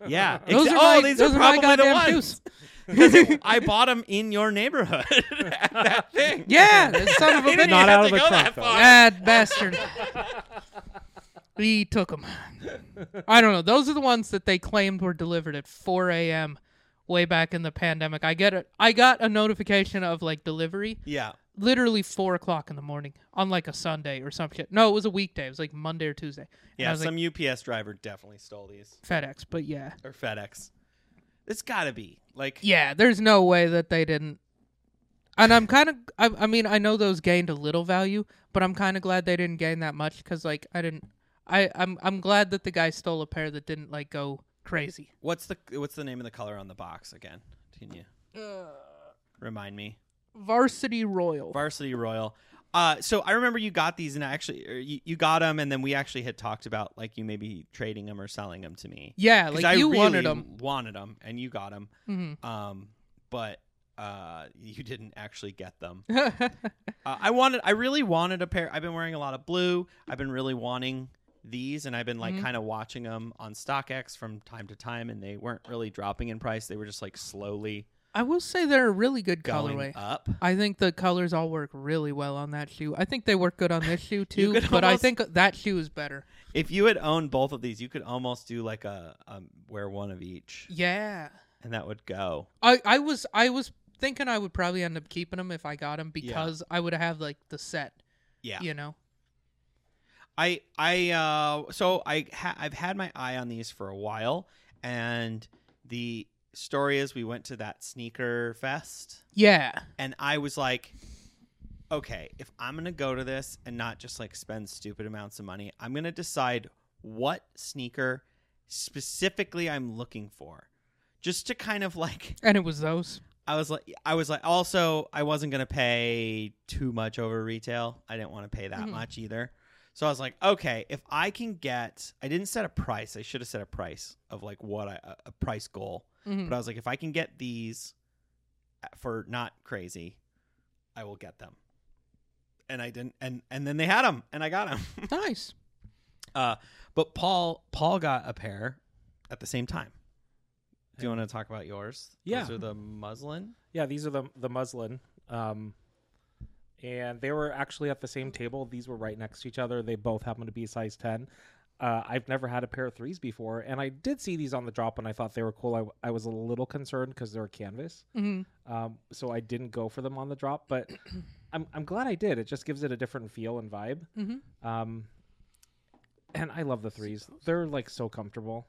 Speaker 5: Name. Yeah,
Speaker 4: Those
Speaker 5: exa-
Speaker 4: are my,
Speaker 5: oh, these
Speaker 4: those
Speaker 5: are
Speaker 4: are my
Speaker 5: probably
Speaker 4: goddamn
Speaker 5: the ones.
Speaker 4: shoes.
Speaker 5: I bought them in your neighborhood. at that thing.
Speaker 4: Yeah, that son of a
Speaker 5: You didn't
Speaker 4: bitch.
Speaker 3: Not out
Speaker 5: even have
Speaker 3: of
Speaker 5: to
Speaker 3: the
Speaker 5: go
Speaker 3: trunk,
Speaker 5: that
Speaker 3: though.
Speaker 5: far.
Speaker 4: Bad bastard. We took them. I don't know. Those are the ones that they claimed were delivered at 4 a.m. way back in the pandemic. I get it. I got a notification of like delivery
Speaker 5: Yeah.
Speaker 4: literally four o'clock in the morning on like a Sunday or some shit. No, it was a weekday. It was like Monday or Tuesday. And I
Speaker 5: Yeah,
Speaker 4: was
Speaker 5: some UPS driver definitely stole these
Speaker 4: like FedEx, but yeah,
Speaker 5: or FedEx. It's got to be like
Speaker 4: yeah. There's no way that they didn't. And I'm kind of. I, I mean, I know those gained a little value, but I'm kind of glad they didn't gain that much because like I didn't. I I'm I'm glad that the guy stole a pair that didn't like go crazy.
Speaker 5: what's the what's the name of the color on the box again? Can you remind me?
Speaker 4: Varsity Royal.
Speaker 5: Varsity Royal. Uh, so I remember you got these, and I actually or you, you got them, and then we actually had talked about like you maybe trading them or selling them to me.
Speaker 4: yeah,
Speaker 5: 'Cause
Speaker 4: like
Speaker 5: I
Speaker 4: you
Speaker 5: really
Speaker 4: wanted them.
Speaker 5: wanted 'em, and you got them.
Speaker 4: hmm
Speaker 5: Um, but uh, you didn't actually get them. uh, I wanted, I really wanted a pair. I've been wearing a lot of blue. I've been really wanting these, and I've been
Speaker 4: Mm-hmm.
Speaker 5: like kind of watching them on StockX from time to time, and they weren't really dropping in price. They were just like slowly
Speaker 4: I will say they're a really good
Speaker 5: going
Speaker 4: colorway.
Speaker 5: up.
Speaker 4: I think the colors all work really well on that shoe. I think they work good on this shoe too,
Speaker 5: could
Speaker 4: but I
Speaker 5: almost-
Speaker 4: think that shoe is better.
Speaker 5: If you had owned both of these, you could almost do like a um, wear one of each,
Speaker 4: Yeah.
Speaker 5: and that would go.
Speaker 4: I, I was I was thinking I would probably end up keeping them if I got them because I would have like the set,
Speaker 5: Yeah,
Speaker 4: you know.
Speaker 5: I I uh, so I ha- I've had my eye on these for a while, and the story is we went to that sneaker fest
Speaker 4: Yeah.
Speaker 5: and I was like, okay, if I'm gonna go to this and not just like spend stupid amounts of money, I'm gonna decide what sneaker specifically I'm looking for, just to kind of like
Speaker 4: And it was those.
Speaker 5: I was like I was like also I wasn't gonna pay too much over retail. I didn't want to pay that
Speaker 4: Mhm.
Speaker 5: much either. So I was like, okay, if I can get, I didn't set a price. I should have set a price of like what I, a- a price goal.
Speaker 4: Mhm.
Speaker 5: But I was like, if I can get these uh, for not crazy, I will get them. And I didn't, and and then they had them, and I got them.
Speaker 4: Nice.
Speaker 5: uh, but Paul Paul got a pair at the same time. Do you want to talk about yours?
Speaker 3: Yeah.
Speaker 5: those are the muslin.
Speaker 3: Yeah, these are the the muslin. Um, and they were actually at the same table. These were right next to each other. They both happen to be size ten. Uh, I've never had a pair of threes before, and I did see these on the drop, and I thought they were cool. I, w- I was a little concerned because they're canvas,
Speaker 4: hmm
Speaker 3: um, so I didn't go for them on the drop. But I'm I'm glad I did. It just gives it a different feel and vibe.
Speaker 4: hmm
Speaker 3: Um, and I love the threes. They're like so comfortable.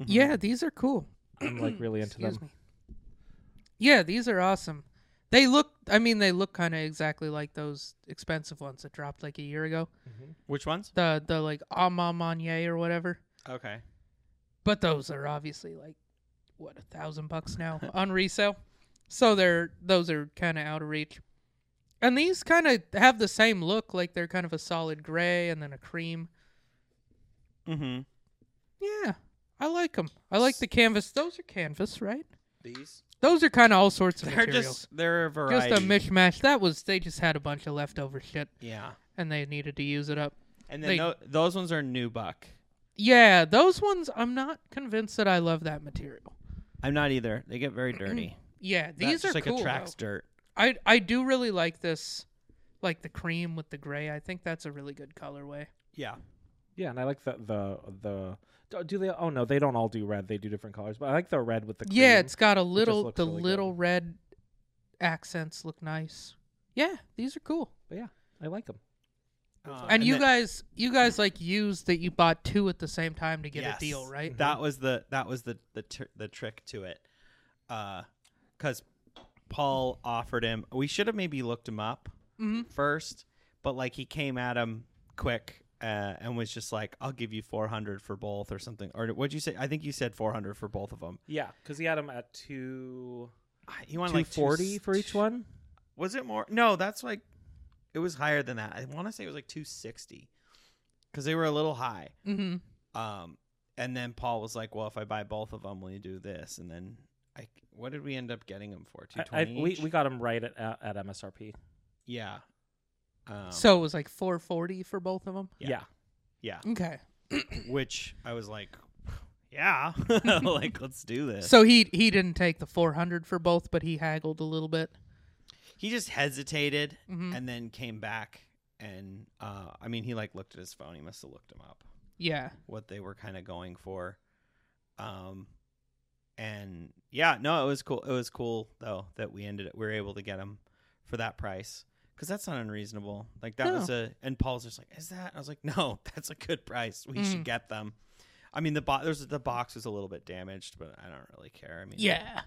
Speaker 5: Mm-hmm.
Speaker 4: Yeah, these are cool.
Speaker 3: I'm like really into
Speaker 4: Excuse
Speaker 3: them.
Speaker 4: me. Yeah, these are awesome. They look. I mean, they look kind of exactly like those expensive ones that dropped like a year ago.
Speaker 5: Which ones?
Speaker 4: The the like Ama Monnier or whatever.
Speaker 5: Okay.
Speaker 4: But those are obviously like what a thousand bucks now on resale. So they're those are kind of out of reach. And these kind of have the same look, like they're kind of a solid gray and then a cream.
Speaker 5: Mm-hmm.
Speaker 4: Yeah, I like them. I like the canvas. Those are canvas, right?
Speaker 5: These.
Speaker 4: Those are kind of all sorts of
Speaker 5: They're
Speaker 4: materials.
Speaker 5: just they're a
Speaker 4: Just,
Speaker 5: variety.
Speaker 4: a mishmash. That was they just had a bunch of leftover shit
Speaker 5: Yeah.
Speaker 4: and they needed to use it up.
Speaker 5: And then
Speaker 4: They-
Speaker 5: tho- those ones are new buck.
Speaker 4: Yeah, those ones I'm not convinced that I love that material.
Speaker 5: I'm not either. They get very dirty.
Speaker 4: Yeah, these
Speaker 5: That just,
Speaker 4: are
Speaker 5: like
Speaker 4: cool. though.
Speaker 5: attracts dirt.
Speaker 4: I I do really like this, like the cream with the gray. I think that's a really good colorway.
Speaker 5: Yeah.
Speaker 3: Yeah, and I like the the the. do- Do they? Oh no, they don't all do red. They do different colors. But I like the red with the. Cream.
Speaker 4: yeah, it's got a little
Speaker 3: looks
Speaker 4: the
Speaker 3: really good.
Speaker 4: little red accents look nice. Yeah, these are cool.
Speaker 3: But yeah, I like them.
Speaker 5: Uh,
Speaker 4: And, you
Speaker 5: then-
Speaker 4: guys, you guys like used that you bought two at the same time to get a
Speaker 5: Yes.
Speaker 4: deal, right? Mm-hmm.
Speaker 5: That was the that was the the tr- the trick to it, because Paul offered him. We should have maybe looked him up
Speaker 4: Mhm.
Speaker 5: first, but like he came at him quick uh, and was just like, "I'll give you four hundred for both" or something. Or what'd you say? I think you said four hundred for both of them.
Speaker 3: Yeah, because he had them at two
Speaker 5: He wanted
Speaker 3: two
Speaker 5: like two
Speaker 3: forty
Speaker 5: s-
Speaker 3: for each one.
Speaker 5: Was it more? No, that's like it was higher than that. I want to say it was like two sixty because they were a little high.
Speaker 4: Mm-hmm.
Speaker 5: Um, and then Paul was like, "Well, if I buy both of them, will you do this?" And then I, what did we end up getting them for? Two
Speaker 3: I, I,
Speaker 5: twenty.
Speaker 3: we we got them right at at, at MSRP.
Speaker 5: yeah. Um,
Speaker 4: so it was like four forty for both of them.
Speaker 5: Yeah.
Speaker 3: Yeah.
Speaker 5: yeah,
Speaker 4: Okay.
Speaker 5: which I was like, yeah, like let's do this.
Speaker 4: So he he didn't take the four hundred for both, but he haggled a little bit.
Speaker 5: he just hesitated
Speaker 3: Mm-hmm.
Speaker 4: Mhm.
Speaker 5: and then came back and uh, I mean, he like looked at his phone. He must have looked him up.
Speaker 4: Yeah.
Speaker 5: what they were kind of going for. Um, and yeah, no, it was cool. It was cool though that we ended it. We were able to get them for that price because that's not unreasonable. Like that was a and Paul's just like, is that? I was like, no, that's a good price. We
Speaker 4: Mm.
Speaker 5: should get them. I mean, the box there's the box was a little bit damaged, but I don't really care. I mean,
Speaker 4: Yeah.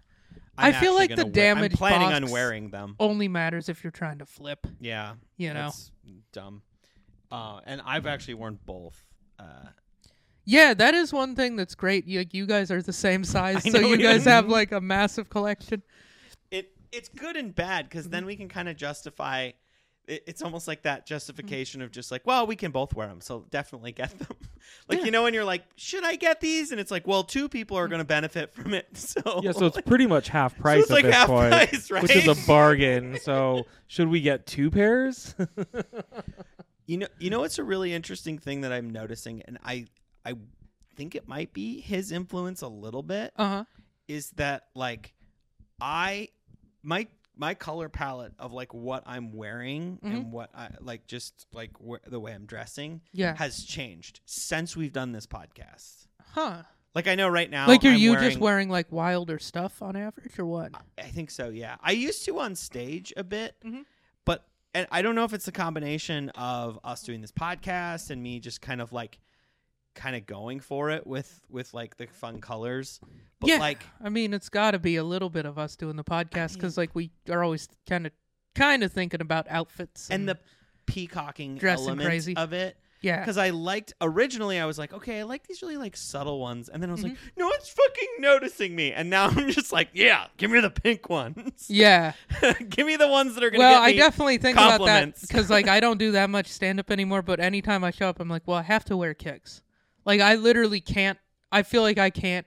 Speaker 5: I'm
Speaker 4: I feel like the
Speaker 5: actually gonna wear-
Speaker 4: damaged
Speaker 5: I'm planning
Speaker 4: box-
Speaker 5: on wearing them.
Speaker 4: Only matters if you're trying to flip.
Speaker 5: Yeah,
Speaker 4: You know. Mm.
Speaker 5: that's dumb. Uh, and I've actually worn both. Uh,
Speaker 4: Yeah, that is one thing that's great. You, you guys are the same size, so
Speaker 5: know,
Speaker 4: you
Speaker 5: yeah.
Speaker 4: guys have like a massive collection.
Speaker 5: it it's good and bad because then we can kind of justify. It, it's almost like that justification of just like, well, we can both wear them, so definitely get them. like you know, when you're like, should I get these? And it's like, well, two people are going to benefit from it, so
Speaker 3: Yeah, so it's pretty much half price
Speaker 5: it's
Speaker 3: at
Speaker 5: like
Speaker 3: this
Speaker 5: half
Speaker 3: point,
Speaker 5: price, right?
Speaker 3: which is a bargain. So should we get two pairs?
Speaker 5: you know, you know, it's a really interesting thing that I'm noticing, and I I think it might be his influence a little bit.
Speaker 4: Uh huh.
Speaker 5: is that like I my my color palette of like what I'm wearing
Speaker 4: Mm-hmm.
Speaker 5: and what I like just like wh- the way I'm dressing
Speaker 4: Yeah.
Speaker 5: has changed since we've done this podcast.
Speaker 4: Huh.
Speaker 5: Like I know right now
Speaker 4: like, are
Speaker 5: I'm
Speaker 4: you
Speaker 5: wearing,
Speaker 4: just wearing like wilder stuff on average, or what?
Speaker 5: I think so, yeah. I used to on stage a bit,
Speaker 4: Mhm.
Speaker 5: but and I don't know if it's a combination of us doing this podcast and me just kind of like kind of going for it with with like the fun colors. But
Speaker 4: yeah,
Speaker 5: like
Speaker 4: I mean, it's got to be a little bit of us doing the podcast because like we are always kind of kind of thinking about outfits
Speaker 5: and the peacocking
Speaker 4: Dressing
Speaker 5: element
Speaker 4: crazy.
Speaker 5: of it
Speaker 4: yeah
Speaker 5: because I liked originally I was like, okay, I like these really like subtle ones, and then I was like,
Speaker 4: Mm-hmm.
Speaker 5: no one's fucking noticing me, and now I'm just like, yeah, give me the pink ones,
Speaker 4: yeah.
Speaker 5: give me the ones that are gonna.
Speaker 4: Well,
Speaker 5: get
Speaker 4: I
Speaker 5: me
Speaker 4: definitely think about that
Speaker 5: compliments.
Speaker 4: because like I don't do that much stand up anymore. But anytime I show up, I'm like, well, I have to wear kicks. Like I literally can't. I feel like I can't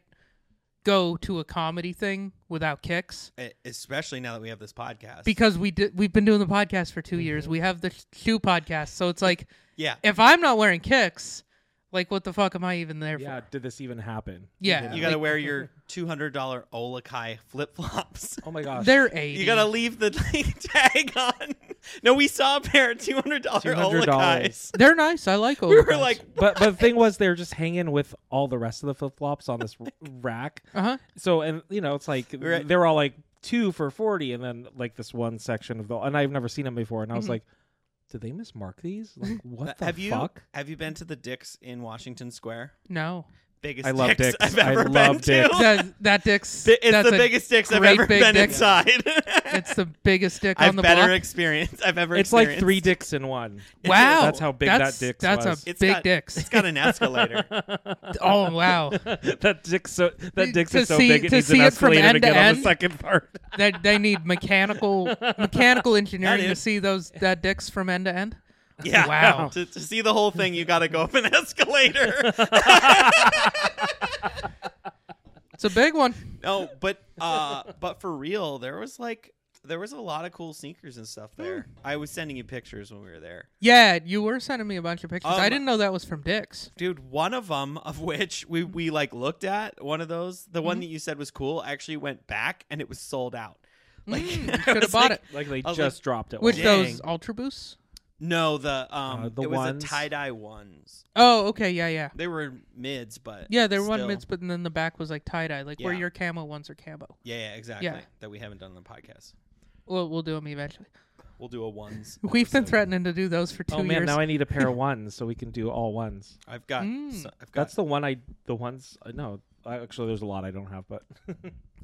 Speaker 4: go to a comedy thing without kicks.
Speaker 5: E- especially now that we have this podcast.
Speaker 4: because we did we've been doing the podcast for 2
Speaker 5: Mm-hmm.
Speaker 4: years. We have the sh- shoe podcast, so it's like
Speaker 5: yeah,
Speaker 4: if I'm not wearing kicks, like what the fuck am I even there
Speaker 3: Yeah,
Speaker 4: for?
Speaker 3: did this even happen?
Speaker 4: Yeah,
Speaker 5: you gotta
Speaker 4: like,
Speaker 5: wear your two hundred dollar Olakai flip flops.
Speaker 3: Oh my gosh.
Speaker 4: They're eighty.
Speaker 5: You gotta leave the tag on. No, we saw a pair of two hundred dollar
Speaker 3: $200.
Speaker 5: Olakais.
Speaker 4: They're nice. I like.
Speaker 5: We were like,
Speaker 3: but but the thing was they were just hanging with all the rest of the flip flops on this r- rack.
Speaker 4: uh huh.
Speaker 3: So and you know it's like
Speaker 5: We're at-
Speaker 3: they were all like two for forty, and then like this one section of the and I've never seen them before, and I was
Speaker 4: Mm-hmm.
Speaker 3: like, did they mismark these? Like what the
Speaker 5: have you
Speaker 3: fuck?
Speaker 5: have you been to the Dicks in Washington Square?
Speaker 4: No,
Speaker 5: Biggest
Speaker 3: I love Dick's.
Speaker 5: I've
Speaker 3: I
Speaker 5: ever
Speaker 3: love
Speaker 5: been
Speaker 3: Dick's.
Speaker 5: to.
Speaker 4: that, that dick's.
Speaker 5: Bi- It's
Speaker 4: that's
Speaker 5: the
Speaker 4: a
Speaker 5: biggest dicks I've
Speaker 4: great
Speaker 5: ever
Speaker 4: big
Speaker 5: been
Speaker 4: dick.
Speaker 5: inside.
Speaker 4: It's the biggest dick
Speaker 5: I've
Speaker 4: on the
Speaker 5: better
Speaker 4: block.
Speaker 5: experience I've ever.
Speaker 3: It's like
Speaker 5: experienced.
Speaker 3: three dicks in one.
Speaker 4: wow,
Speaker 3: That's how big
Speaker 4: that's,
Speaker 3: that dick's
Speaker 4: That's
Speaker 3: was.
Speaker 4: a
Speaker 5: It's
Speaker 4: big
Speaker 5: got- It's
Speaker 4: dicks.
Speaker 5: got an escalator.
Speaker 4: Oh wow,
Speaker 3: that dick's so that dick's
Speaker 4: To
Speaker 3: is so
Speaker 4: see-
Speaker 3: big it
Speaker 4: to
Speaker 3: needs
Speaker 4: see
Speaker 3: an
Speaker 4: it from
Speaker 3: escalator
Speaker 4: end
Speaker 3: to
Speaker 4: to
Speaker 3: get on the
Speaker 4: end.
Speaker 3: second part.
Speaker 4: that they need mechanical mechanical engineering to
Speaker 5: is-
Speaker 4: see those that dicks from end to end.
Speaker 5: yeah.
Speaker 4: Wow.
Speaker 5: To, to see the whole thing, you got to go up an escalator.
Speaker 4: It's a big one.
Speaker 5: no, but uh, but for real, there was like there was a lot of cool sneakers and stuff
Speaker 4: Hmm.
Speaker 5: there. I was sending you pictures when we were there,
Speaker 4: Yeah, you were sending me a bunch of pictures. I
Speaker 5: Um,
Speaker 4: didn't know that was from dicks.
Speaker 5: dude. One of them, of which we we like looked at one of those. The
Speaker 4: Hmm.
Speaker 5: one that you said was cool. I actually went back and it was sold out. Like I
Speaker 4: Should
Speaker 5: was
Speaker 4: have Mm, bought
Speaker 5: like,
Speaker 4: it.
Speaker 3: Like they
Speaker 5: I was
Speaker 3: just
Speaker 5: like,
Speaker 3: dropped it.
Speaker 4: Which
Speaker 5: Dang.
Speaker 4: those Ultra Boosts?
Speaker 5: No, the um,
Speaker 3: Uh, the
Speaker 5: it was
Speaker 3: ones.
Speaker 5: the tie dye ones.
Speaker 4: Oh, okay, yeah, yeah.
Speaker 5: They were mids, but
Speaker 4: Yeah, there were
Speaker 5: still.
Speaker 4: one mids, but then the back was like tie dye, like where
Speaker 5: Yeah.
Speaker 4: your camo ones are camo.
Speaker 5: Yeah, yeah, exactly.
Speaker 4: Yeah.
Speaker 5: That we haven't done on the podcast.
Speaker 4: We'll, we'll do them eventually.
Speaker 5: We'll do a ones.
Speaker 4: We've been
Speaker 5: episode.
Speaker 4: threatening to do those for two
Speaker 3: oh man,
Speaker 4: years.
Speaker 3: now I need a pair of ones so we can do all ones.
Speaker 5: I've got.
Speaker 4: Mm.
Speaker 5: so- I've got.
Speaker 3: That's the one I the ones uh, no. I, actually, there's a lot I don't have, but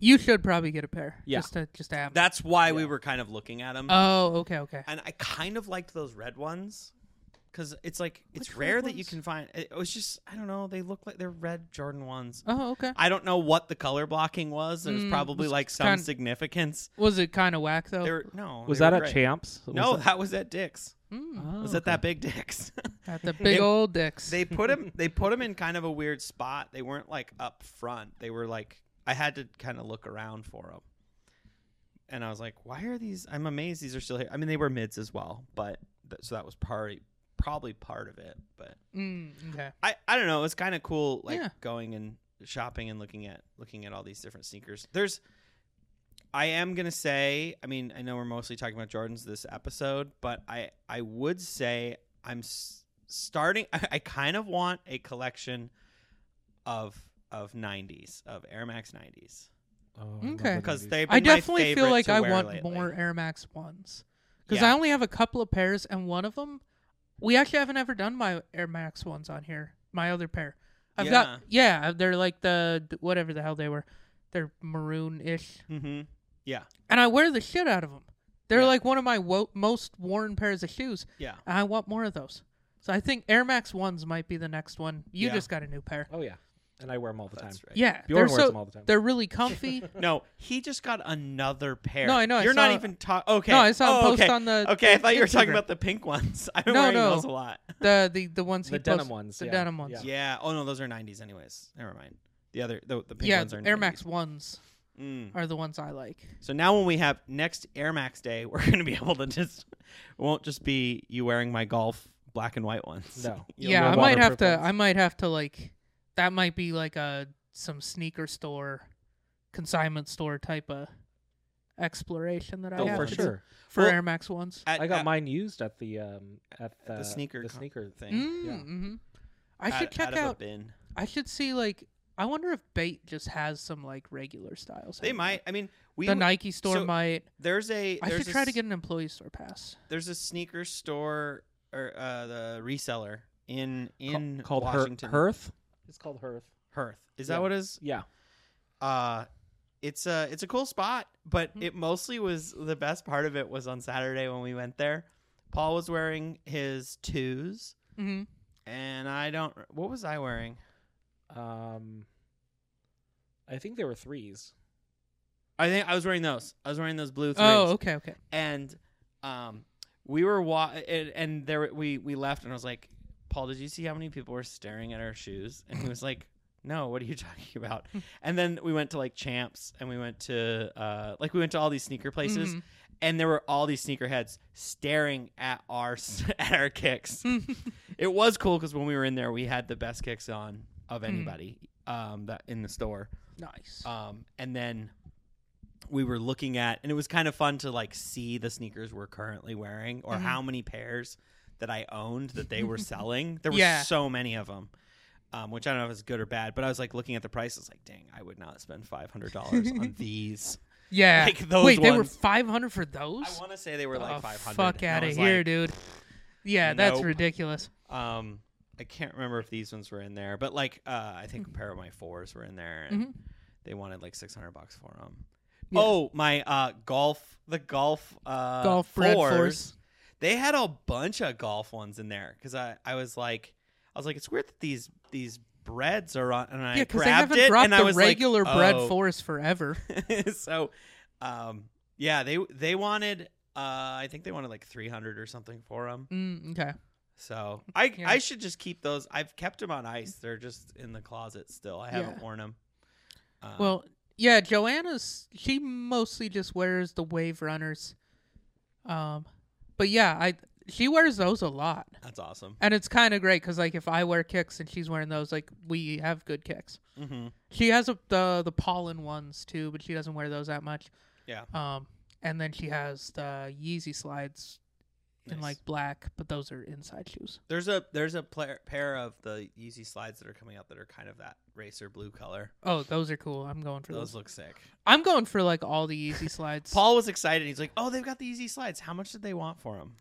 Speaker 4: you should probably get a pair.
Speaker 3: Yeah.
Speaker 4: Just to just to have. 'em.
Speaker 5: that's why we were kind of looking at them,
Speaker 4: oh, okay, okay.
Speaker 5: and I kind of liked those red ones because it's like it's
Speaker 4: Which red
Speaker 5: rare that you
Speaker 4: ones?
Speaker 5: can find. It was just I don't know. They look like they're red Jordan ones.
Speaker 4: Oh, okay.
Speaker 5: I don't know what the color blocking was. There was
Speaker 4: Mm,
Speaker 5: probably
Speaker 4: was
Speaker 5: like some
Speaker 4: kind-
Speaker 5: significance.
Speaker 4: Was it kind of whack though?
Speaker 5: They were no.
Speaker 3: was
Speaker 5: they were
Speaker 3: that at
Speaker 5: great.
Speaker 3: Champs? Was
Speaker 5: No,
Speaker 3: that-
Speaker 5: that was at Dick's.
Speaker 4: Mm,
Speaker 3: Oh,
Speaker 5: Was at that big Dick's.
Speaker 4: got the big
Speaker 5: They-
Speaker 4: old dicks.
Speaker 5: they put him they put him in kind of a weird spot they weren't like up front they were like i had to kind of look around for them and i was like why are these i'm amazed these are still here i mean they were mids as well but th- so that was probably probably part of it but
Speaker 4: mm, okay.
Speaker 5: i i don't know it was kind of cool like
Speaker 4: Yeah.
Speaker 5: going and shopping and looking at looking at all these different sneakers there's i am gonna say i mean i know we're mostly talking about jordans this episode but i i would say i'm s- starting i, I kind of want a collection of of 90s of air max 90s
Speaker 3: Oh, I love
Speaker 4: Okay.
Speaker 3: the
Speaker 5: because
Speaker 3: 90s.
Speaker 5: they
Speaker 4: I definitely feel like I want more Air Max ones because
Speaker 5: Yeah.
Speaker 4: I only have a couple of pairs, and one of them we actually haven't ever done my Air Max ones on here. My other pair, I've got yeah, they're like the whatever the hell they were, they're maroon ish,
Speaker 5: mm-hmm.
Speaker 4: and I wear the shit out of them. They're
Speaker 5: Yeah.
Speaker 4: like one of my wo- most worn pairs of shoes,
Speaker 5: yeah
Speaker 4: and I want more of those. So I think Air Max ones might be the next one. You
Speaker 5: Yeah.
Speaker 4: just got a new pair,
Speaker 3: Oh yeah, and I wear them all the time.
Speaker 5: that's right
Speaker 4: yeah.
Speaker 3: Bjorn wears
Speaker 4: they're so
Speaker 3: them all the time.
Speaker 4: they're really comfy.
Speaker 5: No, he just got another pair.
Speaker 4: No, I know, I
Speaker 5: You're not
Speaker 4: saw-
Speaker 5: even talking. Okay.
Speaker 4: No, I saw him
Speaker 5: oh,
Speaker 4: post
Speaker 5: okay.
Speaker 4: on the-
Speaker 5: Okay, I thought you were talking
Speaker 4: Instagram.
Speaker 5: about the pink ones. I've been
Speaker 4: No,
Speaker 5: wearing
Speaker 4: no.
Speaker 5: those a lot.
Speaker 4: the the the ones
Speaker 3: The
Speaker 4: he
Speaker 3: denim
Speaker 4: posts-
Speaker 3: ones,
Speaker 4: the
Speaker 3: yeah.
Speaker 4: denim ones.
Speaker 3: Yeah.
Speaker 5: Yeah. Oh no, those are 90s anyways. Never mind. The other the, the pink
Speaker 4: yeah,
Speaker 5: ones are
Speaker 4: the Air
Speaker 5: 90s.
Speaker 4: Max ones
Speaker 5: Mm.
Speaker 4: are the ones I like.
Speaker 5: So now when we have next Air Max day, we're going to be able to just it won't just be you wearing my golf black and white ones.
Speaker 3: No.
Speaker 5: You'll
Speaker 4: yeah,
Speaker 3: wear
Speaker 4: I might
Speaker 3: waterproof
Speaker 4: have to.
Speaker 3: ones.
Speaker 4: I might have to like. That might be like a some sneaker store, consignment store type of exploration that I
Speaker 3: Oh,
Speaker 4: have
Speaker 3: for
Speaker 4: to do
Speaker 3: sure.
Speaker 4: for
Speaker 5: Well,
Speaker 4: Air Max ones.
Speaker 5: At-
Speaker 3: I got
Speaker 5: at
Speaker 3: mine used at the um at the,
Speaker 5: the sneaker
Speaker 3: the
Speaker 5: con-
Speaker 3: sneaker
Speaker 5: thing.
Speaker 4: Mm,
Speaker 3: yeah.
Speaker 4: hmm I
Speaker 5: out-
Speaker 4: should check
Speaker 5: out of a
Speaker 4: out.
Speaker 5: bin.
Speaker 4: I should see like. I wonder if Bait just has some like regular styles.
Speaker 5: They
Speaker 4: hanging
Speaker 5: might.
Speaker 4: out.
Speaker 5: I mean, we
Speaker 4: the Nike store
Speaker 5: so
Speaker 4: might.
Speaker 5: there's a
Speaker 4: I
Speaker 5: there's
Speaker 4: should
Speaker 5: a
Speaker 4: try to
Speaker 5: s-
Speaker 4: get an employee store pass.
Speaker 5: there's a sneaker store or uh, the reseller in in
Speaker 3: called
Speaker 5: Washington.
Speaker 3: Hearth. It's called Hearth.
Speaker 5: Hearth. Is
Speaker 3: Yeah.
Speaker 5: that what it is?
Speaker 3: Yeah.
Speaker 5: Uh it's a it's a cool spot, but
Speaker 3: Hmm.
Speaker 5: it mostly was the best part of it was on Saturday when we went there. Paul was wearing his twos,
Speaker 4: hmm
Speaker 5: and I don't. What was I wearing?
Speaker 3: Um, I think there were threes.
Speaker 5: I think I was wearing those. I was wearing those blue threes.
Speaker 4: Oh, okay, okay.
Speaker 5: and um, we were wa- and, and there we we left, and I was like, Paul, did you see how many people were staring at our shoes? And he was like, No, what are you talking about? and then we went to like Champs, and we went to uh, like we went to all these sneaker places,
Speaker 4: Mhm.
Speaker 5: and there were all these sneakerheads staring at our s- at our kicks. it was cool because when we were in there, we had the best kicks on of anybody um, that in the store.
Speaker 4: Nice.
Speaker 5: Um, and then we were looking at, and it was kind of fun to like see the sneakers we're currently wearing
Speaker 4: Mm-hmm.
Speaker 5: or how many pairs that I owned that they were selling. There were
Speaker 4: Yeah.
Speaker 5: so many of them, um, which I don't know if it's good or bad, but I was like looking at the prices, like, dang, I would not spend $500 on these.
Speaker 4: yeah.
Speaker 5: like those
Speaker 4: Wait, they were
Speaker 5: ones.
Speaker 4: five hundred for those?
Speaker 5: I want to say they were like
Speaker 4: Oh,
Speaker 5: 500
Speaker 4: Fuck
Speaker 5: and I
Speaker 4: out of
Speaker 5: was
Speaker 4: here,
Speaker 5: like,
Speaker 4: dude. Yeah, that's
Speaker 5: nope.
Speaker 4: ridiculous.
Speaker 5: Um, I can't remember if these ones were in there, but like uh, I think a
Speaker 4: Mm-hmm.
Speaker 5: pair of my fours were in there, and they wanted like six hundred bucks for them. Oh, my uh, golf, the golf, uh,
Speaker 4: Golf
Speaker 5: fours.
Speaker 4: Red Force.
Speaker 5: They had a bunch of golf ones in there because I, I was like, I was like, it's weird that these these breads are on, and I
Speaker 4: yeah, because
Speaker 5: grabbed
Speaker 4: they haven't
Speaker 5: it,
Speaker 4: dropped
Speaker 5: and I
Speaker 4: the
Speaker 5: was
Speaker 4: regular
Speaker 5: like,
Speaker 4: bread
Speaker 5: oh.
Speaker 4: force forever.
Speaker 5: so, um, yeah, they they wanted. Uh, I think they wanted like three hundred or something for them.
Speaker 4: Mm, okay.
Speaker 5: So I
Speaker 4: Yeah.
Speaker 5: I should just keep those. I've kept them on ice. They're just in the closet still. I haven't
Speaker 4: Yeah.
Speaker 5: worn them. Um,
Speaker 4: Well, yeah, Joanna's she mostly just wears the wave runners. Um but yeah, I she wears those a lot.
Speaker 5: that's awesome.
Speaker 4: And it's kind of great cuz like if I wear kicks and she's wearing those like we have good kicks.
Speaker 5: hmm
Speaker 4: She has a, the the pollen ones too, but she doesn't wear those that much.
Speaker 5: Yeah.
Speaker 4: Um and then she has the Yeezy slides in
Speaker 5: Nice.
Speaker 4: like black, but those are inside shoes.
Speaker 5: There's a there's a player, pair of the Yeezy slides that are coming out that are kind of that racer blue color.
Speaker 4: Oh, those are cool. I'm going for those.
Speaker 5: Those look sick.
Speaker 4: I'm going for like all the Yeezy slides.
Speaker 5: Paul was excited. He's like, "Oh, they've got the Yeezy slides. How much did they want for them?"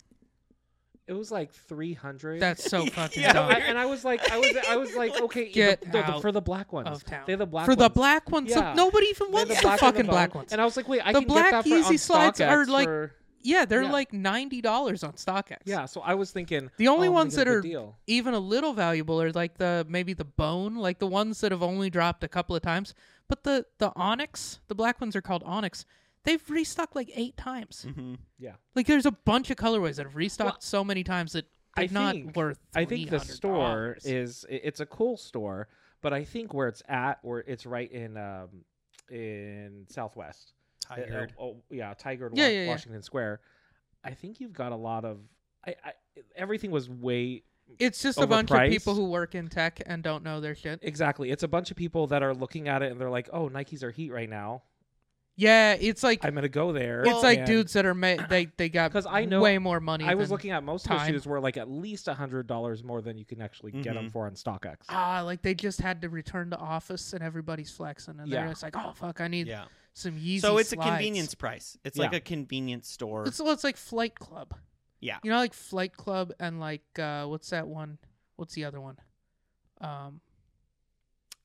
Speaker 3: It was like three hundred.
Speaker 4: That's so fucking
Speaker 5: Yeah,
Speaker 4: dumb.
Speaker 5: weird.
Speaker 3: and I was like, I was, I was like, okay,
Speaker 4: Get
Speaker 3: the, the- the-
Speaker 4: out
Speaker 3: for the black ones,
Speaker 4: of town.
Speaker 3: they're the black
Speaker 4: for
Speaker 3: ones.
Speaker 4: the black ones. so
Speaker 3: Yeah.
Speaker 4: nobody even
Speaker 3: They're
Speaker 4: wants the,
Speaker 3: black and
Speaker 4: fucking black
Speaker 3: brown.
Speaker 4: ones.
Speaker 3: And I was like, wait, I
Speaker 4: The
Speaker 3: can get
Speaker 4: black
Speaker 3: that for
Speaker 4: Yeezy
Speaker 3: on
Speaker 4: slides
Speaker 3: StockX
Speaker 4: are like-
Speaker 3: for-
Speaker 4: yeah, they're
Speaker 3: Yeah.
Speaker 4: like ninety dollars on StockX.
Speaker 3: yeah. So I was thinking
Speaker 4: The only
Speaker 3: oh, I'm
Speaker 4: ones
Speaker 3: gonna
Speaker 4: that
Speaker 3: get a
Speaker 4: are
Speaker 3: good deal.
Speaker 4: even a little valuable are like the maybe the bone, like the ones that have only dropped a couple of times. But the the onyx, the black ones are called onyx. They've restocked like eight times.
Speaker 3: Yeah.
Speaker 4: Like there's a bunch of colorways that have restocked so many times that they're
Speaker 3: I
Speaker 4: not
Speaker 3: think-
Speaker 4: worth.
Speaker 3: I think the
Speaker 4: $300.
Speaker 3: store is i- it's a cool store, but I think where it's at, where it's right in um in Southwest. Uh,
Speaker 5: Tired.
Speaker 3: Oh, oh, yeah, Tigered
Speaker 4: Yeah,
Speaker 3: Wa-
Speaker 4: yeah, yeah.
Speaker 3: Washington Square. I think you've got a lot of I, I everything was way
Speaker 4: It's just a bunch of
Speaker 3: overpriced.
Speaker 4: people who work in tech and don't know their shit.
Speaker 3: exactly. It's a bunch of people that are looking at it and they're like, "Oh, Nikes are heat right now.
Speaker 4: Yeah, it's like
Speaker 3: I'm going to go there."
Speaker 4: it's like
Speaker 3: and-
Speaker 4: dudes that are ma- they they got
Speaker 3: 'Cause I know-
Speaker 4: way more money.
Speaker 3: I was
Speaker 4: than-
Speaker 3: looking at most of the
Speaker 4: time.
Speaker 3: shoes were like at least a hundred dollars more than you can actually get them
Speaker 5: Mhm.
Speaker 3: for on StockX.
Speaker 4: ah like they just had to return to office and everybody's flexing and
Speaker 3: Yeah.
Speaker 4: they're just like oh fuck I need
Speaker 5: Yeah.
Speaker 4: some Yeezy.
Speaker 5: So it's
Speaker 4: slides.
Speaker 5: a convenience price. It's like
Speaker 3: Yeah.
Speaker 5: a convenience store.
Speaker 4: It's well, it's like Flight Club.
Speaker 5: Yeah.
Speaker 4: you know like Flight Club and like uh, what's that one? What's the other one? Um,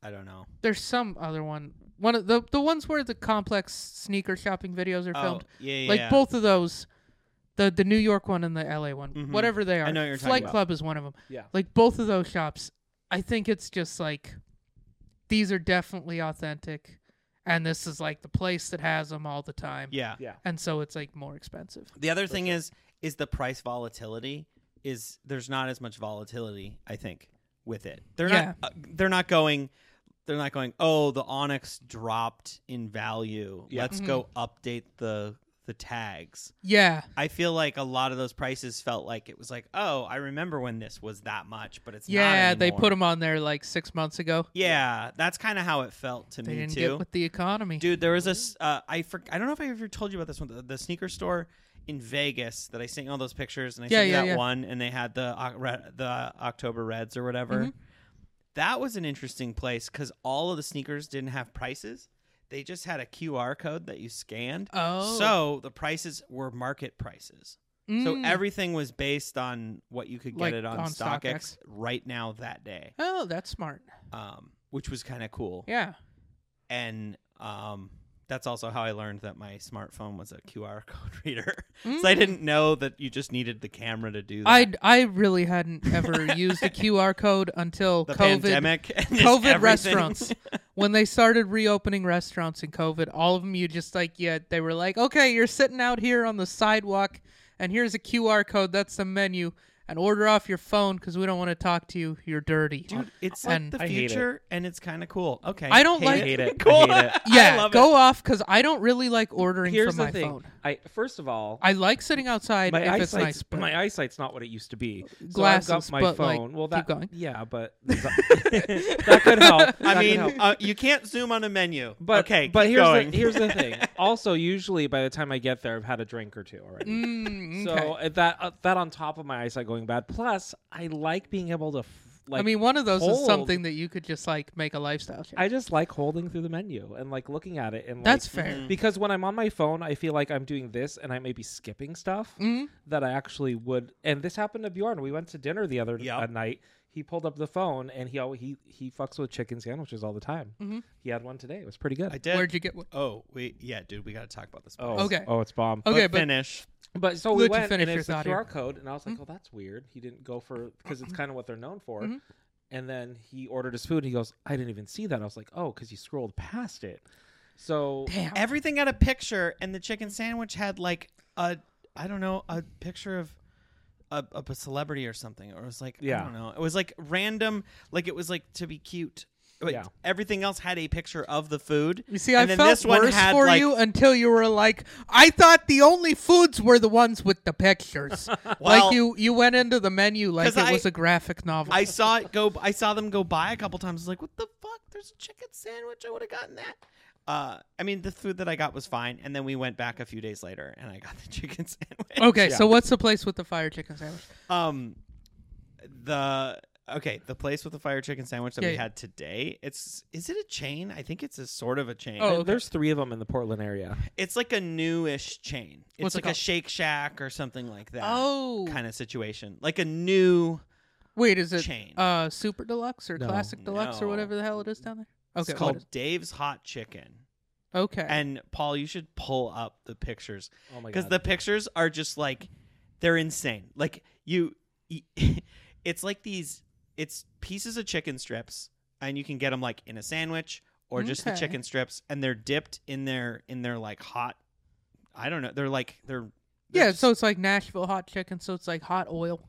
Speaker 5: I don't know.
Speaker 4: there's some other one. One of the the ones where the complex sneaker shopping videos are filmed.
Speaker 5: Oh, yeah, yeah.
Speaker 4: like
Speaker 5: yeah.
Speaker 4: both of those the the new york one and the la one
Speaker 5: Mhm.
Speaker 4: whatever they are
Speaker 5: I know what you're talking
Speaker 4: flight
Speaker 5: about.
Speaker 4: club is one of them
Speaker 3: Yeah.
Speaker 4: like both of those shops i think it's just like these are definitely authentic and this is like the place that has them all the time
Speaker 5: Yeah.
Speaker 3: Yeah.
Speaker 4: and so it's like more expensive
Speaker 5: The other thing is is the price volatility is there's not as much volatility I think with it. They're
Speaker 4: Yeah.
Speaker 5: not uh, they're not going they're not going oh the onyx dropped in value.
Speaker 3: Yeah.
Speaker 5: Let's go
Speaker 4: Mm-hmm.
Speaker 5: update the the tags.
Speaker 4: yeah
Speaker 5: I feel like a lot of those prices felt like it was like oh I remember when this was that much but it's not
Speaker 4: yeah they put
Speaker 5: anymore.
Speaker 4: them on there like six months ago
Speaker 5: Yeah, that's kind of how it felt to
Speaker 4: they
Speaker 5: me
Speaker 4: didn't
Speaker 5: too.
Speaker 4: get with the economy
Speaker 5: Dude, there was this.
Speaker 4: Mm-hmm.
Speaker 5: Uh, I for, I don't know if I ever told you about this one. The, the sneaker store in Vegas that I sent you all those pictures, and I
Speaker 4: Yeah,
Speaker 5: sent you
Speaker 4: yeah,
Speaker 5: that
Speaker 4: yeah.
Speaker 5: one, and they had the Oc- Re- the October Reds or whatever.
Speaker 4: Mm-hmm.
Speaker 5: That was an interesting place because all of the sneakers didn't have prices. They just had a QR code that you scanned.
Speaker 4: oh
Speaker 5: So the prices were market prices. So
Speaker 4: Mm.
Speaker 5: everything was based on what you could get
Speaker 4: Like
Speaker 5: it on,
Speaker 4: on
Speaker 5: StockX
Speaker 4: StockX.
Speaker 5: right now that day,
Speaker 4: oh, that's smart.
Speaker 5: um, which was kind of cool.
Speaker 4: Yeah.
Speaker 5: And um, that's also how I learned that my smartphone was a QR code reader. so I didn't know that you just needed the camera to do that.
Speaker 4: Mm. I I really hadn't ever used a QR code until
Speaker 5: the
Speaker 4: COVID.
Speaker 5: pandemic, and just
Speaker 4: COVID
Speaker 5: everything.
Speaker 4: restaurants. when they started reopening restaurants in COVID, all of them you just like yeah, they were like, "Okay, you're sitting out here on the sidewalk and here's a QR code, that's the menu, and order off your phone cuz we don't want to talk to you. You're dirty."
Speaker 5: Dude, it's
Speaker 4: And-
Speaker 5: like the
Speaker 3: I hate it.
Speaker 5: future, and it's kind of cool. Okay,
Speaker 4: I don't
Speaker 5: hate
Speaker 4: like-
Speaker 3: I hate it.
Speaker 5: Cool.
Speaker 3: I hate it.
Speaker 4: yeah,
Speaker 5: love
Speaker 4: go off cuz I don't really like ordering
Speaker 3: Here's
Speaker 4: from
Speaker 3: the
Speaker 4: my
Speaker 3: thing.
Speaker 4: phone.
Speaker 3: I first of all,
Speaker 4: I like sitting outside
Speaker 3: my
Speaker 4: if it's
Speaker 3: eyesight's
Speaker 4: nice. But
Speaker 3: my eyesight's not what it used to be. so I've
Speaker 4: Glasses,
Speaker 3: got my
Speaker 4: but, like,
Speaker 3: phone. well,
Speaker 4: keep
Speaker 3: that
Speaker 4: going.
Speaker 3: yeah, but that could help. That
Speaker 5: I
Speaker 3: could
Speaker 5: mean,
Speaker 3: help.
Speaker 5: uh, you can't zoom on a menu.
Speaker 3: but
Speaker 5: okay,
Speaker 3: but
Speaker 5: keep
Speaker 3: here's
Speaker 5: going.
Speaker 3: the here's the thing. Also, usually by the time I get there, I've had a drink or two already.
Speaker 4: Mm, okay.
Speaker 3: So uh, that uh, that on top of my eyesight going bad. Plus, I like being able to f- like.
Speaker 4: I mean, one of those is
Speaker 3: hold-
Speaker 4: something that you could just like make a lifestyle change.
Speaker 3: I just like mm, holding through the menu and like looking at it and
Speaker 4: That's
Speaker 3: like,
Speaker 4: fair.
Speaker 3: because when I'm on my phone, I feel like I'm doing this and I may be skipping stuff
Speaker 4: Mhm.
Speaker 3: that I actually would. And this happened to Bjorn. We went to dinner the other
Speaker 5: Yep.
Speaker 3: uh, night. He pulled up the phone and he al- he he fucks with chicken sandwiches all the time.
Speaker 4: Mhm.
Speaker 3: He had one today. It was pretty good.
Speaker 5: I did.
Speaker 4: Where'd you get one?
Speaker 5: Oh, we yeah, dude, we got to talk about this.
Speaker 3: oh
Speaker 4: Okay.
Speaker 3: Oh, it's bomb.
Speaker 4: Okay, but
Speaker 5: finish.
Speaker 3: But so
Speaker 4: Let
Speaker 3: we
Speaker 4: you
Speaker 3: went
Speaker 4: finish
Speaker 3: and
Speaker 4: your
Speaker 3: it's the QR
Speaker 4: thought here. Mm-hmm.
Speaker 3: code, and I was like, "Oh, that's weird." He didn't go for because it's kind of what they're known for.
Speaker 4: Mhm.
Speaker 3: And then he ordered his food. and He goes, "I didn't even see that." I was like, "Oh, because he scrolled past it." So
Speaker 4: damn.
Speaker 5: Everything had a picture, and the chicken sandwich had like a I don't know a picture of. A, of a celebrity or something, or it was like I
Speaker 3: Yeah.
Speaker 5: don't know. It was like random, like it was like to be cute. Like,
Speaker 3: Yeah.
Speaker 5: Everything else had a picture of the food.
Speaker 4: You see,
Speaker 5: and
Speaker 4: I
Speaker 5: then
Speaker 4: felt
Speaker 5: this one
Speaker 4: worse
Speaker 5: had
Speaker 4: for
Speaker 5: like,
Speaker 4: you until you were like, I thought the only foods were the ones with the pictures. like
Speaker 5: Well-
Speaker 4: you, you went into the menu like
Speaker 5: 'Cause
Speaker 4: it
Speaker 5: I-
Speaker 4: was a graphic novel.
Speaker 5: I saw it go. I saw them go by a couple times. I was like, "What the fuck? There's a chicken sandwich. I would have gotten that." Uh, I mean, the food that I got was fine, and then we went back a few days later, and I got the chicken sandwich.
Speaker 4: okay,
Speaker 3: Yeah.
Speaker 4: so what's the place with the fire chicken sandwich?
Speaker 5: Um, the okay, the place with the fire chicken sandwich that
Speaker 4: Yeah,
Speaker 5: we
Speaker 4: yeah.
Speaker 5: had today. It's is it a chain? I think it's a sort of a chain.
Speaker 4: Oh, okay.
Speaker 3: there's three of them in the Portland area.
Speaker 5: It's like a newish chain. It's
Speaker 4: What's it
Speaker 5: like a
Speaker 4: called?
Speaker 5: Shake Shack or something like that.
Speaker 4: Oh,
Speaker 5: kind of situation. Like a new.
Speaker 4: wait, is it
Speaker 5: chain.
Speaker 4: uh super deluxe or
Speaker 3: No.
Speaker 4: classic deluxe or
Speaker 5: No.
Speaker 4: whatever the hell it is down there? Okay,
Speaker 5: it's
Speaker 4: what
Speaker 5: called
Speaker 4: is-
Speaker 5: Dave's Hot Chicken.
Speaker 4: okay,
Speaker 5: And Paul, you should pull up the pictures
Speaker 3: Oh my
Speaker 5: because
Speaker 3: god!
Speaker 5: the pictures are just like they're insane. Like you, y- it's like these. It's pieces of chicken strips, and you can get them like in a sandwich or just the
Speaker 4: Okay.
Speaker 5: chicken strips, and they're dipped in their in their like hot. I don't know. They're like they're. they're
Speaker 4: yeah.
Speaker 5: just-
Speaker 4: So it's like Nashville hot chicken. So it's like hot oil.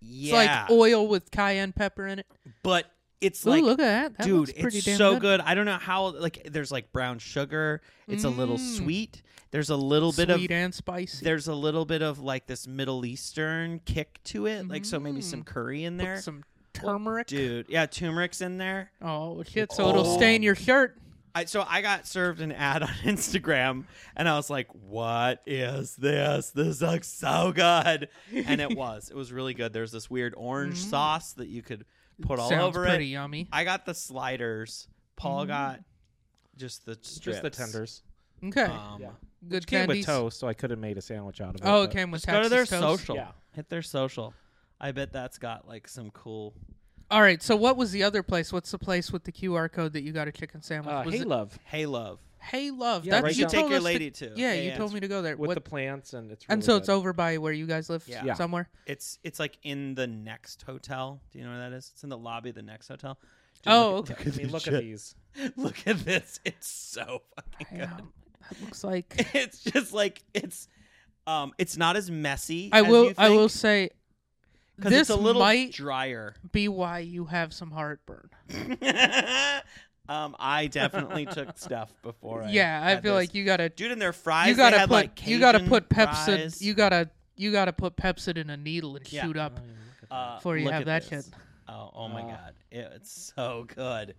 Speaker 4: It's
Speaker 5: yeah,
Speaker 4: like oil with cayenne pepper in it.
Speaker 5: but it's
Speaker 4: Ooh,
Speaker 5: like
Speaker 4: look at that. that
Speaker 5: dude,
Speaker 4: looks pretty
Speaker 5: it's
Speaker 4: damn
Speaker 5: so
Speaker 4: good.
Speaker 5: good. I don't know how. Like there's like brown sugar. It's a little
Speaker 4: Mm.
Speaker 5: sweet. There's a little bit of
Speaker 4: Sweet and spicy.
Speaker 5: there's a little bit of like this Middle Eastern kick to it, like so maybe some curry in
Speaker 4: Mm. Put
Speaker 5: there,
Speaker 4: some turmeric.
Speaker 5: dude. Yeah, turmeric's in there.
Speaker 4: Oh shit! So it'll
Speaker 5: Oh.
Speaker 4: stain your shirt.
Speaker 5: I, so I got served an ad on Instagram, and I was like, "What is this? This looks so good!" And it was, it was really good. There's this weird orange sauce that you could put all
Speaker 4: Mm. Sounds
Speaker 5: over
Speaker 4: pretty Mm.
Speaker 5: it.
Speaker 4: yummy.
Speaker 5: I got the sliders. Paul got just the strips.
Speaker 3: just the tenders.
Speaker 4: Okay,
Speaker 5: Um,
Speaker 3: Yeah.
Speaker 4: good
Speaker 3: It came
Speaker 4: candies.
Speaker 3: with toast, so I could have made a sandwich out of it.
Speaker 4: Oh, it
Speaker 3: but-
Speaker 4: came with
Speaker 5: uh, Just go to their
Speaker 4: Texas toast.
Speaker 5: social.
Speaker 3: Yeah.
Speaker 5: Hit their social. I bet that's got like some cool
Speaker 4: All right. So what was the other place? What's the place with the QR code that you got a chicken sandwich?
Speaker 3: Uh,
Speaker 4: was
Speaker 3: hey,
Speaker 4: it-
Speaker 3: love
Speaker 5: hey love.
Speaker 4: Hey, love.
Speaker 3: Yeah,
Speaker 4: That's
Speaker 3: right
Speaker 4: you
Speaker 3: down-
Speaker 4: told
Speaker 5: Take your
Speaker 4: us to-
Speaker 5: lady to.
Speaker 4: Yeah,
Speaker 5: Yeah,
Speaker 4: you
Speaker 5: yeah,
Speaker 4: told
Speaker 5: it's-
Speaker 4: me to go there.
Speaker 3: with
Speaker 4: What-
Speaker 3: the plants, and it's really
Speaker 4: and so it's
Speaker 3: good.
Speaker 4: over by where you guys live
Speaker 5: Yeah.
Speaker 3: Yeah.
Speaker 4: somewhere.
Speaker 5: It's it's like in the next hotel. Do you know where that is? It's in the lobby of the next hotel. Dude,
Speaker 4: Oh,
Speaker 5: look
Speaker 4: okay.
Speaker 3: I mean, look at these.
Speaker 5: at- look at this. It's so fucking good.
Speaker 4: Damn, that looks like
Speaker 5: It's just like it's um it's not as messy.
Speaker 4: I
Speaker 5: as
Speaker 4: will.
Speaker 5: you
Speaker 4: I will
Speaker 5: think,
Speaker 4: say
Speaker 5: 'cause
Speaker 4: this
Speaker 5: it's a little
Speaker 4: might
Speaker 5: drier.
Speaker 4: be why you have some heartburn.
Speaker 5: um, I definitely took stuff before. I
Speaker 4: yeah, I
Speaker 5: had
Speaker 4: feel
Speaker 5: this.
Speaker 4: like you gotta
Speaker 5: dude, and their fries.
Speaker 4: you
Speaker 5: they
Speaker 4: gotta
Speaker 5: had,
Speaker 4: put
Speaker 5: like,
Speaker 4: you gotta
Speaker 5: Cajun
Speaker 4: put Pepsid
Speaker 5: fries.
Speaker 4: you gotta you gotta put Pepsid in a needle and
Speaker 5: Yeah.
Speaker 4: shoot up.
Speaker 5: uh,
Speaker 4: before you
Speaker 5: look
Speaker 4: have
Speaker 5: at
Speaker 4: that
Speaker 5: this.
Speaker 4: shit.
Speaker 5: Oh, oh my
Speaker 3: Uh.
Speaker 5: god, it's so good.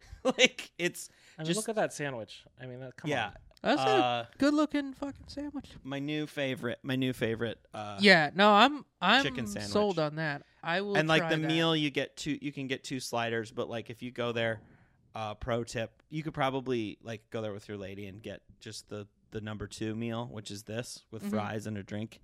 Speaker 5: like it's
Speaker 3: I mean,
Speaker 5: Just-
Speaker 3: look at that sandwich. I mean, that, come
Speaker 5: yeah.
Speaker 3: on.
Speaker 4: That's
Speaker 5: Uh,
Speaker 4: a good looking fucking sandwich.
Speaker 5: my new favorite my new favorite uh
Speaker 4: yeah, no, I'm I'm
Speaker 5: chicken sandwich.
Speaker 4: sold on that. I will
Speaker 5: and like
Speaker 4: try
Speaker 5: the
Speaker 4: that.
Speaker 5: meal you get two you can get two sliders but like if you go there uh pro tip you could probably like go there with your lady and get just the the number two meal which is this with
Speaker 4: Mhm.
Speaker 5: fries and a drink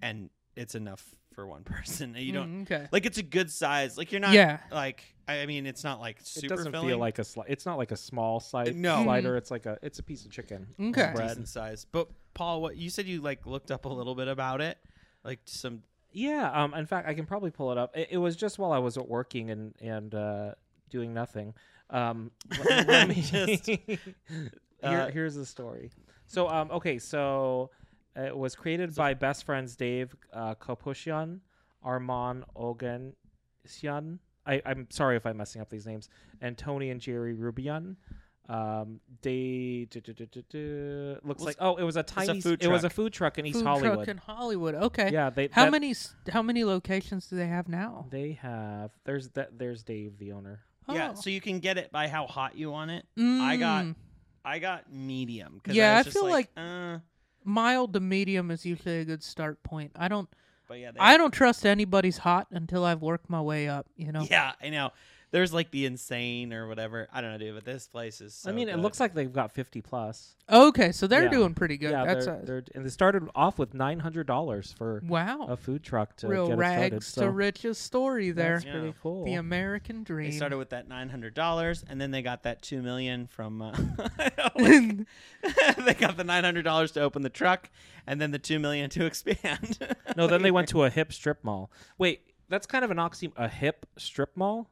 Speaker 5: and it's enough for one person. And You don't
Speaker 4: Mm, okay.
Speaker 5: like it's a good size. Like you're not
Speaker 4: Yeah.
Speaker 5: like I I mean it's not like super
Speaker 3: it doesn't
Speaker 5: filling.
Speaker 3: feel like a sli- it's not like a small sli-
Speaker 5: No.
Speaker 3: slider. It's like a it's a piece of chicken.
Speaker 4: Okay.
Speaker 5: bread and size. But Paul, what you said you like looked up a little bit about it, like some
Speaker 3: Yeah. Um. In fact, I can probably pull it up. It, it was just while I was at working and and uh, doing nothing. Um. let- let me-
Speaker 5: Just,
Speaker 3: Here-
Speaker 5: uh,
Speaker 3: here's the story. So um. Okay. So it was created by best friends Dave uh, Kapushian, Arman Ogansian. I, I'm sorry if I'm messing up these names. And Tony and Jerry Rubian. Um, they du- du- du- du- du- looks
Speaker 5: Was-
Speaker 3: like oh, it was a
Speaker 5: a
Speaker 3: tiny.
Speaker 5: food
Speaker 3: it was a
Speaker 5: truck.
Speaker 3: food truck in East
Speaker 4: Food
Speaker 3: Hollywood.
Speaker 4: truck in Hollywood. Okay.
Speaker 3: yeah, they
Speaker 4: How
Speaker 3: that-
Speaker 4: many s- how many locations do they have now?
Speaker 3: They have there's that there's Dave the owner.
Speaker 5: yeah.
Speaker 4: Oh.
Speaker 5: So you can get it by how hot you want it. I got
Speaker 4: Mm.
Speaker 5: I got medium. 'cause
Speaker 4: Yeah,
Speaker 5: I,
Speaker 4: I
Speaker 5: was just
Speaker 4: feel
Speaker 5: like, uh,
Speaker 4: mild to medium is usually a good start point. I don't
Speaker 5: but yeah, they
Speaker 4: I don't trust anybody's hot until I've worked my way up, you know.
Speaker 5: Yeah, I know. There's like the insane or whatever. I don't know, dude, but this place is. So
Speaker 3: I mean, it
Speaker 5: good.
Speaker 3: looks like they've got 50 plus.
Speaker 4: Okay, so they're
Speaker 3: Yeah.
Speaker 4: doing pretty good.
Speaker 3: yeah,
Speaker 4: That's
Speaker 3: they're,
Speaker 4: a,
Speaker 3: they're and they started off with nine hundred dollars for
Speaker 4: wow.
Speaker 3: a food truck to
Speaker 4: Real
Speaker 3: get it started.
Speaker 4: rags
Speaker 3: so
Speaker 4: to riches story there.
Speaker 3: that's pretty
Speaker 5: Yeah.
Speaker 3: cool.
Speaker 4: The American dream.
Speaker 5: They started with that nine hundred dollars, and then they got that two million from. Uh, they got the nine hundred dollars to open the truck, and then the two million to expand.
Speaker 3: no, then they went to a hip strip mall. Wait, that's kind of an oxy a hip strip mall.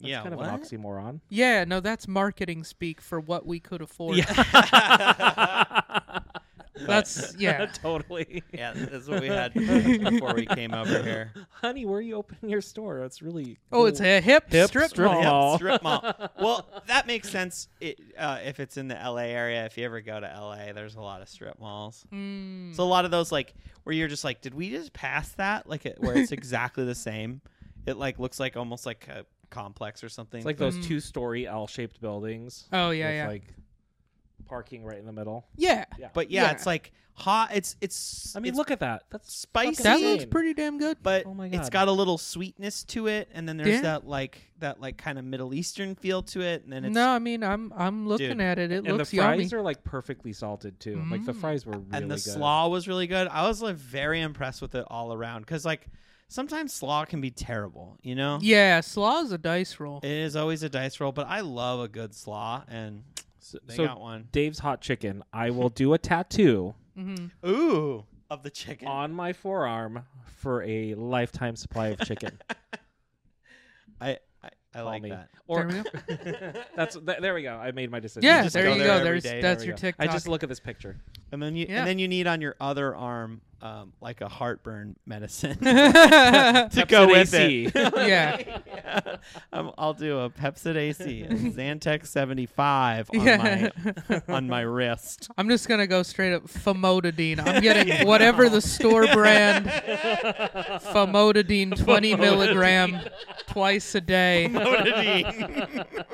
Speaker 3: That's
Speaker 5: yeah,
Speaker 3: kind
Speaker 5: what?
Speaker 3: of an oxymoron.
Speaker 4: yeah, no, that's marketing speak for what we could afford. That's yeah.
Speaker 3: totally.
Speaker 5: yeah, that's what we had before we came over here.
Speaker 3: Honey, where are you opening your store? That's really
Speaker 4: Oh, it's
Speaker 3: cool.
Speaker 4: a hip,
Speaker 3: Hip
Speaker 4: strip,
Speaker 3: strip
Speaker 4: mall.
Speaker 5: Yep,
Speaker 3: Mall.
Speaker 5: strip mall. Well, that makes sense it, uh, if it's in the LA area. If you ever go to LA, there's a lot of strip malls.
Speaker 4: Mm.
Speaker 3: Hmm.
Speaker 5: So a lot of those like where you're just like, did we just pass that? Like it, where it's exactly the same. It like looks like almost like a complex or something.
Speaker 3: It's like those two story L shaped buildings.
Speaker 4: Mm. Oh yeah,
Speaker 3: with,
Speaker 4: yeah.
Speaker 3: Like parking right in the middle.
Speaker 4: yeah.
Speaker 5: but yeah,
Speaker 4: Yeah.
Speaker 5: it's like hot. It's it's.
Speaker 3: I mean,
Speaker 5: it's-
Speaker 3: look at that. That's
Speaker 5: Spicy.
Speaker 3: fucking
Speaker 4: That
Speaker 3: insane.
Speaker 4: looks pretty damn good.
Speaker 5: But
Speaker 3: oh my
Speaker 5: it's
Speaker 3: God.
Speaker 5: got a little sweetness to it, and then there's
Speaker 4: Yeah.
Speaker 5: that like that like kind of Middle Eastern feel to it, and then it's
Speaker 4: no, I mean I'm I'm looking
Speaker 5: Dude.
Speaker 4: at it. It
Speaker 3: and the
Speaker 4: looks
Speaker 3: fries
Speaker 4: yummy.
Speaker 3: are like perfectly salted too. Like the
Speaker 4: Mm.
Speaker 3: fries were really
Speaker 5: and the
Speaker 3: good.
Speaker 5: slaw was really good. I was like very impressed with it all around because like sometimes slaw can be terrible, you know.
Speaker 4: yeah, slaw's a dice roll.
Speaker 5: It is always a dice roll, but I love a good slaw, and
Speaker 3: So,
Speaker 5: they
Speaker 3: so
Speaker 5: got one.
Speaker 3: Dave's hot chicken. I will do a tattoo
Speaker 4: hmm
Speaker 5: Ooh, of the chicken.
Speaker 3: on my forearm for a lifetime supply of chicken.
Speaker 5: I I, I
Speaker 3: Call
Speaker 5: like
Speaker 3: me.
Speaker 5: that.
Speaker 3: Or
Speaker 4: There we
Speaker 3: that's th- there we go. I made my decision.
Speaker 4: Yeah,
Speaker 5: just
Speaker 4: there
Speaker 5: go
Speaker 4: you
Speaker 5: there
Speaker 4: go.
Speaker 5: every
Speaker 4: There's
Speaker 5: day,
Speaker 4: that's
Speaker 5: there we
Speaker 4: your
Speaker 5: go.
Speaker 4: TikTok.
Speaker 3: I just look at this picture.
Speaker 5: And then you
Speaker 4: Yeah.
Speaker 5: and then you need on your other arm um, like a heartburn medicine
Speaker 4: yeah.
Speaker 5: to go
Speaker 3: Pepsid
Speaker 5: with
Speaker 3: AC.
Speaker 5: it. Yeah. Um, I'll do a Pepsid AC and Zantac 75 on
Speaker 4: Yeah.
Speaker 5: my on my wrist.
Speaker 4: I'm just gonna go straight up famotidine. I'm getting whatever the store brand famotidine, 20 milligram, twice a day.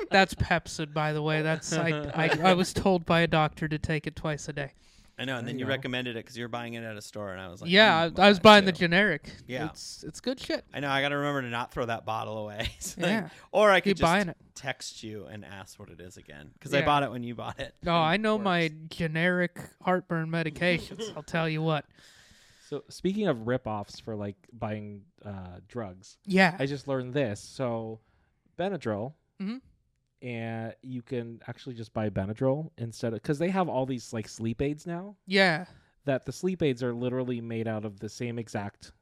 Speaker 4: That's Pepsid, by the way. That's I, I I was told by a doctor to take it twice a day.
Speaker 5: I know, and then
Speaker 3: you
Speaker 5: you
Speaker 3: go.
Speaker 5: recommended it because you were buying it at a store, and I was like,
Speaker 4: Yeah,
Speaker 5: mm,
Speaker 4: I, I was
Speaker 5: that
Speaker 4: buying the
Speaker 5: too.
Speaker 4: generic.
Speaker 5: Yeah.
Speaker 4: it's it's good shit.
Speaker 5: I know. I got to remember to not throw that bottle away. It's like-
Speaker 4: Yeah.
Speaker 5: Or I
Speaker 4: Keep
Speaker 5: could
Speaker 4: buying
Speaker 5: just
Speaker 4: it.
Speaker 5: text you and ask what it is again because I
Speaker 4: Yeah.
Speaker 5: bought it when you bought it.
Speaker 4: No, I know my generic heartburn medications. I'll tell you what.
Speaker 3: So speaking of rip-offs for like buying uh, drugs,
Speaker 4: Yeah,
Speaker 3: I just learned this. So Benadryl,
Speaker 4: Mhm.
Speaker 3: and you can actually just buy Benadryl instead of because they have all these like sleep aids now.
Speaker 4: yeah.
Speaker 3: That the sleep aids are literally made out of the same exact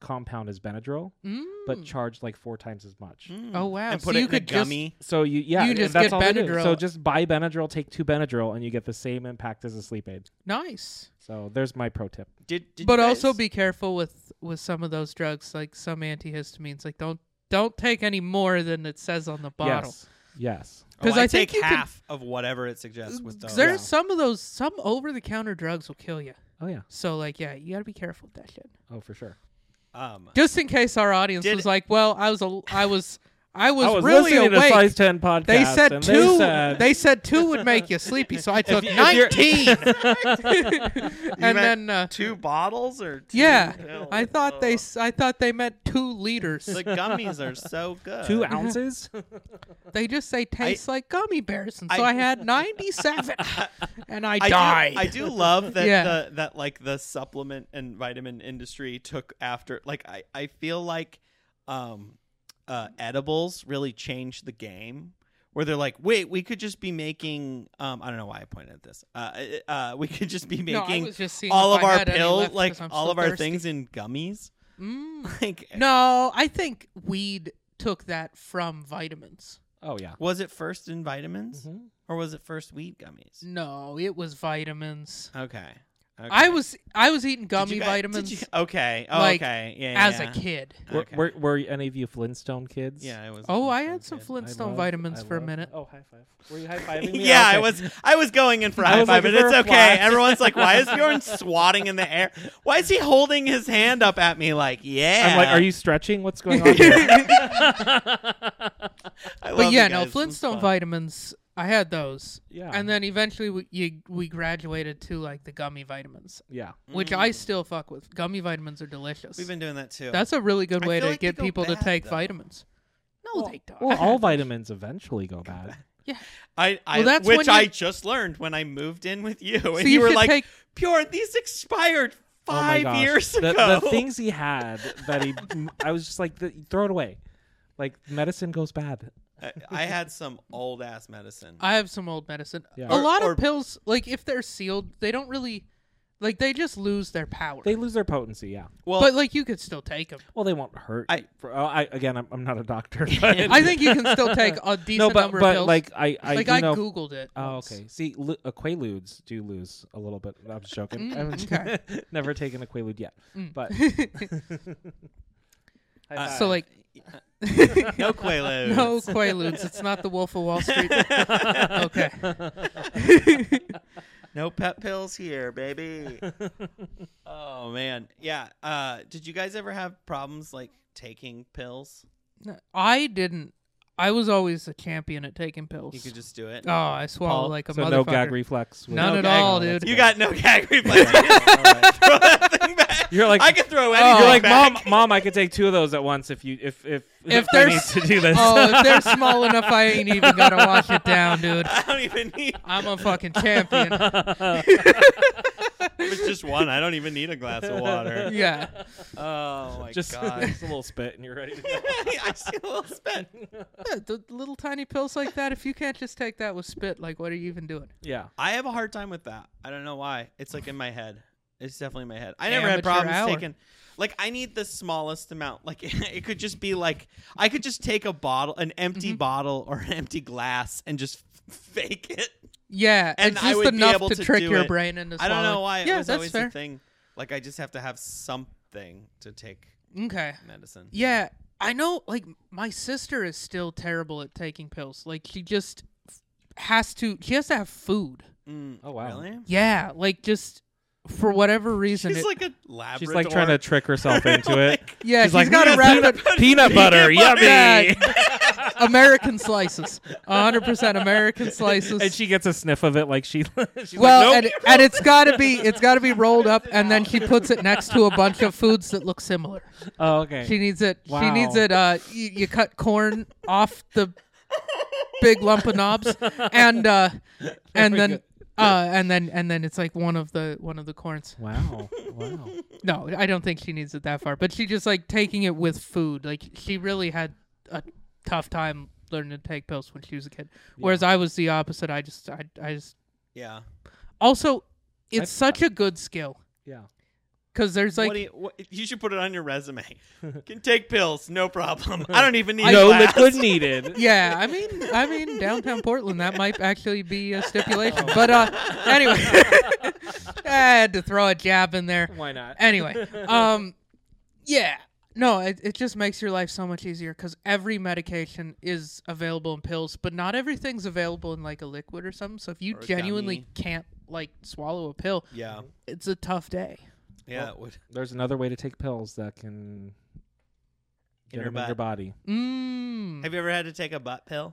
Speaker 3: compound as Benadryl,
Speaker 4: Mm.
Speaker 3: but charged like four times as much.
Speaker 5: Mm.
Speaker 4: oh wow,
Speaker 5: and
Speaker 4: so
Speaker 5: put it
Speaker 4: you
Speaker 5: in
Speaker 4: could
Speaker 5: a gummy.
Speaker 3: So you yeah,
Speaker 4: You
Speaker 3: and
Speaker 4: just
Speaker 3: that's
Speaker 4: get
Speaker 3: all they do.
Speaker 4: Benadryl.
Speaker 3: So just buy Benadryl, take two Benadryl, and you get the same impact as a sleep aid.
Speaker 4: just nice.
Speaker 3: So there's my pro tip.
Speaker 5: Did, did you
Speaker 4: but also
Speaker 5: guys-
Speaker 4: be careful with with some of those drugs like some antihistamines like don't don't take any more than it says on the bottle
Speaker 3: Yes, yes.
Speaker 5: Oh,
Speaker 4: 'cause
Speaker 5: I,
Speaker 4: I think
Speaker 5: take
Speaker 4: you can-
Speaker 5: half of whatever it suggests with
Speaker 4: 'Cause
Speaker 5: those.
Speaker 4: there's some of those some over-the-counter drugs will kill you
Speaker 3: Oh yeah.
Speaker 4: so like yeah you gotta be careful with that shit
Speaker 3: Oh for sure.
Speaker 5: Um,
Speaker 4: just in case our audience
Speaker 5: Did-
Speaker 4: was like well i was a i was I was,
Speaker 3: I was
Speaker 4: really
Speaker 3: listening
Speaker 4: awake.
Speaker 3: to Size Ten podcast.
Speaker 4: they said
Speaker 3: and
Speaker 4: two.
Speaker 3: They said,
Speaker 4: two would make you sleepy, so I took
Speaker 3: you- if you're-
Speaker 4: nineteen. and
Speaker 5: meant
Speaker 4: then uh,
Speaker 5: Two bottles or two
Speaker 4: yeah,
Speaker 5: pills?
Speaker 4: I thought they
Speaker 5: Ugh.
Speaker 4: s- I thought they meant two liters.
Speaker 5: the gummies are so good.
Speaker 3: two ounces.
Speaker 4: they just say tastes like gummy bears, and so I,
Speaker 5: I-
Speaker 4: had ninety seven, and I,
Speaker 5: I
Speaker 4: died.
Speaker 5: do, I do love that
Speaker 4: Yeah.
Speaker 5: the that like the supplement and vitamin industry took after like I, I feel like um uh edibles really changed the game where they're like wait we could just be making um I don't know why I pointed at this uh uh uh, we could just be
Speaker 4: No, I
Speaker 5: making
Speaker 4: was just seeing
Speaker 5: all
Speaker 4: if
Speaker 5: of
Speaker 4: I
Speaker 5: our
Speaker 4: had any
Speaker 5: pills
Speaker 4: left
Speaker 5: like
Speaker 4: 'cause I'm
Speaker 5: all
Speaker 4: so
Speaker 5: of our
Speaker 4: thirsty.
Speaker 5: things in gummies
Speaker 4: Mm.
Speaker 5: like
Speaker 4: No, I think weed took that from vitamins.
Speaker 3: oh yeah.
Speaker 5: was it first in vitamins
Speaker 4: Mm-hmm.
Speaker 3: Mhm.
Speaker 5: or was it first weed gummies
Speaker 4: No, it was vitamins.
Speaker 5: okay, okay.
Speaker 4: I was I was eating
Speaker 5: Did
Speaker 4: gummy
Speaker 5: you guys- did
Speaker 4: vitamins
Speaker 5: you- okay oh,
Speaker 4: like,
Speaker 5: okay yeah, yeah
Speaker 4: as
Speaker 5: yeah.
Speaker 4: a kid.
Speaker 3: Were,
Speaker 5: Okay.
Speaker 3: were, were any of you Flintstone kids?
Speaker 5: Yeah, it was.
Speaker 4: Oh, I had some
Speaker 3: I
Speaker 4: Flintstone
Speaker 3: love-
Speaker 4: vitamins
Speaker 3: I
Speaker 4: for a
Speaker 3: love-
Speaker 4: minute.
Speaker 3: Oh, high five. Were you high fiving me?
Speaker 5: Yeah, I
Speaker 3: Okay.
Speaker 5: was. I was going in for a
Speaker 3: I
Speaker 5: high
Speaker 3: was
Speaker 5: five, but
Speaker 3: looking for
Speaker 5: it's
Speaker 3: a
Speaker 5: okay.
Speaker 3: fly.
Speaker 5: Everyone's like, "Why is Bjorn swatting in the air? Why is he holding his hand up at me?" Like, yeah.
Speaker 3: I'm like, are you stretching? What's going on? Here?
Speaker 5: I love
Speaker 4: But
Speaker 5: you
Speaker 4: yeah, no
Speaker 5: guys. This was
Speaker 4: Flintstone
Speaker 5: fun.
Speaker 4: vitamins. I had those,
Speaker 3: yeah.
Speaker 4: and then eventually we you, we graduated to like the gummy vitamins,
Speaker 3: yeah.
Speaker 4: which
Speaker 3: Mm.
Speaker 4: I still fuck with. Gummy vitamins are delicious.
Speaker 5: We've been doing that too.
Speaker 4: That's a really good
Speaker 5: I
Speaker 4: way
Speaker 5: feel
Speaker 4: to
Speaker 5: like they
Speaker 4: get
Speaker 5: go
Speaker 4: people to
Speaker 5: bad,
Speaker 4: take
Speaker 5: though.
Speaker 4: vitamins. No, they don't.
Speaker 3: Well, all vitamins eventually go bad.
Speaker 5: I, I
Speaker 4: Well, that's
Speaker 5: which
Speaker 4: when you-
Speaker 5: I just learned when I moved in with you, and
Speaker 4: so
Speaker 5: you, were
Speaker 4: should
Speaker 5: like,
Speaker 4: take
Speaker 5: "Bjorn, these expired
Speaker 3: Oh my
Speaker 5: five
Speaker 3: gosh.
Speaker 5: years
Speaker 3: the,
Speaker 5: ago."
Speaker 3: the things he had that he, I was just like, "Th- throw it away. Like medicine goes bad.
Speaker 5: I, I had some old ass medicine.
Speaker 4: I have some old medicine.
Speaker 3: Yeah.
Speaker 4: A
Speaker 5: Or-
Speaker 4: lot
Speaker 5: or-
Speaker 4: of pills, like if they're sealed, they don't really, like they just lose their power.
Speaker 3: They lose their potency. Yeah.
Speaker 5: well,
Speaker 4: but like you could still take them.
Speaker 3: Well, they won't hurt.
Speaker 5: I-
Speaker 3: For- oh, I again, I'm, I'm not a doctor. But
Speaker 4: I think you can still take a decent
Speaker 3: no, but
Speaker 4: number
Speaker 3: but
Speaker 4: of pills.
Speaker 3: like I I
Speaker 4: like
Speaker 3: do
Speaker 4: I
Speaker 3: know.
Speaker 4: googled it.
Speaker 3: Oh,
Speaker 4: once.
Speaker 3: okay. See, l- uh, Quaaludes do lose a little bit. I'm just joking.
Speaker 4: Mm,
Speaker 3: I haven't never taken a Quaalude yet,
Speaker 4: Mm.
Speaker 3: but High
Speaker 5: Uh,
Speaker 4: so like
Speaker 5: no Quaaludes.
Speaker 4: no Quaaludes. It's not the Wolf of Wall Street. okay.
Speaker 5: No pet pills here, baby. oh man, yeah. Uh, did you guys ever have problems like taking pills?
Speaker 4: No, I didn't. I was always a champion at taking pills.
Speaker 5: You could just do it.
Speaker 4: oh, I swallow
Speaker 5: Paul,
Speaker 4: like a
Speaker 3: so
Speaker 4: motherfucker.
Speaker 3: no gag reflex. with-
Speaker 4: None
Speaker 5: No
Speaker 4: at
Speaker 5: gag.
Speaker 4: all,
Speaker 3: Oh,
Speaker 4: dude.
Speaker 3: that's
Speaker 5: You
Speaker 3: good.
Speaker 5: got no gag reflex. You just throw that thing back.
Speaker 3: You're like- oh,
Speaker 5: I can throw anything.
Speaker 3: You're like,
Speaker 5: back.
Speaker 3: mom, mom. I could take two of those at once if you if if
Speaker 4: If
Speaker 3: I need
Speaker 4: there's-
Speaker 3: to do this.
Speaker 4: oh, if they're small enough, I ain't even gotta wash it down, dude.
Speaker 5: I don't even need.
Speaker 4: I'm a fucking champion.
Speaker 5: If it's just one. I don't even need a glass of water.
Speaker 4: Yeah.
Speaker 5: Oh my
Speaker 3: just,
Speaker 5: god.
Speaker 3: just a little spit and you're ready. To go.
Speaker 5: I see a little spit.
Speaker 4: Yeah, the little tiny pills like that. If you can't just take that with spit, like what are you even doing?
Speaker 3: yeah.
Speaker 5: I have a hard time with that. I don't know why. It's like in my head. It's definitely in my head. I never
Speaker 4: Amateur
Speaker 5: had problems
Speaker 4: hour.
Speaker 5: taking. Like I need the smallest amount. Like it could just be like I could just take a bottle, an empty bottle or an empty glass, and just fake it.
Speaker 4: Yeah,
Speaker 5: And
Speaker 4: it's
Speaker 5: I
Speaker 4: just
Speaker 5: would be
Speaker 4: enough
Speaker 5: able
Speaker 4: to,
Speaker 5: to
Speaker 4: trick
Speaker 5: do
Speaker 4: your
Speaker 5: it.
Speaker 4: brain into.
Speaker 5: I don't know
Speaker 4: swallowing.
Speaker 5: why it
Speaker 4: yeah,
Speaker 5: was
Speaker 4: that's
Speaker 5: always
Speaker 4: fair.
Speaker 5: the thing. Like I just have to have something to take
Speaker 4: Okay.
Speaker 5: medicine.
Speaker 4: Yeah, I know. Like my sister is still terrible at taking pills. Like she just f- has to. She has to have food.
Speaker 5: Mm,
Speaker 3: Oh, wow.
Speaker 5: Really?
Speaker 4: Yeah, like just for whatever reason.
Speaker 5: She's
Speaker 4: it-
Speaker 5: like a laboratory.
Speaker 3: She's like trying to trick herself into it.
Speaker 4: yeah,
Speaker 3: She's
Speaker 4: she's
Speaker 3: like,
Speaker 4: got to
Speaker 3: "Yes,
Speaker 4: wrap
Speaker 3: peanut,
Speaker 4: it.
Speaker 3: peanut butter, yummy.
Speaker 4: Yeah. American slices, hundred percent American slices.
Speaker 3: And she gets a sniff of it, like she. she's
Speaker 4: well,
Speaker 3: like, nope.
Speaker 4: and, and it's got to be it's got to be rolled up, and then she puts it next to a bunch of foods that look similar.
Speaker 3: oh, okay.
Speaker 4: She needs it. She
Speaker 3: Wow.
Speaker 4: needs it. Uh, you, you cut corn off the big lump of knobs, and uh, and
Speaker 3: Very
Speaker 4: then
Speaker 3: good.
Speaker 4: uh, and then and then it's like one of the one of the corns.
Speaker 3: wow, wow.
Speaker 4: No, I don't think she needs it that far. But she just like taking it with food. Like she really had a tough time learning to take pills when she was a kid. Whereas I was the opposite. I just I I just
Speaker 5: Yeah.
Speaker 4: also it's
Speaker 3: I've-
Speaker 4: such a good skill
Speaker 3: Yeah.
Speaker 4: because there's like
Speaker 5: what do you, what, you should put it on your resume. Can take pills, no problem. I don't even need a
Speaker 3: no
Speaker 5: glass.
Speaker 3: liquid needed.
Speaker 4: yeah, I mean, I mean, downtown Portland, that might actually be a stipulation. But uh, anyway, I had to throw a jab in there.
Speaker 3: Why not?
Speaker 4: Anyway, um, yeah, no, it, it just makes your life so much easier because every medication is available in pills, but not everything's available in like a liquid or something. So if you
Speaker 5: Or a
Speaker 4: genuinely
Speaker 5: gummy.
Speaker 4: can't like swallow a pill,
Speaker 5: Yeah.
Speaker 4: it's a tough day.
Speaker 5: Yeah. it would.
Speaker 3: There's another way to take pills that can
Speaker 5: in
Speaker 3: Get
Speaker 5: her
Speaker 3: 'em in your
Speaker 5: butt.
Speaker 3: body.
Speaker 4: Mm.
Speaker 5: Have you ever had to take a butt pill?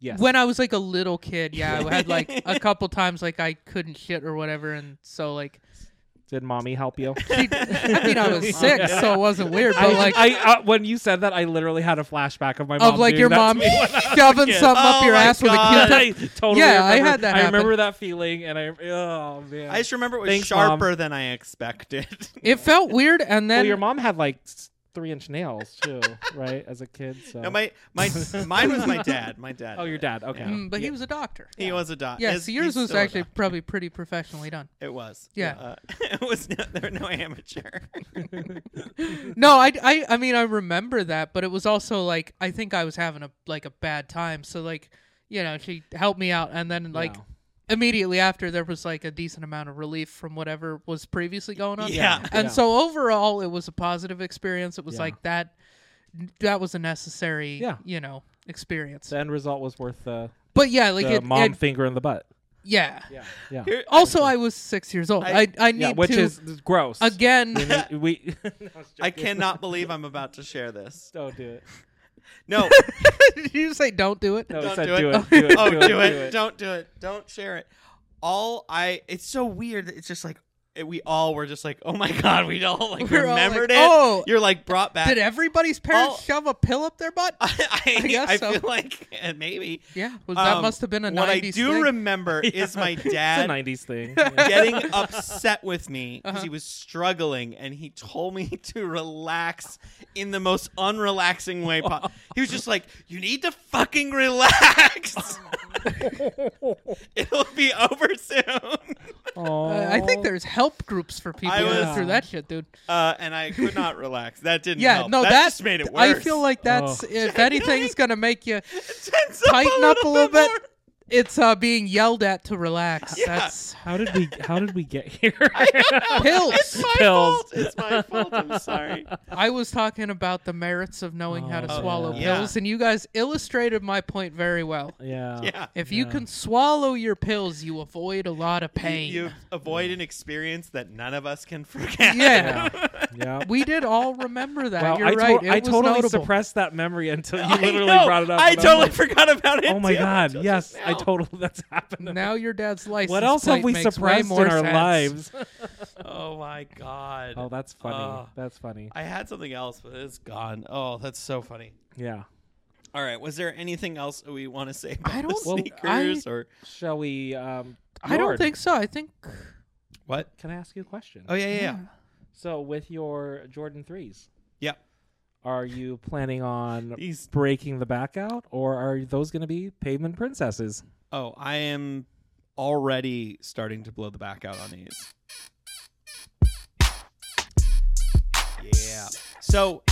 Speaker 3: Yes.
Speaker 4: When I was like a little kid, yeah, I had like a couple times like I couldn't shit or whatever, and so like
Speaker 3: Did mommy help you?
Speaker 4: she, I mean I was six, so it wasn't weird, but
Speaker 3: I,
Speaker 4: like
Speaker 3: I uh, when you said that, I literally had a flashback of my mom
Speaker 4: of like
Speaker 3: doing
Speaker 4: your
Speaker 3: that to
Speaker 4: mom
Speaker 3: me.
Speaker 4: shoving something up
Speaker 5: Oh
Speaker 4: your
Speaker 5: my
Speaker 4: ass
Speaker 5: God.
Speaker 4: with a
Speaker 3: I
Speaker 4: Q-tip.
Speaker 3: totally
Speaker 4: Yeah, I
Speaker 3: remember-
Speaker 4: had that
Speaker 3: I
Speaker 4: happen.
Speaker 3: remember that feeling, and I oh man.
Speaker 5: I just remember it was
Speaker 3: Thanks,
Speaker 5: sharper than I expected.
Speaker 4: It felt weird, and then
Speaker 3: well, your mom had like three inch nails too, right? As a kid. So.
Speaker 5: no, my my mine was my dad. My dad.
Speaker 3: oh, your dad. Okay.
Speaker 4: Mm, but he was a doctor.
Speaker 5: He was a doc.
Speaker 4: Yeah,
Speaker 5: is-
Speaker 4: so yours
Speaker 5: he's
Speaker 4: was
Speaker 5: still a
Speaker 4: actually
Speaker 5: doc.
Speaker 4: probably pretty professionally done.
Speaker 5: It was.
Speaker 4: Yeah.
Speaker 5: Uh, it was. No, there were no amateur.
Speaker 4: No, I, I, I mean, I remember that, but it was also like I think I was having a like a bad time. So like, you know, she helped me out, and then like
Speaker 3: Wow.
Speaker 4: immediately after, there was like a decent amount of relief from whatever was previously going on.
Speaker 5: Yeah.
Speaker 4: and
Speaker 3: Yeah.
Speaker 4: so overall, it was a positive experience. It was
Speaker 3: Yeah.
Speaker 4: like that. That was a necessary,
Speaker 3: Yeah.
Speaker 4: you know, experience.
Speaker 3: The end result was worth the,
Speaker 4: but yeah, like
Speaker 3: the
Speaker 4: it,
Speaker 3: mom
Speaker 4: it-
Speaker 3: finger in the butt.
Speaker 4: yeah.
Speaker 3: Yeah. Yeah.
Speaker 5: Here-
Speaker 4: Also, I was six years old. I,
Speaker 5: I-
Speaker 4: I, need
Speaker 3: yeah, which
Speaker 4: to
Speaker 3: is gross.
Speaker 4: again.
Speaker 3: We need- we.
Speaker 5: I cannot believe I'm about to share this.
Speaker 3: Don't do it.
Speaker 5: No,
Speaker 4: Did you say don't do it?
Speaker 3: No,
Speaker 5: Don't
Speaker 3: it said
Speaker 5: do it.
Speaker 3: do it. Do it.
Speaker 5: oh,
Speaker 3: do
Speaker 5: do it. Don't do it. Don't share it. All I, it's so weird. that It's just like it, we all were just like, oh my god, we all like
Speaker 4: We're all like,
Speaker 5: remembered it.
Speaker 4: "Oh."
Speaker 5: you're like brought back.
Speaker 4: Did everybody's parents
Speaker 5: All-
Speaker 4: shove a pill up their butt?
Speaker 5: I, I,
Speaker 4: guess
Speaker 5: I
Speaker 4: so.
Speaker 5: feel like uh, maybe
Speaker 4: Yeah, was, that
Speaker 5: Um,
Speaker 4: must have been a
Speaker 5: What
Speaker 4: 90s
Speaker 5: I do
Speaker 4: thing.
Speaker 5: remember is my
Speaker 3: It's a
Speaker 5: dad
Speaker 3: '90s thing. Yeah.
Speaker 5: getting upset with me because
Speaker 4: Uh-huh.
Speaker 5: he was struggling and he told me to relax in the most unrelaxing way possible. he was just like, You need to fucking relax. It'll be over soon.
Speaker 4: Uh, I think there's help groups for people
Speaker 5: I
Speaker 4: who go
Speaker 3: was-
Speaker 4: through that shit, dude.
Speaker 5: Uh, and I could not relax. That didn't
Speaker 4: Yeah,
Speaker 5: help.
Speaker 4: no,
Speaker 5: that,
Speaker 4: that
Speaker 5: just made it worse.
Speaker 4: I feel like
Speaker 3: Oh.
Speaker 4: that's if anything's gonna make you
Speaker 5: Tense
Speaker 4: tighten up a little bit,
Speaker 5: more.
Speaker 4: it's uh, being yelled at to relax.
Speaker 5: Yeah.
Speaker 4: That's
Speaker 3: How did we? How did we get here?
Speaker 5: It's
Speaker 4: pills.
Speaker 5: my
Speaker 3: Pills.
Speaker 5: fault. It's my fault. I'm sorry.
Speaker 4: I was talking about the merits of knowing how to
Speaker 3: Oh,
Speaker 4: swallow
Speaker 5: yeah.
Speaker 4: pills, and you guys illustrated my point very well.
Speaker 3: yeah.
Speaker 5: Yeah.
Speaker 4: If you
Speaker 3: Yeah.
Speaker 4: can swallow your pills, you avoid a lot of pain.
Speaker 5: You avoid an experience that none of us can forget.
Speaker 4: yeah.
Speaker 3: Yeah.
Speaker 4: We did all remember that.
Speaker 3: Wow,
Speaker 4: You're
Speaker 3: I,
Speaker 4: right.
Speaker 3: to-
Speaker 4: It
Speaker 3: I
Speaker 4: was
Speaker 3: totally
Speaker 4: notable.
Speaker 3: suppressed that memory until you
Speaker 5: I
Speaker 3: literally
Speaker 5: know.
Speaker 3: brought it up.
Speaker 5: I
Speaker 3: and I'm
Speaker 5: totally
Speaker 3: like,
Speaker 5: forgot about it.
Speaker 3: Oh my
Speaker 5: too.
Speaker 3: god!
Speaker 5: Just
Speaker 3: Yes,
Speaker 5: now.
Speaker 3: I totally. That's happened. to me.
Speaker 4: Now your dad's license.
Speaker 3: What else have
Speaker 4: plate
Speaker 3: we
Speaker 4: makes way
Speaker 3: suppressed in
Speaker 4: more
Speaker 3: our
Speaker 4: sense.
Speaker 3: lives?
Speaker 5: Oh my god.
Speaker 3: Oh, that's funny.
Speaker 5: Oh.
Speaker 3: that's funny.
Speaker 5: I had something else, but it's gone. Oh, that's so funny.
Speaker 3: Yeah.
Speaker 5: All right. Was there anything else that we want to say about
Speaker 4: I
Speaker 5: the
Speaker 4: don't-
Speaker 3: Well,
Speaker 5: sneakers or
Speaker 3: Shall we? Um,
Speaker 4: I don't
Speaker 3: Jord,
Speaker 4: think so. I think
Speaker 5: what?
Speaker 3: Can I ask you a question?
Speaker 5: Oh yeah, yeah, yeah.
Speaker 3: So, with your Jordan threes,
Speaker 5: Yeah.
Speaker 3: are you planning on
Speaker 5: These.
Speaker 3: breaking the back out, or are those going to be pavement princesses?
Speaker 5: Oh, I am already starting to blow the back out on these. Yeah. So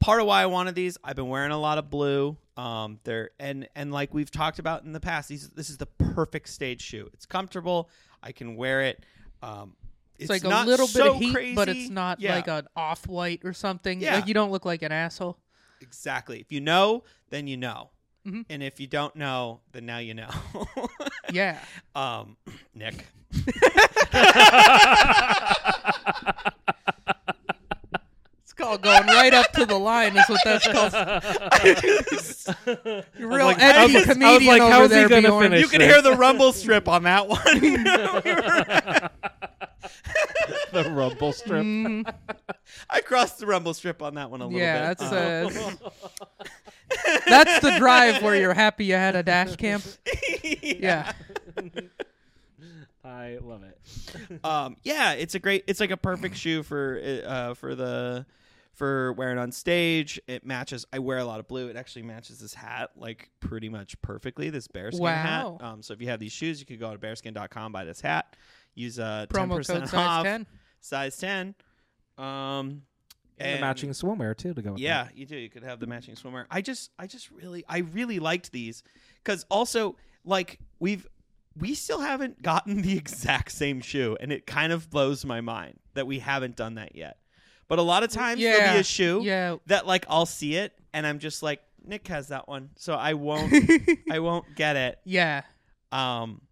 Speaker 5: part of why I wanted these, I've been wearing a lot of blue. Um, they're and and like we've talked about in the past, these this is the perfect stage shoe. It's comfortable. I can wear it. Um,
Speaker 4: it's, like
Speaker 5: it's, not
Speaker 4: a little
Speaker 5: so
Speaker 4: bit of heat,
Speaker 5: crazy.
Speaker 4: but it's not
Speaker 5: Yeah,
Speaker 4: like an off-white or something.
Speaker 5: Yeah.
Speaker 4: Like you don't look like an asshole.
Speaker 5: exactly. If you know, then you know,
Speaker 4: Mhm.
Speaker 5: and if you don't know, then now you know.
Speaker 4: Yeah.
Speaker 5: um, Nick.
Speaker 4: It's called going right up to the line. Is what that's called. You're real
Speaker 3: like, I
Speaker 4: edgy
Speaker 3: was- I was
Speaker 4: comedian
Speaker 3: like,
Speaker 4: over
Speaker 3: how's he
Speaker 4: there,
Speaker 3: gonna
Speaker 4: Bjorn.
Speaker 3: finish?
Speaker 5: You can hear the rumble strip on that one. We were-
Speaker 3: the rumble strip.
Speaker 4: Mm,
Speaker 5: I crossed the rumble strip on that one a little
Speaker 4: yeah,
Speaker 5: bit. Um, Uh-huh.
Speaker 4: that's uh, that's the drive where you're happy you had a dash cam. Yeah.
Speaker 3: I love it.
Speaker 5: um, yeah, it's a great. It's like a perfect shoe for uh, for the for wearing on stage. It matches. I wear a lot of blue. It actually matches this hat like pretty much perfectly. This bearskin
Speaker 4: Wow.
Speaker 5: hat. Um, so if you have these shoes, you could go to bearskin.com buy this hat. Use uh,
Speaker 4: Promo
Speaker 5: 10%
Speaker 4: code size
Speaker 5: off,
Speaker 4: ten.
Speaker 5: size ten. Um,
Speaker 3: And, the matching swimwear too to go. With
Speaker 5: Yeah, you do. You could have the matching swimmer. I just, I just really, I really liked these because also, like, we've, we still haven't gotten the exact same shoe, and it kind of blows my mind that we haven't done that yet. But a lot of times there'll be
Speaker 4: Yeah,
Speaker 5: a shoe
Speaker 4: Yeah.
Speaker 5: that, like, I'll see it, and I'm just like, Nick has that one, so I won't, I won't get it.
Speaker 4: yeah.
Speaker 5: Um,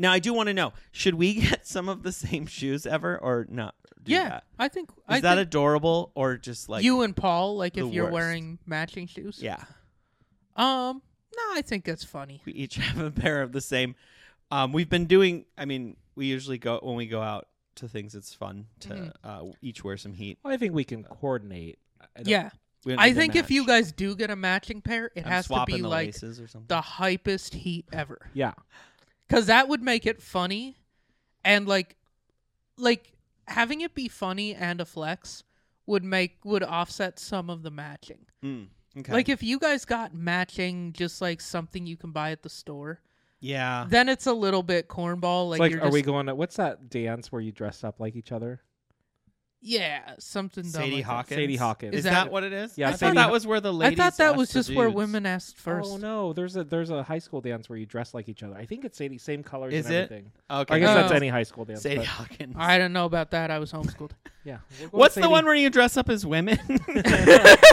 Speaker 5: now I do want to know: should we get some of the same shoes ever, or not? do
Speaker 4: yeah,
Speaker 5: that.
Speaker 4: I think
Speaker 5: Is
Speaker 4: I
Speaker 5: that
Speaker 4: think
Speaker 5: adorable or just like
Speaker 4: you and Paul like if
Speaker 5: the
Speaker 4: you're
Speaker 5: worst.
Speaker 4: wearing matching shoes.
Speaker 5: Yeah,
Speaker 4: Um. No, I think that's funny.
Speaker 5: we each have a pair of the same. Um, we've been doing. I mean, we usually go when we go out to things. It's fun to uh, each wear some heat.
Speaker 3: Well, I think we can coordinate. I don't-
Speaker 4: Yeah.
Speaker 5: We don't
Speaker 4: I
Speaker 5: need to
Speaker 4: think if you
Speaker 5: match.
Speaker 4: guys do get a matching pair, it
Speaker 5: I'm
Speaker 4: has to
Speaker 5: swapping
Speaker 4: be
Speaker 5: the
Speaker 4: like
Speaker 5: laces or something.
Speaker 4: the hypest heat ever.
Speaker 3: Yeah.
Speaker 4: Cuz that would make it funny and like like having it be funny and a flex would make would offset some of the matching.
Speaker 5: Mm, okay.
Speaker 4: Like if you guys got matching just like something you can buy at the store,
Speaker 5: yeah.
Speaker 4: then it's a little bit cornball like,
Speaker 3: It's like,
Speaker 4: you're
Speaker 3: are we
Speaker 4: just-
Speaker 3: going to what's that dance where you dress up like each other?
Speaker 4: yeah, something dumb
Speaker 5: Sadie
Speaker 4: like that.
Speaker 5: Hawkins.
Speaker 3: Sadie Hawkins.
Speaker 5: Is,
Speaker 4: Is
Speaker 5: that,
Speaker 4: that-
Speaker 5: what it is?
Speaker 3: Yeah,
Speaker 5: I thought
Speaker 3: Sadie
Speaker 5: that
Speaker 3: Haw-
Speaker 5: was where the ladies.
Speaker 4: I thought that
Speaker 5: asked
Speaker 4: was
Speaker 5: the
Speaker 4: just where
Speaker 5: dudes.
Speaker 4: women asked first.
Speaker 3: Oh no, there's a there's a high school dance where you dress like each other. I think it's Sadie, same colors
Speaker 5: Is
Speaker 3: and
Speaker 5: it?
Speaker 3: everything.
Speaker 5: Okay.
Speaker 3: I guess
Speaker 4: Oh.
Speaker 3: that's any high school dance.
Speaker 5: Sadie
Speaker 3: but-
Speaker 5: Hawkins.
Speaker 4: I don't know about that. I was homeschooled.
Speaker 3: yeah. We'll go
Speaker 5: What's
Speaker 3: with
Speaker 5: the
Speaker 3: Sadie-
Speaker 5: one where you dress up as women?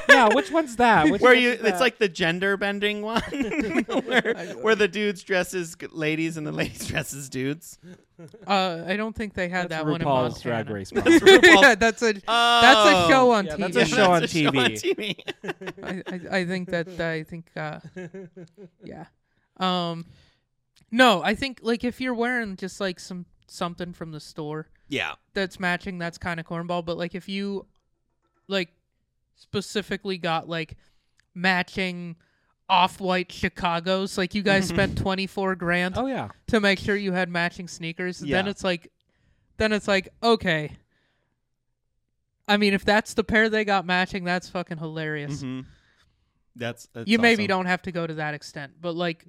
Speaker 3: yeah, which one's that? Which
Speaker 5: where
Speaker 3: one's
Speaker 5: you?
Speaker 3: that?
Speaker 5: It's like the gender bending one, where, where the dudes dresses g- ladies and the ladies dresses dudes.
Speaker 4: Uh, I don't think they had
Speaker 3: That's
Speaker 4: that one in
Speaker 3: RuPaul's
Speaker 4: Montana.
Speaker 3: Drag Race. probably.
Speaker 5: RuPaul's-
Speaker 4: yeah, that's a that's
Speaker 5: Oh.
Speaker 4: a show on
Speaker 3: Yeah,
Speaker 4: TV.
Speaker 3: that's a show on TV.
Speaker 4: I, I, I think that I think uh, yeah. Um, no, I think like if you're wearing just like some something from the store
Speaker 5: Yeah.
Speaker 4: that's matching, that's kind of cornball. But like if you like specifically got like matching off-white Chicago's, like you guys spent twenty-four grand
Speaker 3: oh yeah.
Speaker 4: to make sure you had matching sneakers. Then
Speaker 5: Yeah.
Speaker 4: it's like, then it's like, okay. I mean, if that's the pair they got matching, that's fucking hilarious.
Speaker 5: Mhm. That's, that's
Speaker 4: you maybe
Speaker 5: awesome.
Speaker 4: don't have to go to that extent, but like,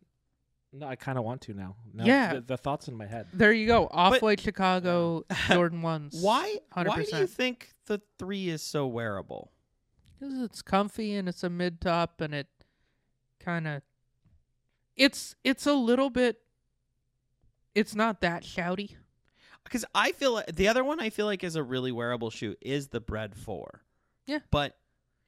Speaker 3: No, I kind of want to now. No,
Speaker 4: Yeah.
Speaker 3: The, the thoughts in my head.
Speaker 4: there you go, off white Chicago Jordan ones.
Speaker 5: Why?
Speaker 4: Hundred
Speaker 5: Why do you
Speaker 4: percent.
Speaker 5: think the three is so wearable?
Speaker 4: Because it's comfy and it's a mid top, and it kind of, it's it's a little bit. It's not that shouty.
Speaker 5: Because I feel like the other one I feel like is a really wearable shoe is the Bread Four.
Speaker 4: Yeah.
Speaker 5: but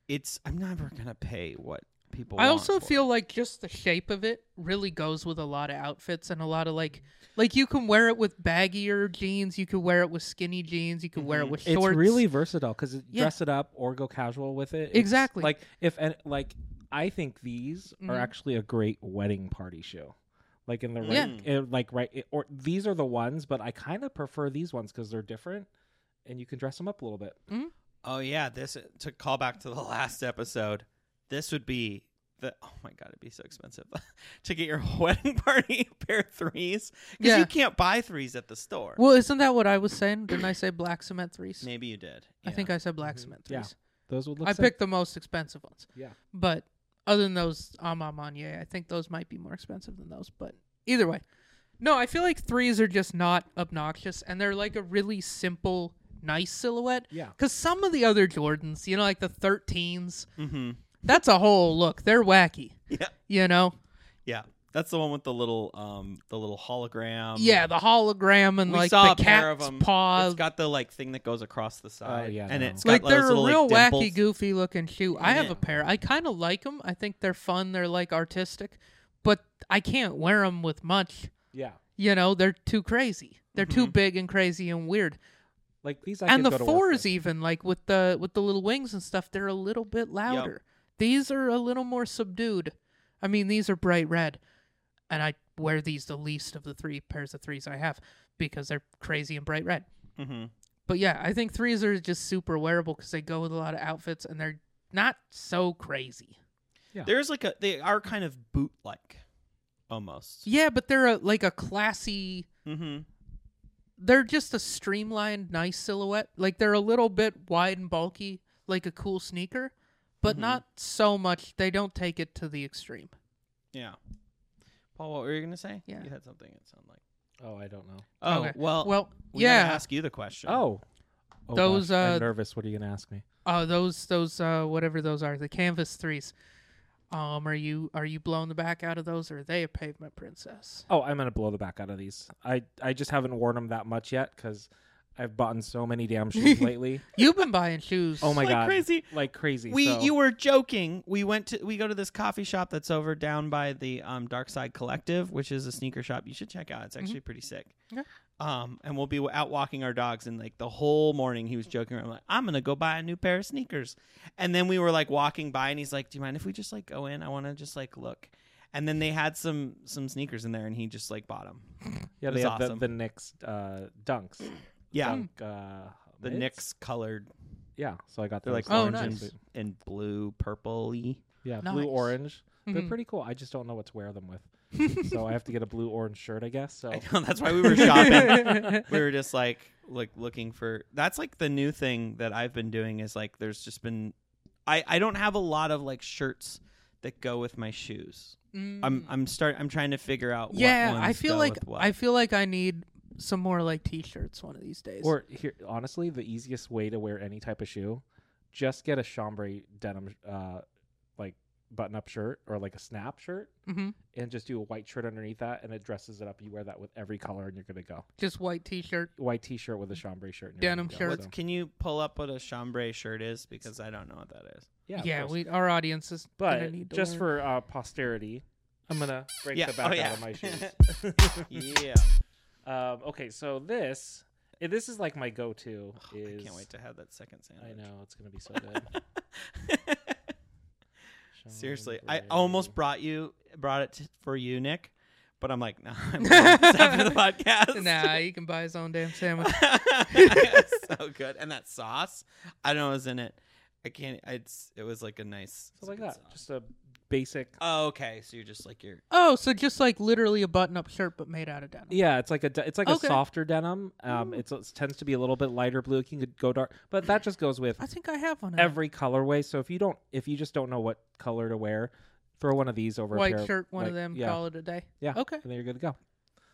Speaker 5: it's I'm never gonna pay what people.
Speaker 4: I
Speaker 5: want
Speaker 4: also
Speaker 5: for it.
Speaker 4: feel like just the shape of it really goes with a lot of outfits and a lot of like like you can wear it with baggier jeans, you could wear it with skinny jeans, you could wear it with shorts.
Speaker 3: It's really versatile because
Speaker 4: Yeah.
Speaker 3: dress it up or go casual with it. It's
Speaker 4: Exactly.
Speaker 3: Like if and like I think these are
Speaker 4: Mhm.
Speaker 3: actually a great wedding party shoe. Like in the right,
Speaker 4: Yeah.
Speaker 3: eh, like right, eh, or these are the ones, but I kind of prefer these ones because they're different, and you can dress them up a little bit.
Speaker 5: Oh yeah, this to call back to the last episode. This would be the oh my god, it'd be so expensive to get your wedding party a pair of threes because
Speaker 4: Yeah.
Speaker 5: you can't buy threes at the store.
Speaker 4: Well, isn't that what I was saying? Didn't I say black cement threes?
Speaker 5: Maybe you did.
Speaker 4: I think I said black cement
Speaker 3: Yeah.
Speaker 4: threes.
Speaker 3: Those would look.
Speaker 4: I
Speaker 3: sick.
Speaker 4: picked the most expensive ones.
Speaker 3: Yeah.
Speaker 4: But other than those um, Ama Manye, I think those might be more expensive than those, but either way. No, I feel like threes are just not obnoxious and they're like a really simple, nice silhouette.
Speaker 3: Yeah.
Speaker 4: Cause some of the other Jordans, you know, like the thirteens,
Speaker 5: Mm-hmm.
Speaker 4: that's a whole look. They're wacky.
Speaker 5: Yeah.
Speaker 4: You know?
Speaker 5: Yeah, that's the one with the little um the little hologram.
Speaker 4: yeah, the hologram and
Speaker 5: Um, we
Speaker 4: like
Speaker 5: saw
Speaker 4: the
Speaker 5: a pair of
Speaker 4: cat's
Speaker 5: them.
Speaker 4: paw.
Speaker 5: It's got the like thing that goes across the side.
Speaker 3: Oh, yeah,
Speaker 5: and
Speaker 3: no.
Speaker 5: it's got
Speaker 4: like
Speaker 5: those
Speaker 4: they're a real
Speaker 5: little, like,
Speaker 4: wacky,
Speaker 5: dimples.
Speaker 4: goofy looking shoe. I have
Speaker 5: Yeah.
Speaker 4: a pair. I kind of like them. I think they're fun. They're like artistic, but I can't wear them with much.
Speaker 3: Yeah.
Speaker 4: You know, they're too crazy. They're too
Speaker 5: Mm-hmm.
Speaker 4: big and crazy and weird.
Speaker 3: Like these. I
Speaker 4: and
Speaker 3: could go
Speaker 4: the
Speaker 3: to work
Speaker 4: fours, e
Speaker 3: with.
Speaker 4: even like with the with the little wings and stuff, they're a little bit louder. These are a little more subdued. I mean, these are bright red, and I wear these the least of the three pairs of threes I have because they're crazy and bright red.
Speaker 5: Mhm.
Speaker 4: But yeah, I think threes are just super wearable because they go with a lot of outfits and they're not so crazy.
Speaker 5: There's like a they are kind of boot like, almost.
Speaker 4: Yeah, but they're a, like a classy.
Speaker 5: Mm-hmm.
Speaker 4: They're just a streamlined, nice silhouette. Like they're a little bit wide and bulky, like a cool sneaker, but not so much. They don't take it to the extreme.
Speaker 5: Yeah. Paul, what were you gonna say?
Speaker 4: Yeah.
Speaker 5: you had something. It sounded like.
Speaker 3: Oh, I don't know.
Speaker 5: Oh
Speaker 4: Okay.
Speaker 5: well,
Speaker 4: well,
Speaker 5: we gotta
Speaker 4: yeah.
Speaker 5: ask you the question.
Speaker 3: Oh. Oh,
Speaker 4: Those,
Speaker 3: gosh, I'm
Speaker 4: uh,
Speaker 3: nervous. What are you gonna ask me?
Speaker 4: Uh, those those uh, whatever those are, the canvas threes. Um, are you are you blowing the back out of those, or are they a pavement princess?
Speaker 3: Oh, I'm gonna blow the back out of these. I I just haven't worn them that much yet because I've bought so many damn shoes lately.
Speaker 4: You've been buying shoes.
Speaker 3: Oh my
Speaker 5: Like
Speaker 3: god,
Speaker 5: crazy.
Speaker 3: like crazy.
Speaker 5: we
Speaker 3: so-
Speaker 5: you were joking. We went to we go to this coffee shop that's over down by the um, Dark Side Collective, which is a sneaker shop you should check out. It's actually pretty sick.
Speaker 4: Yeah.
Speaker 5: Um, and we'll be out walking our dogs, and like the whole morning he was joking around, like, I'm gonna go buy a new pair of sneakers. And then we were like walking by, and he's like, Do you mind if we just like go in? I want to just like look. And then they had some some sneakers in there, and he just like bought them.
Speaker 3: Yeah, they
Speaker 5: It was
Speaker 3: have
Speaker 5: awesome.
Speaker 3: the, the Knicks uh, dunks.
Speaker 5: Yeah, Mm.
Speaker 3: Dunk, uh,
Speaker 5: the
Speaker 3: mids?
Speaker 5: Knicks colored.
Speaker 3: Yeah, so I got
Speaker 5: They're
Speaker 3: those.
Speaker 5: like
Speaker 4: Oh,
Speaker 5: orange
Speaker 4: nice.
Speaker 5: and, and blue, purpley.
Speaker 3: Yeah,
Speaker 4: Nice.
Speaker 3: blue orange. They're
Speaker 5: Mm-hmm.
Speaker 4: Mhm.
Speaker 3: pretty cool. I just don't know what to wear them with, so I have to get a blue orange shirt, I guess. So
Speaker 5: I know, that's why we were shopping. we were just like like looking for that's like the new thing that I've been doing is like there's just been I I don't have a lot of like shirts that go with my shoes.
Speaker 4: Mm.
Speaker 5: I'm I'm start I'm trying to figure out what
Speaker 4: Hmm. yeah,
Speaker 5: ones
Speaker 4: I feel
Speaker 5: go
Speaker 4: like
Speaker 5: with what.
Speaker 4: I feel like I need some more like t-shirts one of these days.
Speaker 3: Or here, honestly, the easiest way to wear any type of shoe, just get a chambray denim, uh, like button-up shirt or like a snap shirt,
Speaker 4: Mhm.
Speaker 3: and just do a white shirt underneath that, and it dresses it up. You wear that with every color, and you're gonna go
Speaker 4: just white t-shirt.
Speaker 3: white t-shirt with a chambray shirt. and you're ready
Speaker 4: Denim
Speaker 3: to go,
Speaker 4: shirt.
Speaker 5: What's-
Speaker 3: so-
Speaker 5: can you pull up what a chambray shirt is because I don't know what that is.
Speaker 3: Yeah, of
Speaker 4: yeah,
Speaker 3: course.
Speaker 4: we our audience is gonna
Speaker 3: But
Speaker 4: need to
Speaker 3: just
Speaker 4: learn.
Speaker 3: for uh, posterity, I'm gonna break
Speaker 5: Yeah,
Speaker 3: the back
Speaker 5: oh, yeah.
Speaker 3: out of my shoes.
Speaker 5: yeah.
Speaker 3: um, okay, so this, eh, this is like my go-to. is
Speaker 5: Oh, I can't wait to have that second
Speaker 3: I
Speaker 5: sandwich.
Speaker 3: know it's gonna be so good.
Speaker 5: Seriously, I
Speaker 3: Chambray.
Speaker 5: almost brought you brought it t- for you, Nick, but I'm like, no, I'm not after the podcast.
Speaker 4: nah, you can buy his own damn sandwich.
Speaker 5: so good, and that sauce, I don't know what's in it. I can't. It's it was like a nice
Speaker 3: So like
Speaker 5: good
Speaker 3: that,
Speaker 5: sauce.
Speaker 3: just a basic.
Speaker 5: oh, okay, so you're just like you're.
Speaker 4: Oh, so just like literally a button-up shirt, but made out of denim.
Speaker 3: Yeah, it's like a de- it's like
Speaker 4: Okay.
Speaker 3: a softer denim. Um, it's, it tends to be a little bit lighter blue. It can go dark, but that just goes with
Speaker 4: I think I have one. of them.
Speaker 3: every colorway. So if you don't, if you just don't know what color to wear, throw one of these over a pair
Speaker 4: white
Speaker 3: of-
Speaker 4: shirt, one
Speaker 3: like-
Speaker 4: of them.
Speaker 3: Yeah,
Speaker 4: Call it a day.
Speaker 3: yeah.
Speaker 4: Okay.
Speaker 3: and then you're good to go.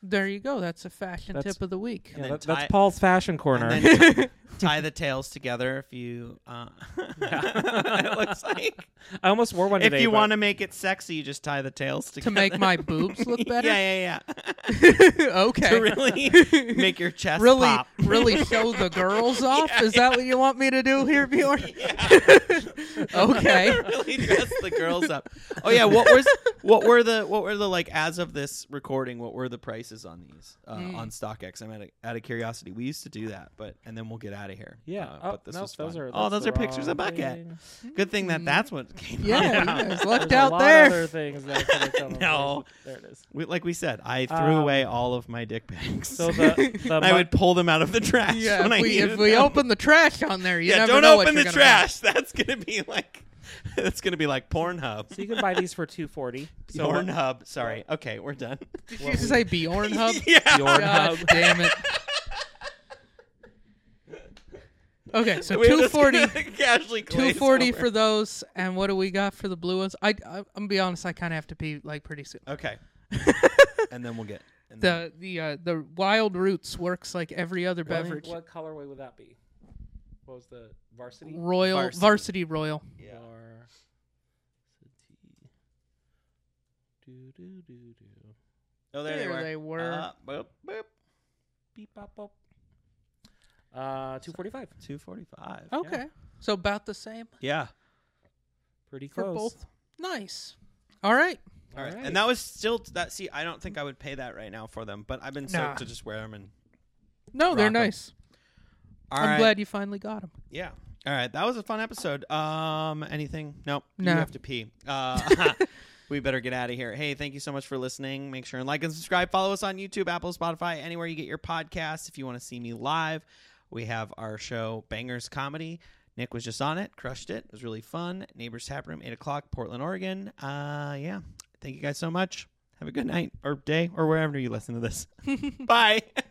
Speaker 4: There you go. That's a fashion
Speaker 3: That's-
Speaker 4: tip of the week.
Speaker 3: Yeah,
Speaker 5: then
Speaker 3: that-
Speaker 5: tie-
Speaker 3: that's Paul's fashion corner.
Speaker 5: And then tie the tails together if you. Uh, it looks like
Speaker 3: I almost wore one
Speaker 5: if
Speaker 3: today.
Speaker 5: you
Speaker 3: but
Speaker 5: want to make it sexy, you just tie the tails
Speaker 4: To
Speaker 5: together
Speaker 4: make my boobs look better.
Speaker 5: yeah, yeah, yeah.
Speaker 4: okay.
Speaker 5: To really make your chest
Speaker 4: really,
Speaker 5: pop.
Speaker 4: really show the girls off. Is that what you want me to do here, Bjorn? okay.
Speaker 5: really dress the girls up. Oh yeah, what was what were the what were the like as of this recording? What were the prices on these uh,
Speaker 4: Hmm.
Speaker 5: on StockX? I'm out of, out of curiosity. We used to do that, but and then we'll get out of here.
Speaker 3: Yeah,
Speaker 5: Uh,
Speaker 3: oh,
Speaker 5: but this
Speaker 3: no,
Speaker 5: was
Speaker 3: those
Speaker 5: fun.
Speaker 3: are
Speaker 5: oh,
Speaker 3: that's
Speaker 5: those
Speaker 3: the
Speaker 5: are pictures of
Speaker 3: wrong
Speaker 5: bucket.
Speaker 3: thing.
Speaker 5: Good thing that that's what came.
Speaker 4: Hmm. Yeah,
Speaker 5: out.
Speaker 4: you guys lucked
Speaker 3: There's a
Speaker 4: out
Speaker 3: lot
Speaker 4: there.
Speaker 3: Of other things that I could have done on
Speaker 5: No.
Speaker 3: purpose. there it is.
Speaker 5: We, like we said, I threw
Speaker 3: Um,
Speaker 5: away all of my dick pics.
Speaker 3: So the, the
Speaker 5: I would pull them out of the trash
Speaker 4: Yeah,
Speaker 5: when I
Speaker 4: if we,
Speaker 5: needed
Speaker 4: if we
Speaker 5: them.
Speaker 4: open the trash on there, you
Speaker 5: yeah,
Speaker 4: never
Speaker 5: don't
Speaker 4: know what
Speaker 5: open
Speaker 4: you're
Speaker 5: the
Speaker 4: gonna find.
Speaker 5: trash. That's gonna be like that's gonna be like Pornhub.
Speaker 3: So you can buy these for two forty.
Speaker 5: So Pornhub. Sorry. Okay, we're done.
Speaker 4: Did you just say Bjorn Hub?
Speaker 5: yeah.
Speaker 4: God damn it. Okay, so
Speaker 5: We were
Speaker 4: two
Speaker 5: just gonna
Speaker 4: forty.
Speaker 5: casually glaze
Speaker 4: 240
Speaker 5: over.
Speaker 4: for those and what do we got for the blue ones i, I i'm gonna be honest i kind of have to pee like pretty soon
Speaker 5: Okay. and then we'll get. and then-
Speaker 4: the the uh the wild roots works like every other beverage
Speaker 3: What colorway would that be? What was the varsity?
Speaker 4: royal
Speaker 5: Varsity.
Speaker 4: varsity, royal
Speaker 5: Yeah.
Speaker 3: Varsity. Do do do do.
Speaker 5: Oh, there,
Speaker 4: there
Speaker 5: they
Speaker 4: they
Speaker 5: were.
Speaker 4: were.
Speaker 5: Uh, boop, boop.
Speaker 3: Beep bop bop. Uh, two forty five.
Speaker 5: 245.
Speaker 4: okay so about the same
Speaker 5: Yeah.
Speaker 3: Pretty close.
Speaker 4: for both nice all right
Speaker 5: All right.
Speaker 3: Alright.
Speaker 5: And that was still that. See, I don't think I would pay that right now for them, but I've been stoked
Speaker 4: Nah.
Speaker 5: to just wear them. And
Speaker 4: no they're
Speaker 5: Rock 'em.
Speaker 4: nice
Speaker 5: all
Speaker 4: i'm
Speaker 5: right.
Speaker 4: glad you finally got them
Speaker 5: Yeah. All right. That was a fun episode. Um, anything? Nope.
Speaker 4: No.
Speaker 5: You have to pee. Uh, we better get out of here. Hey, thank you so much for listening. Make sure and like and subscribe. Follow us on YouTube, Apple, Spotify, anywhere you get your podcasts. If you want to see me live, we have our show Bangers Comedy. Nick was just on it, crushed it. It was really fun. Neighbors Tap Room, eight o'clock, Portland, Oregon. Uh, yeah. Thank you guys so much. Have a good night or day or wherever you listen to this. Bye.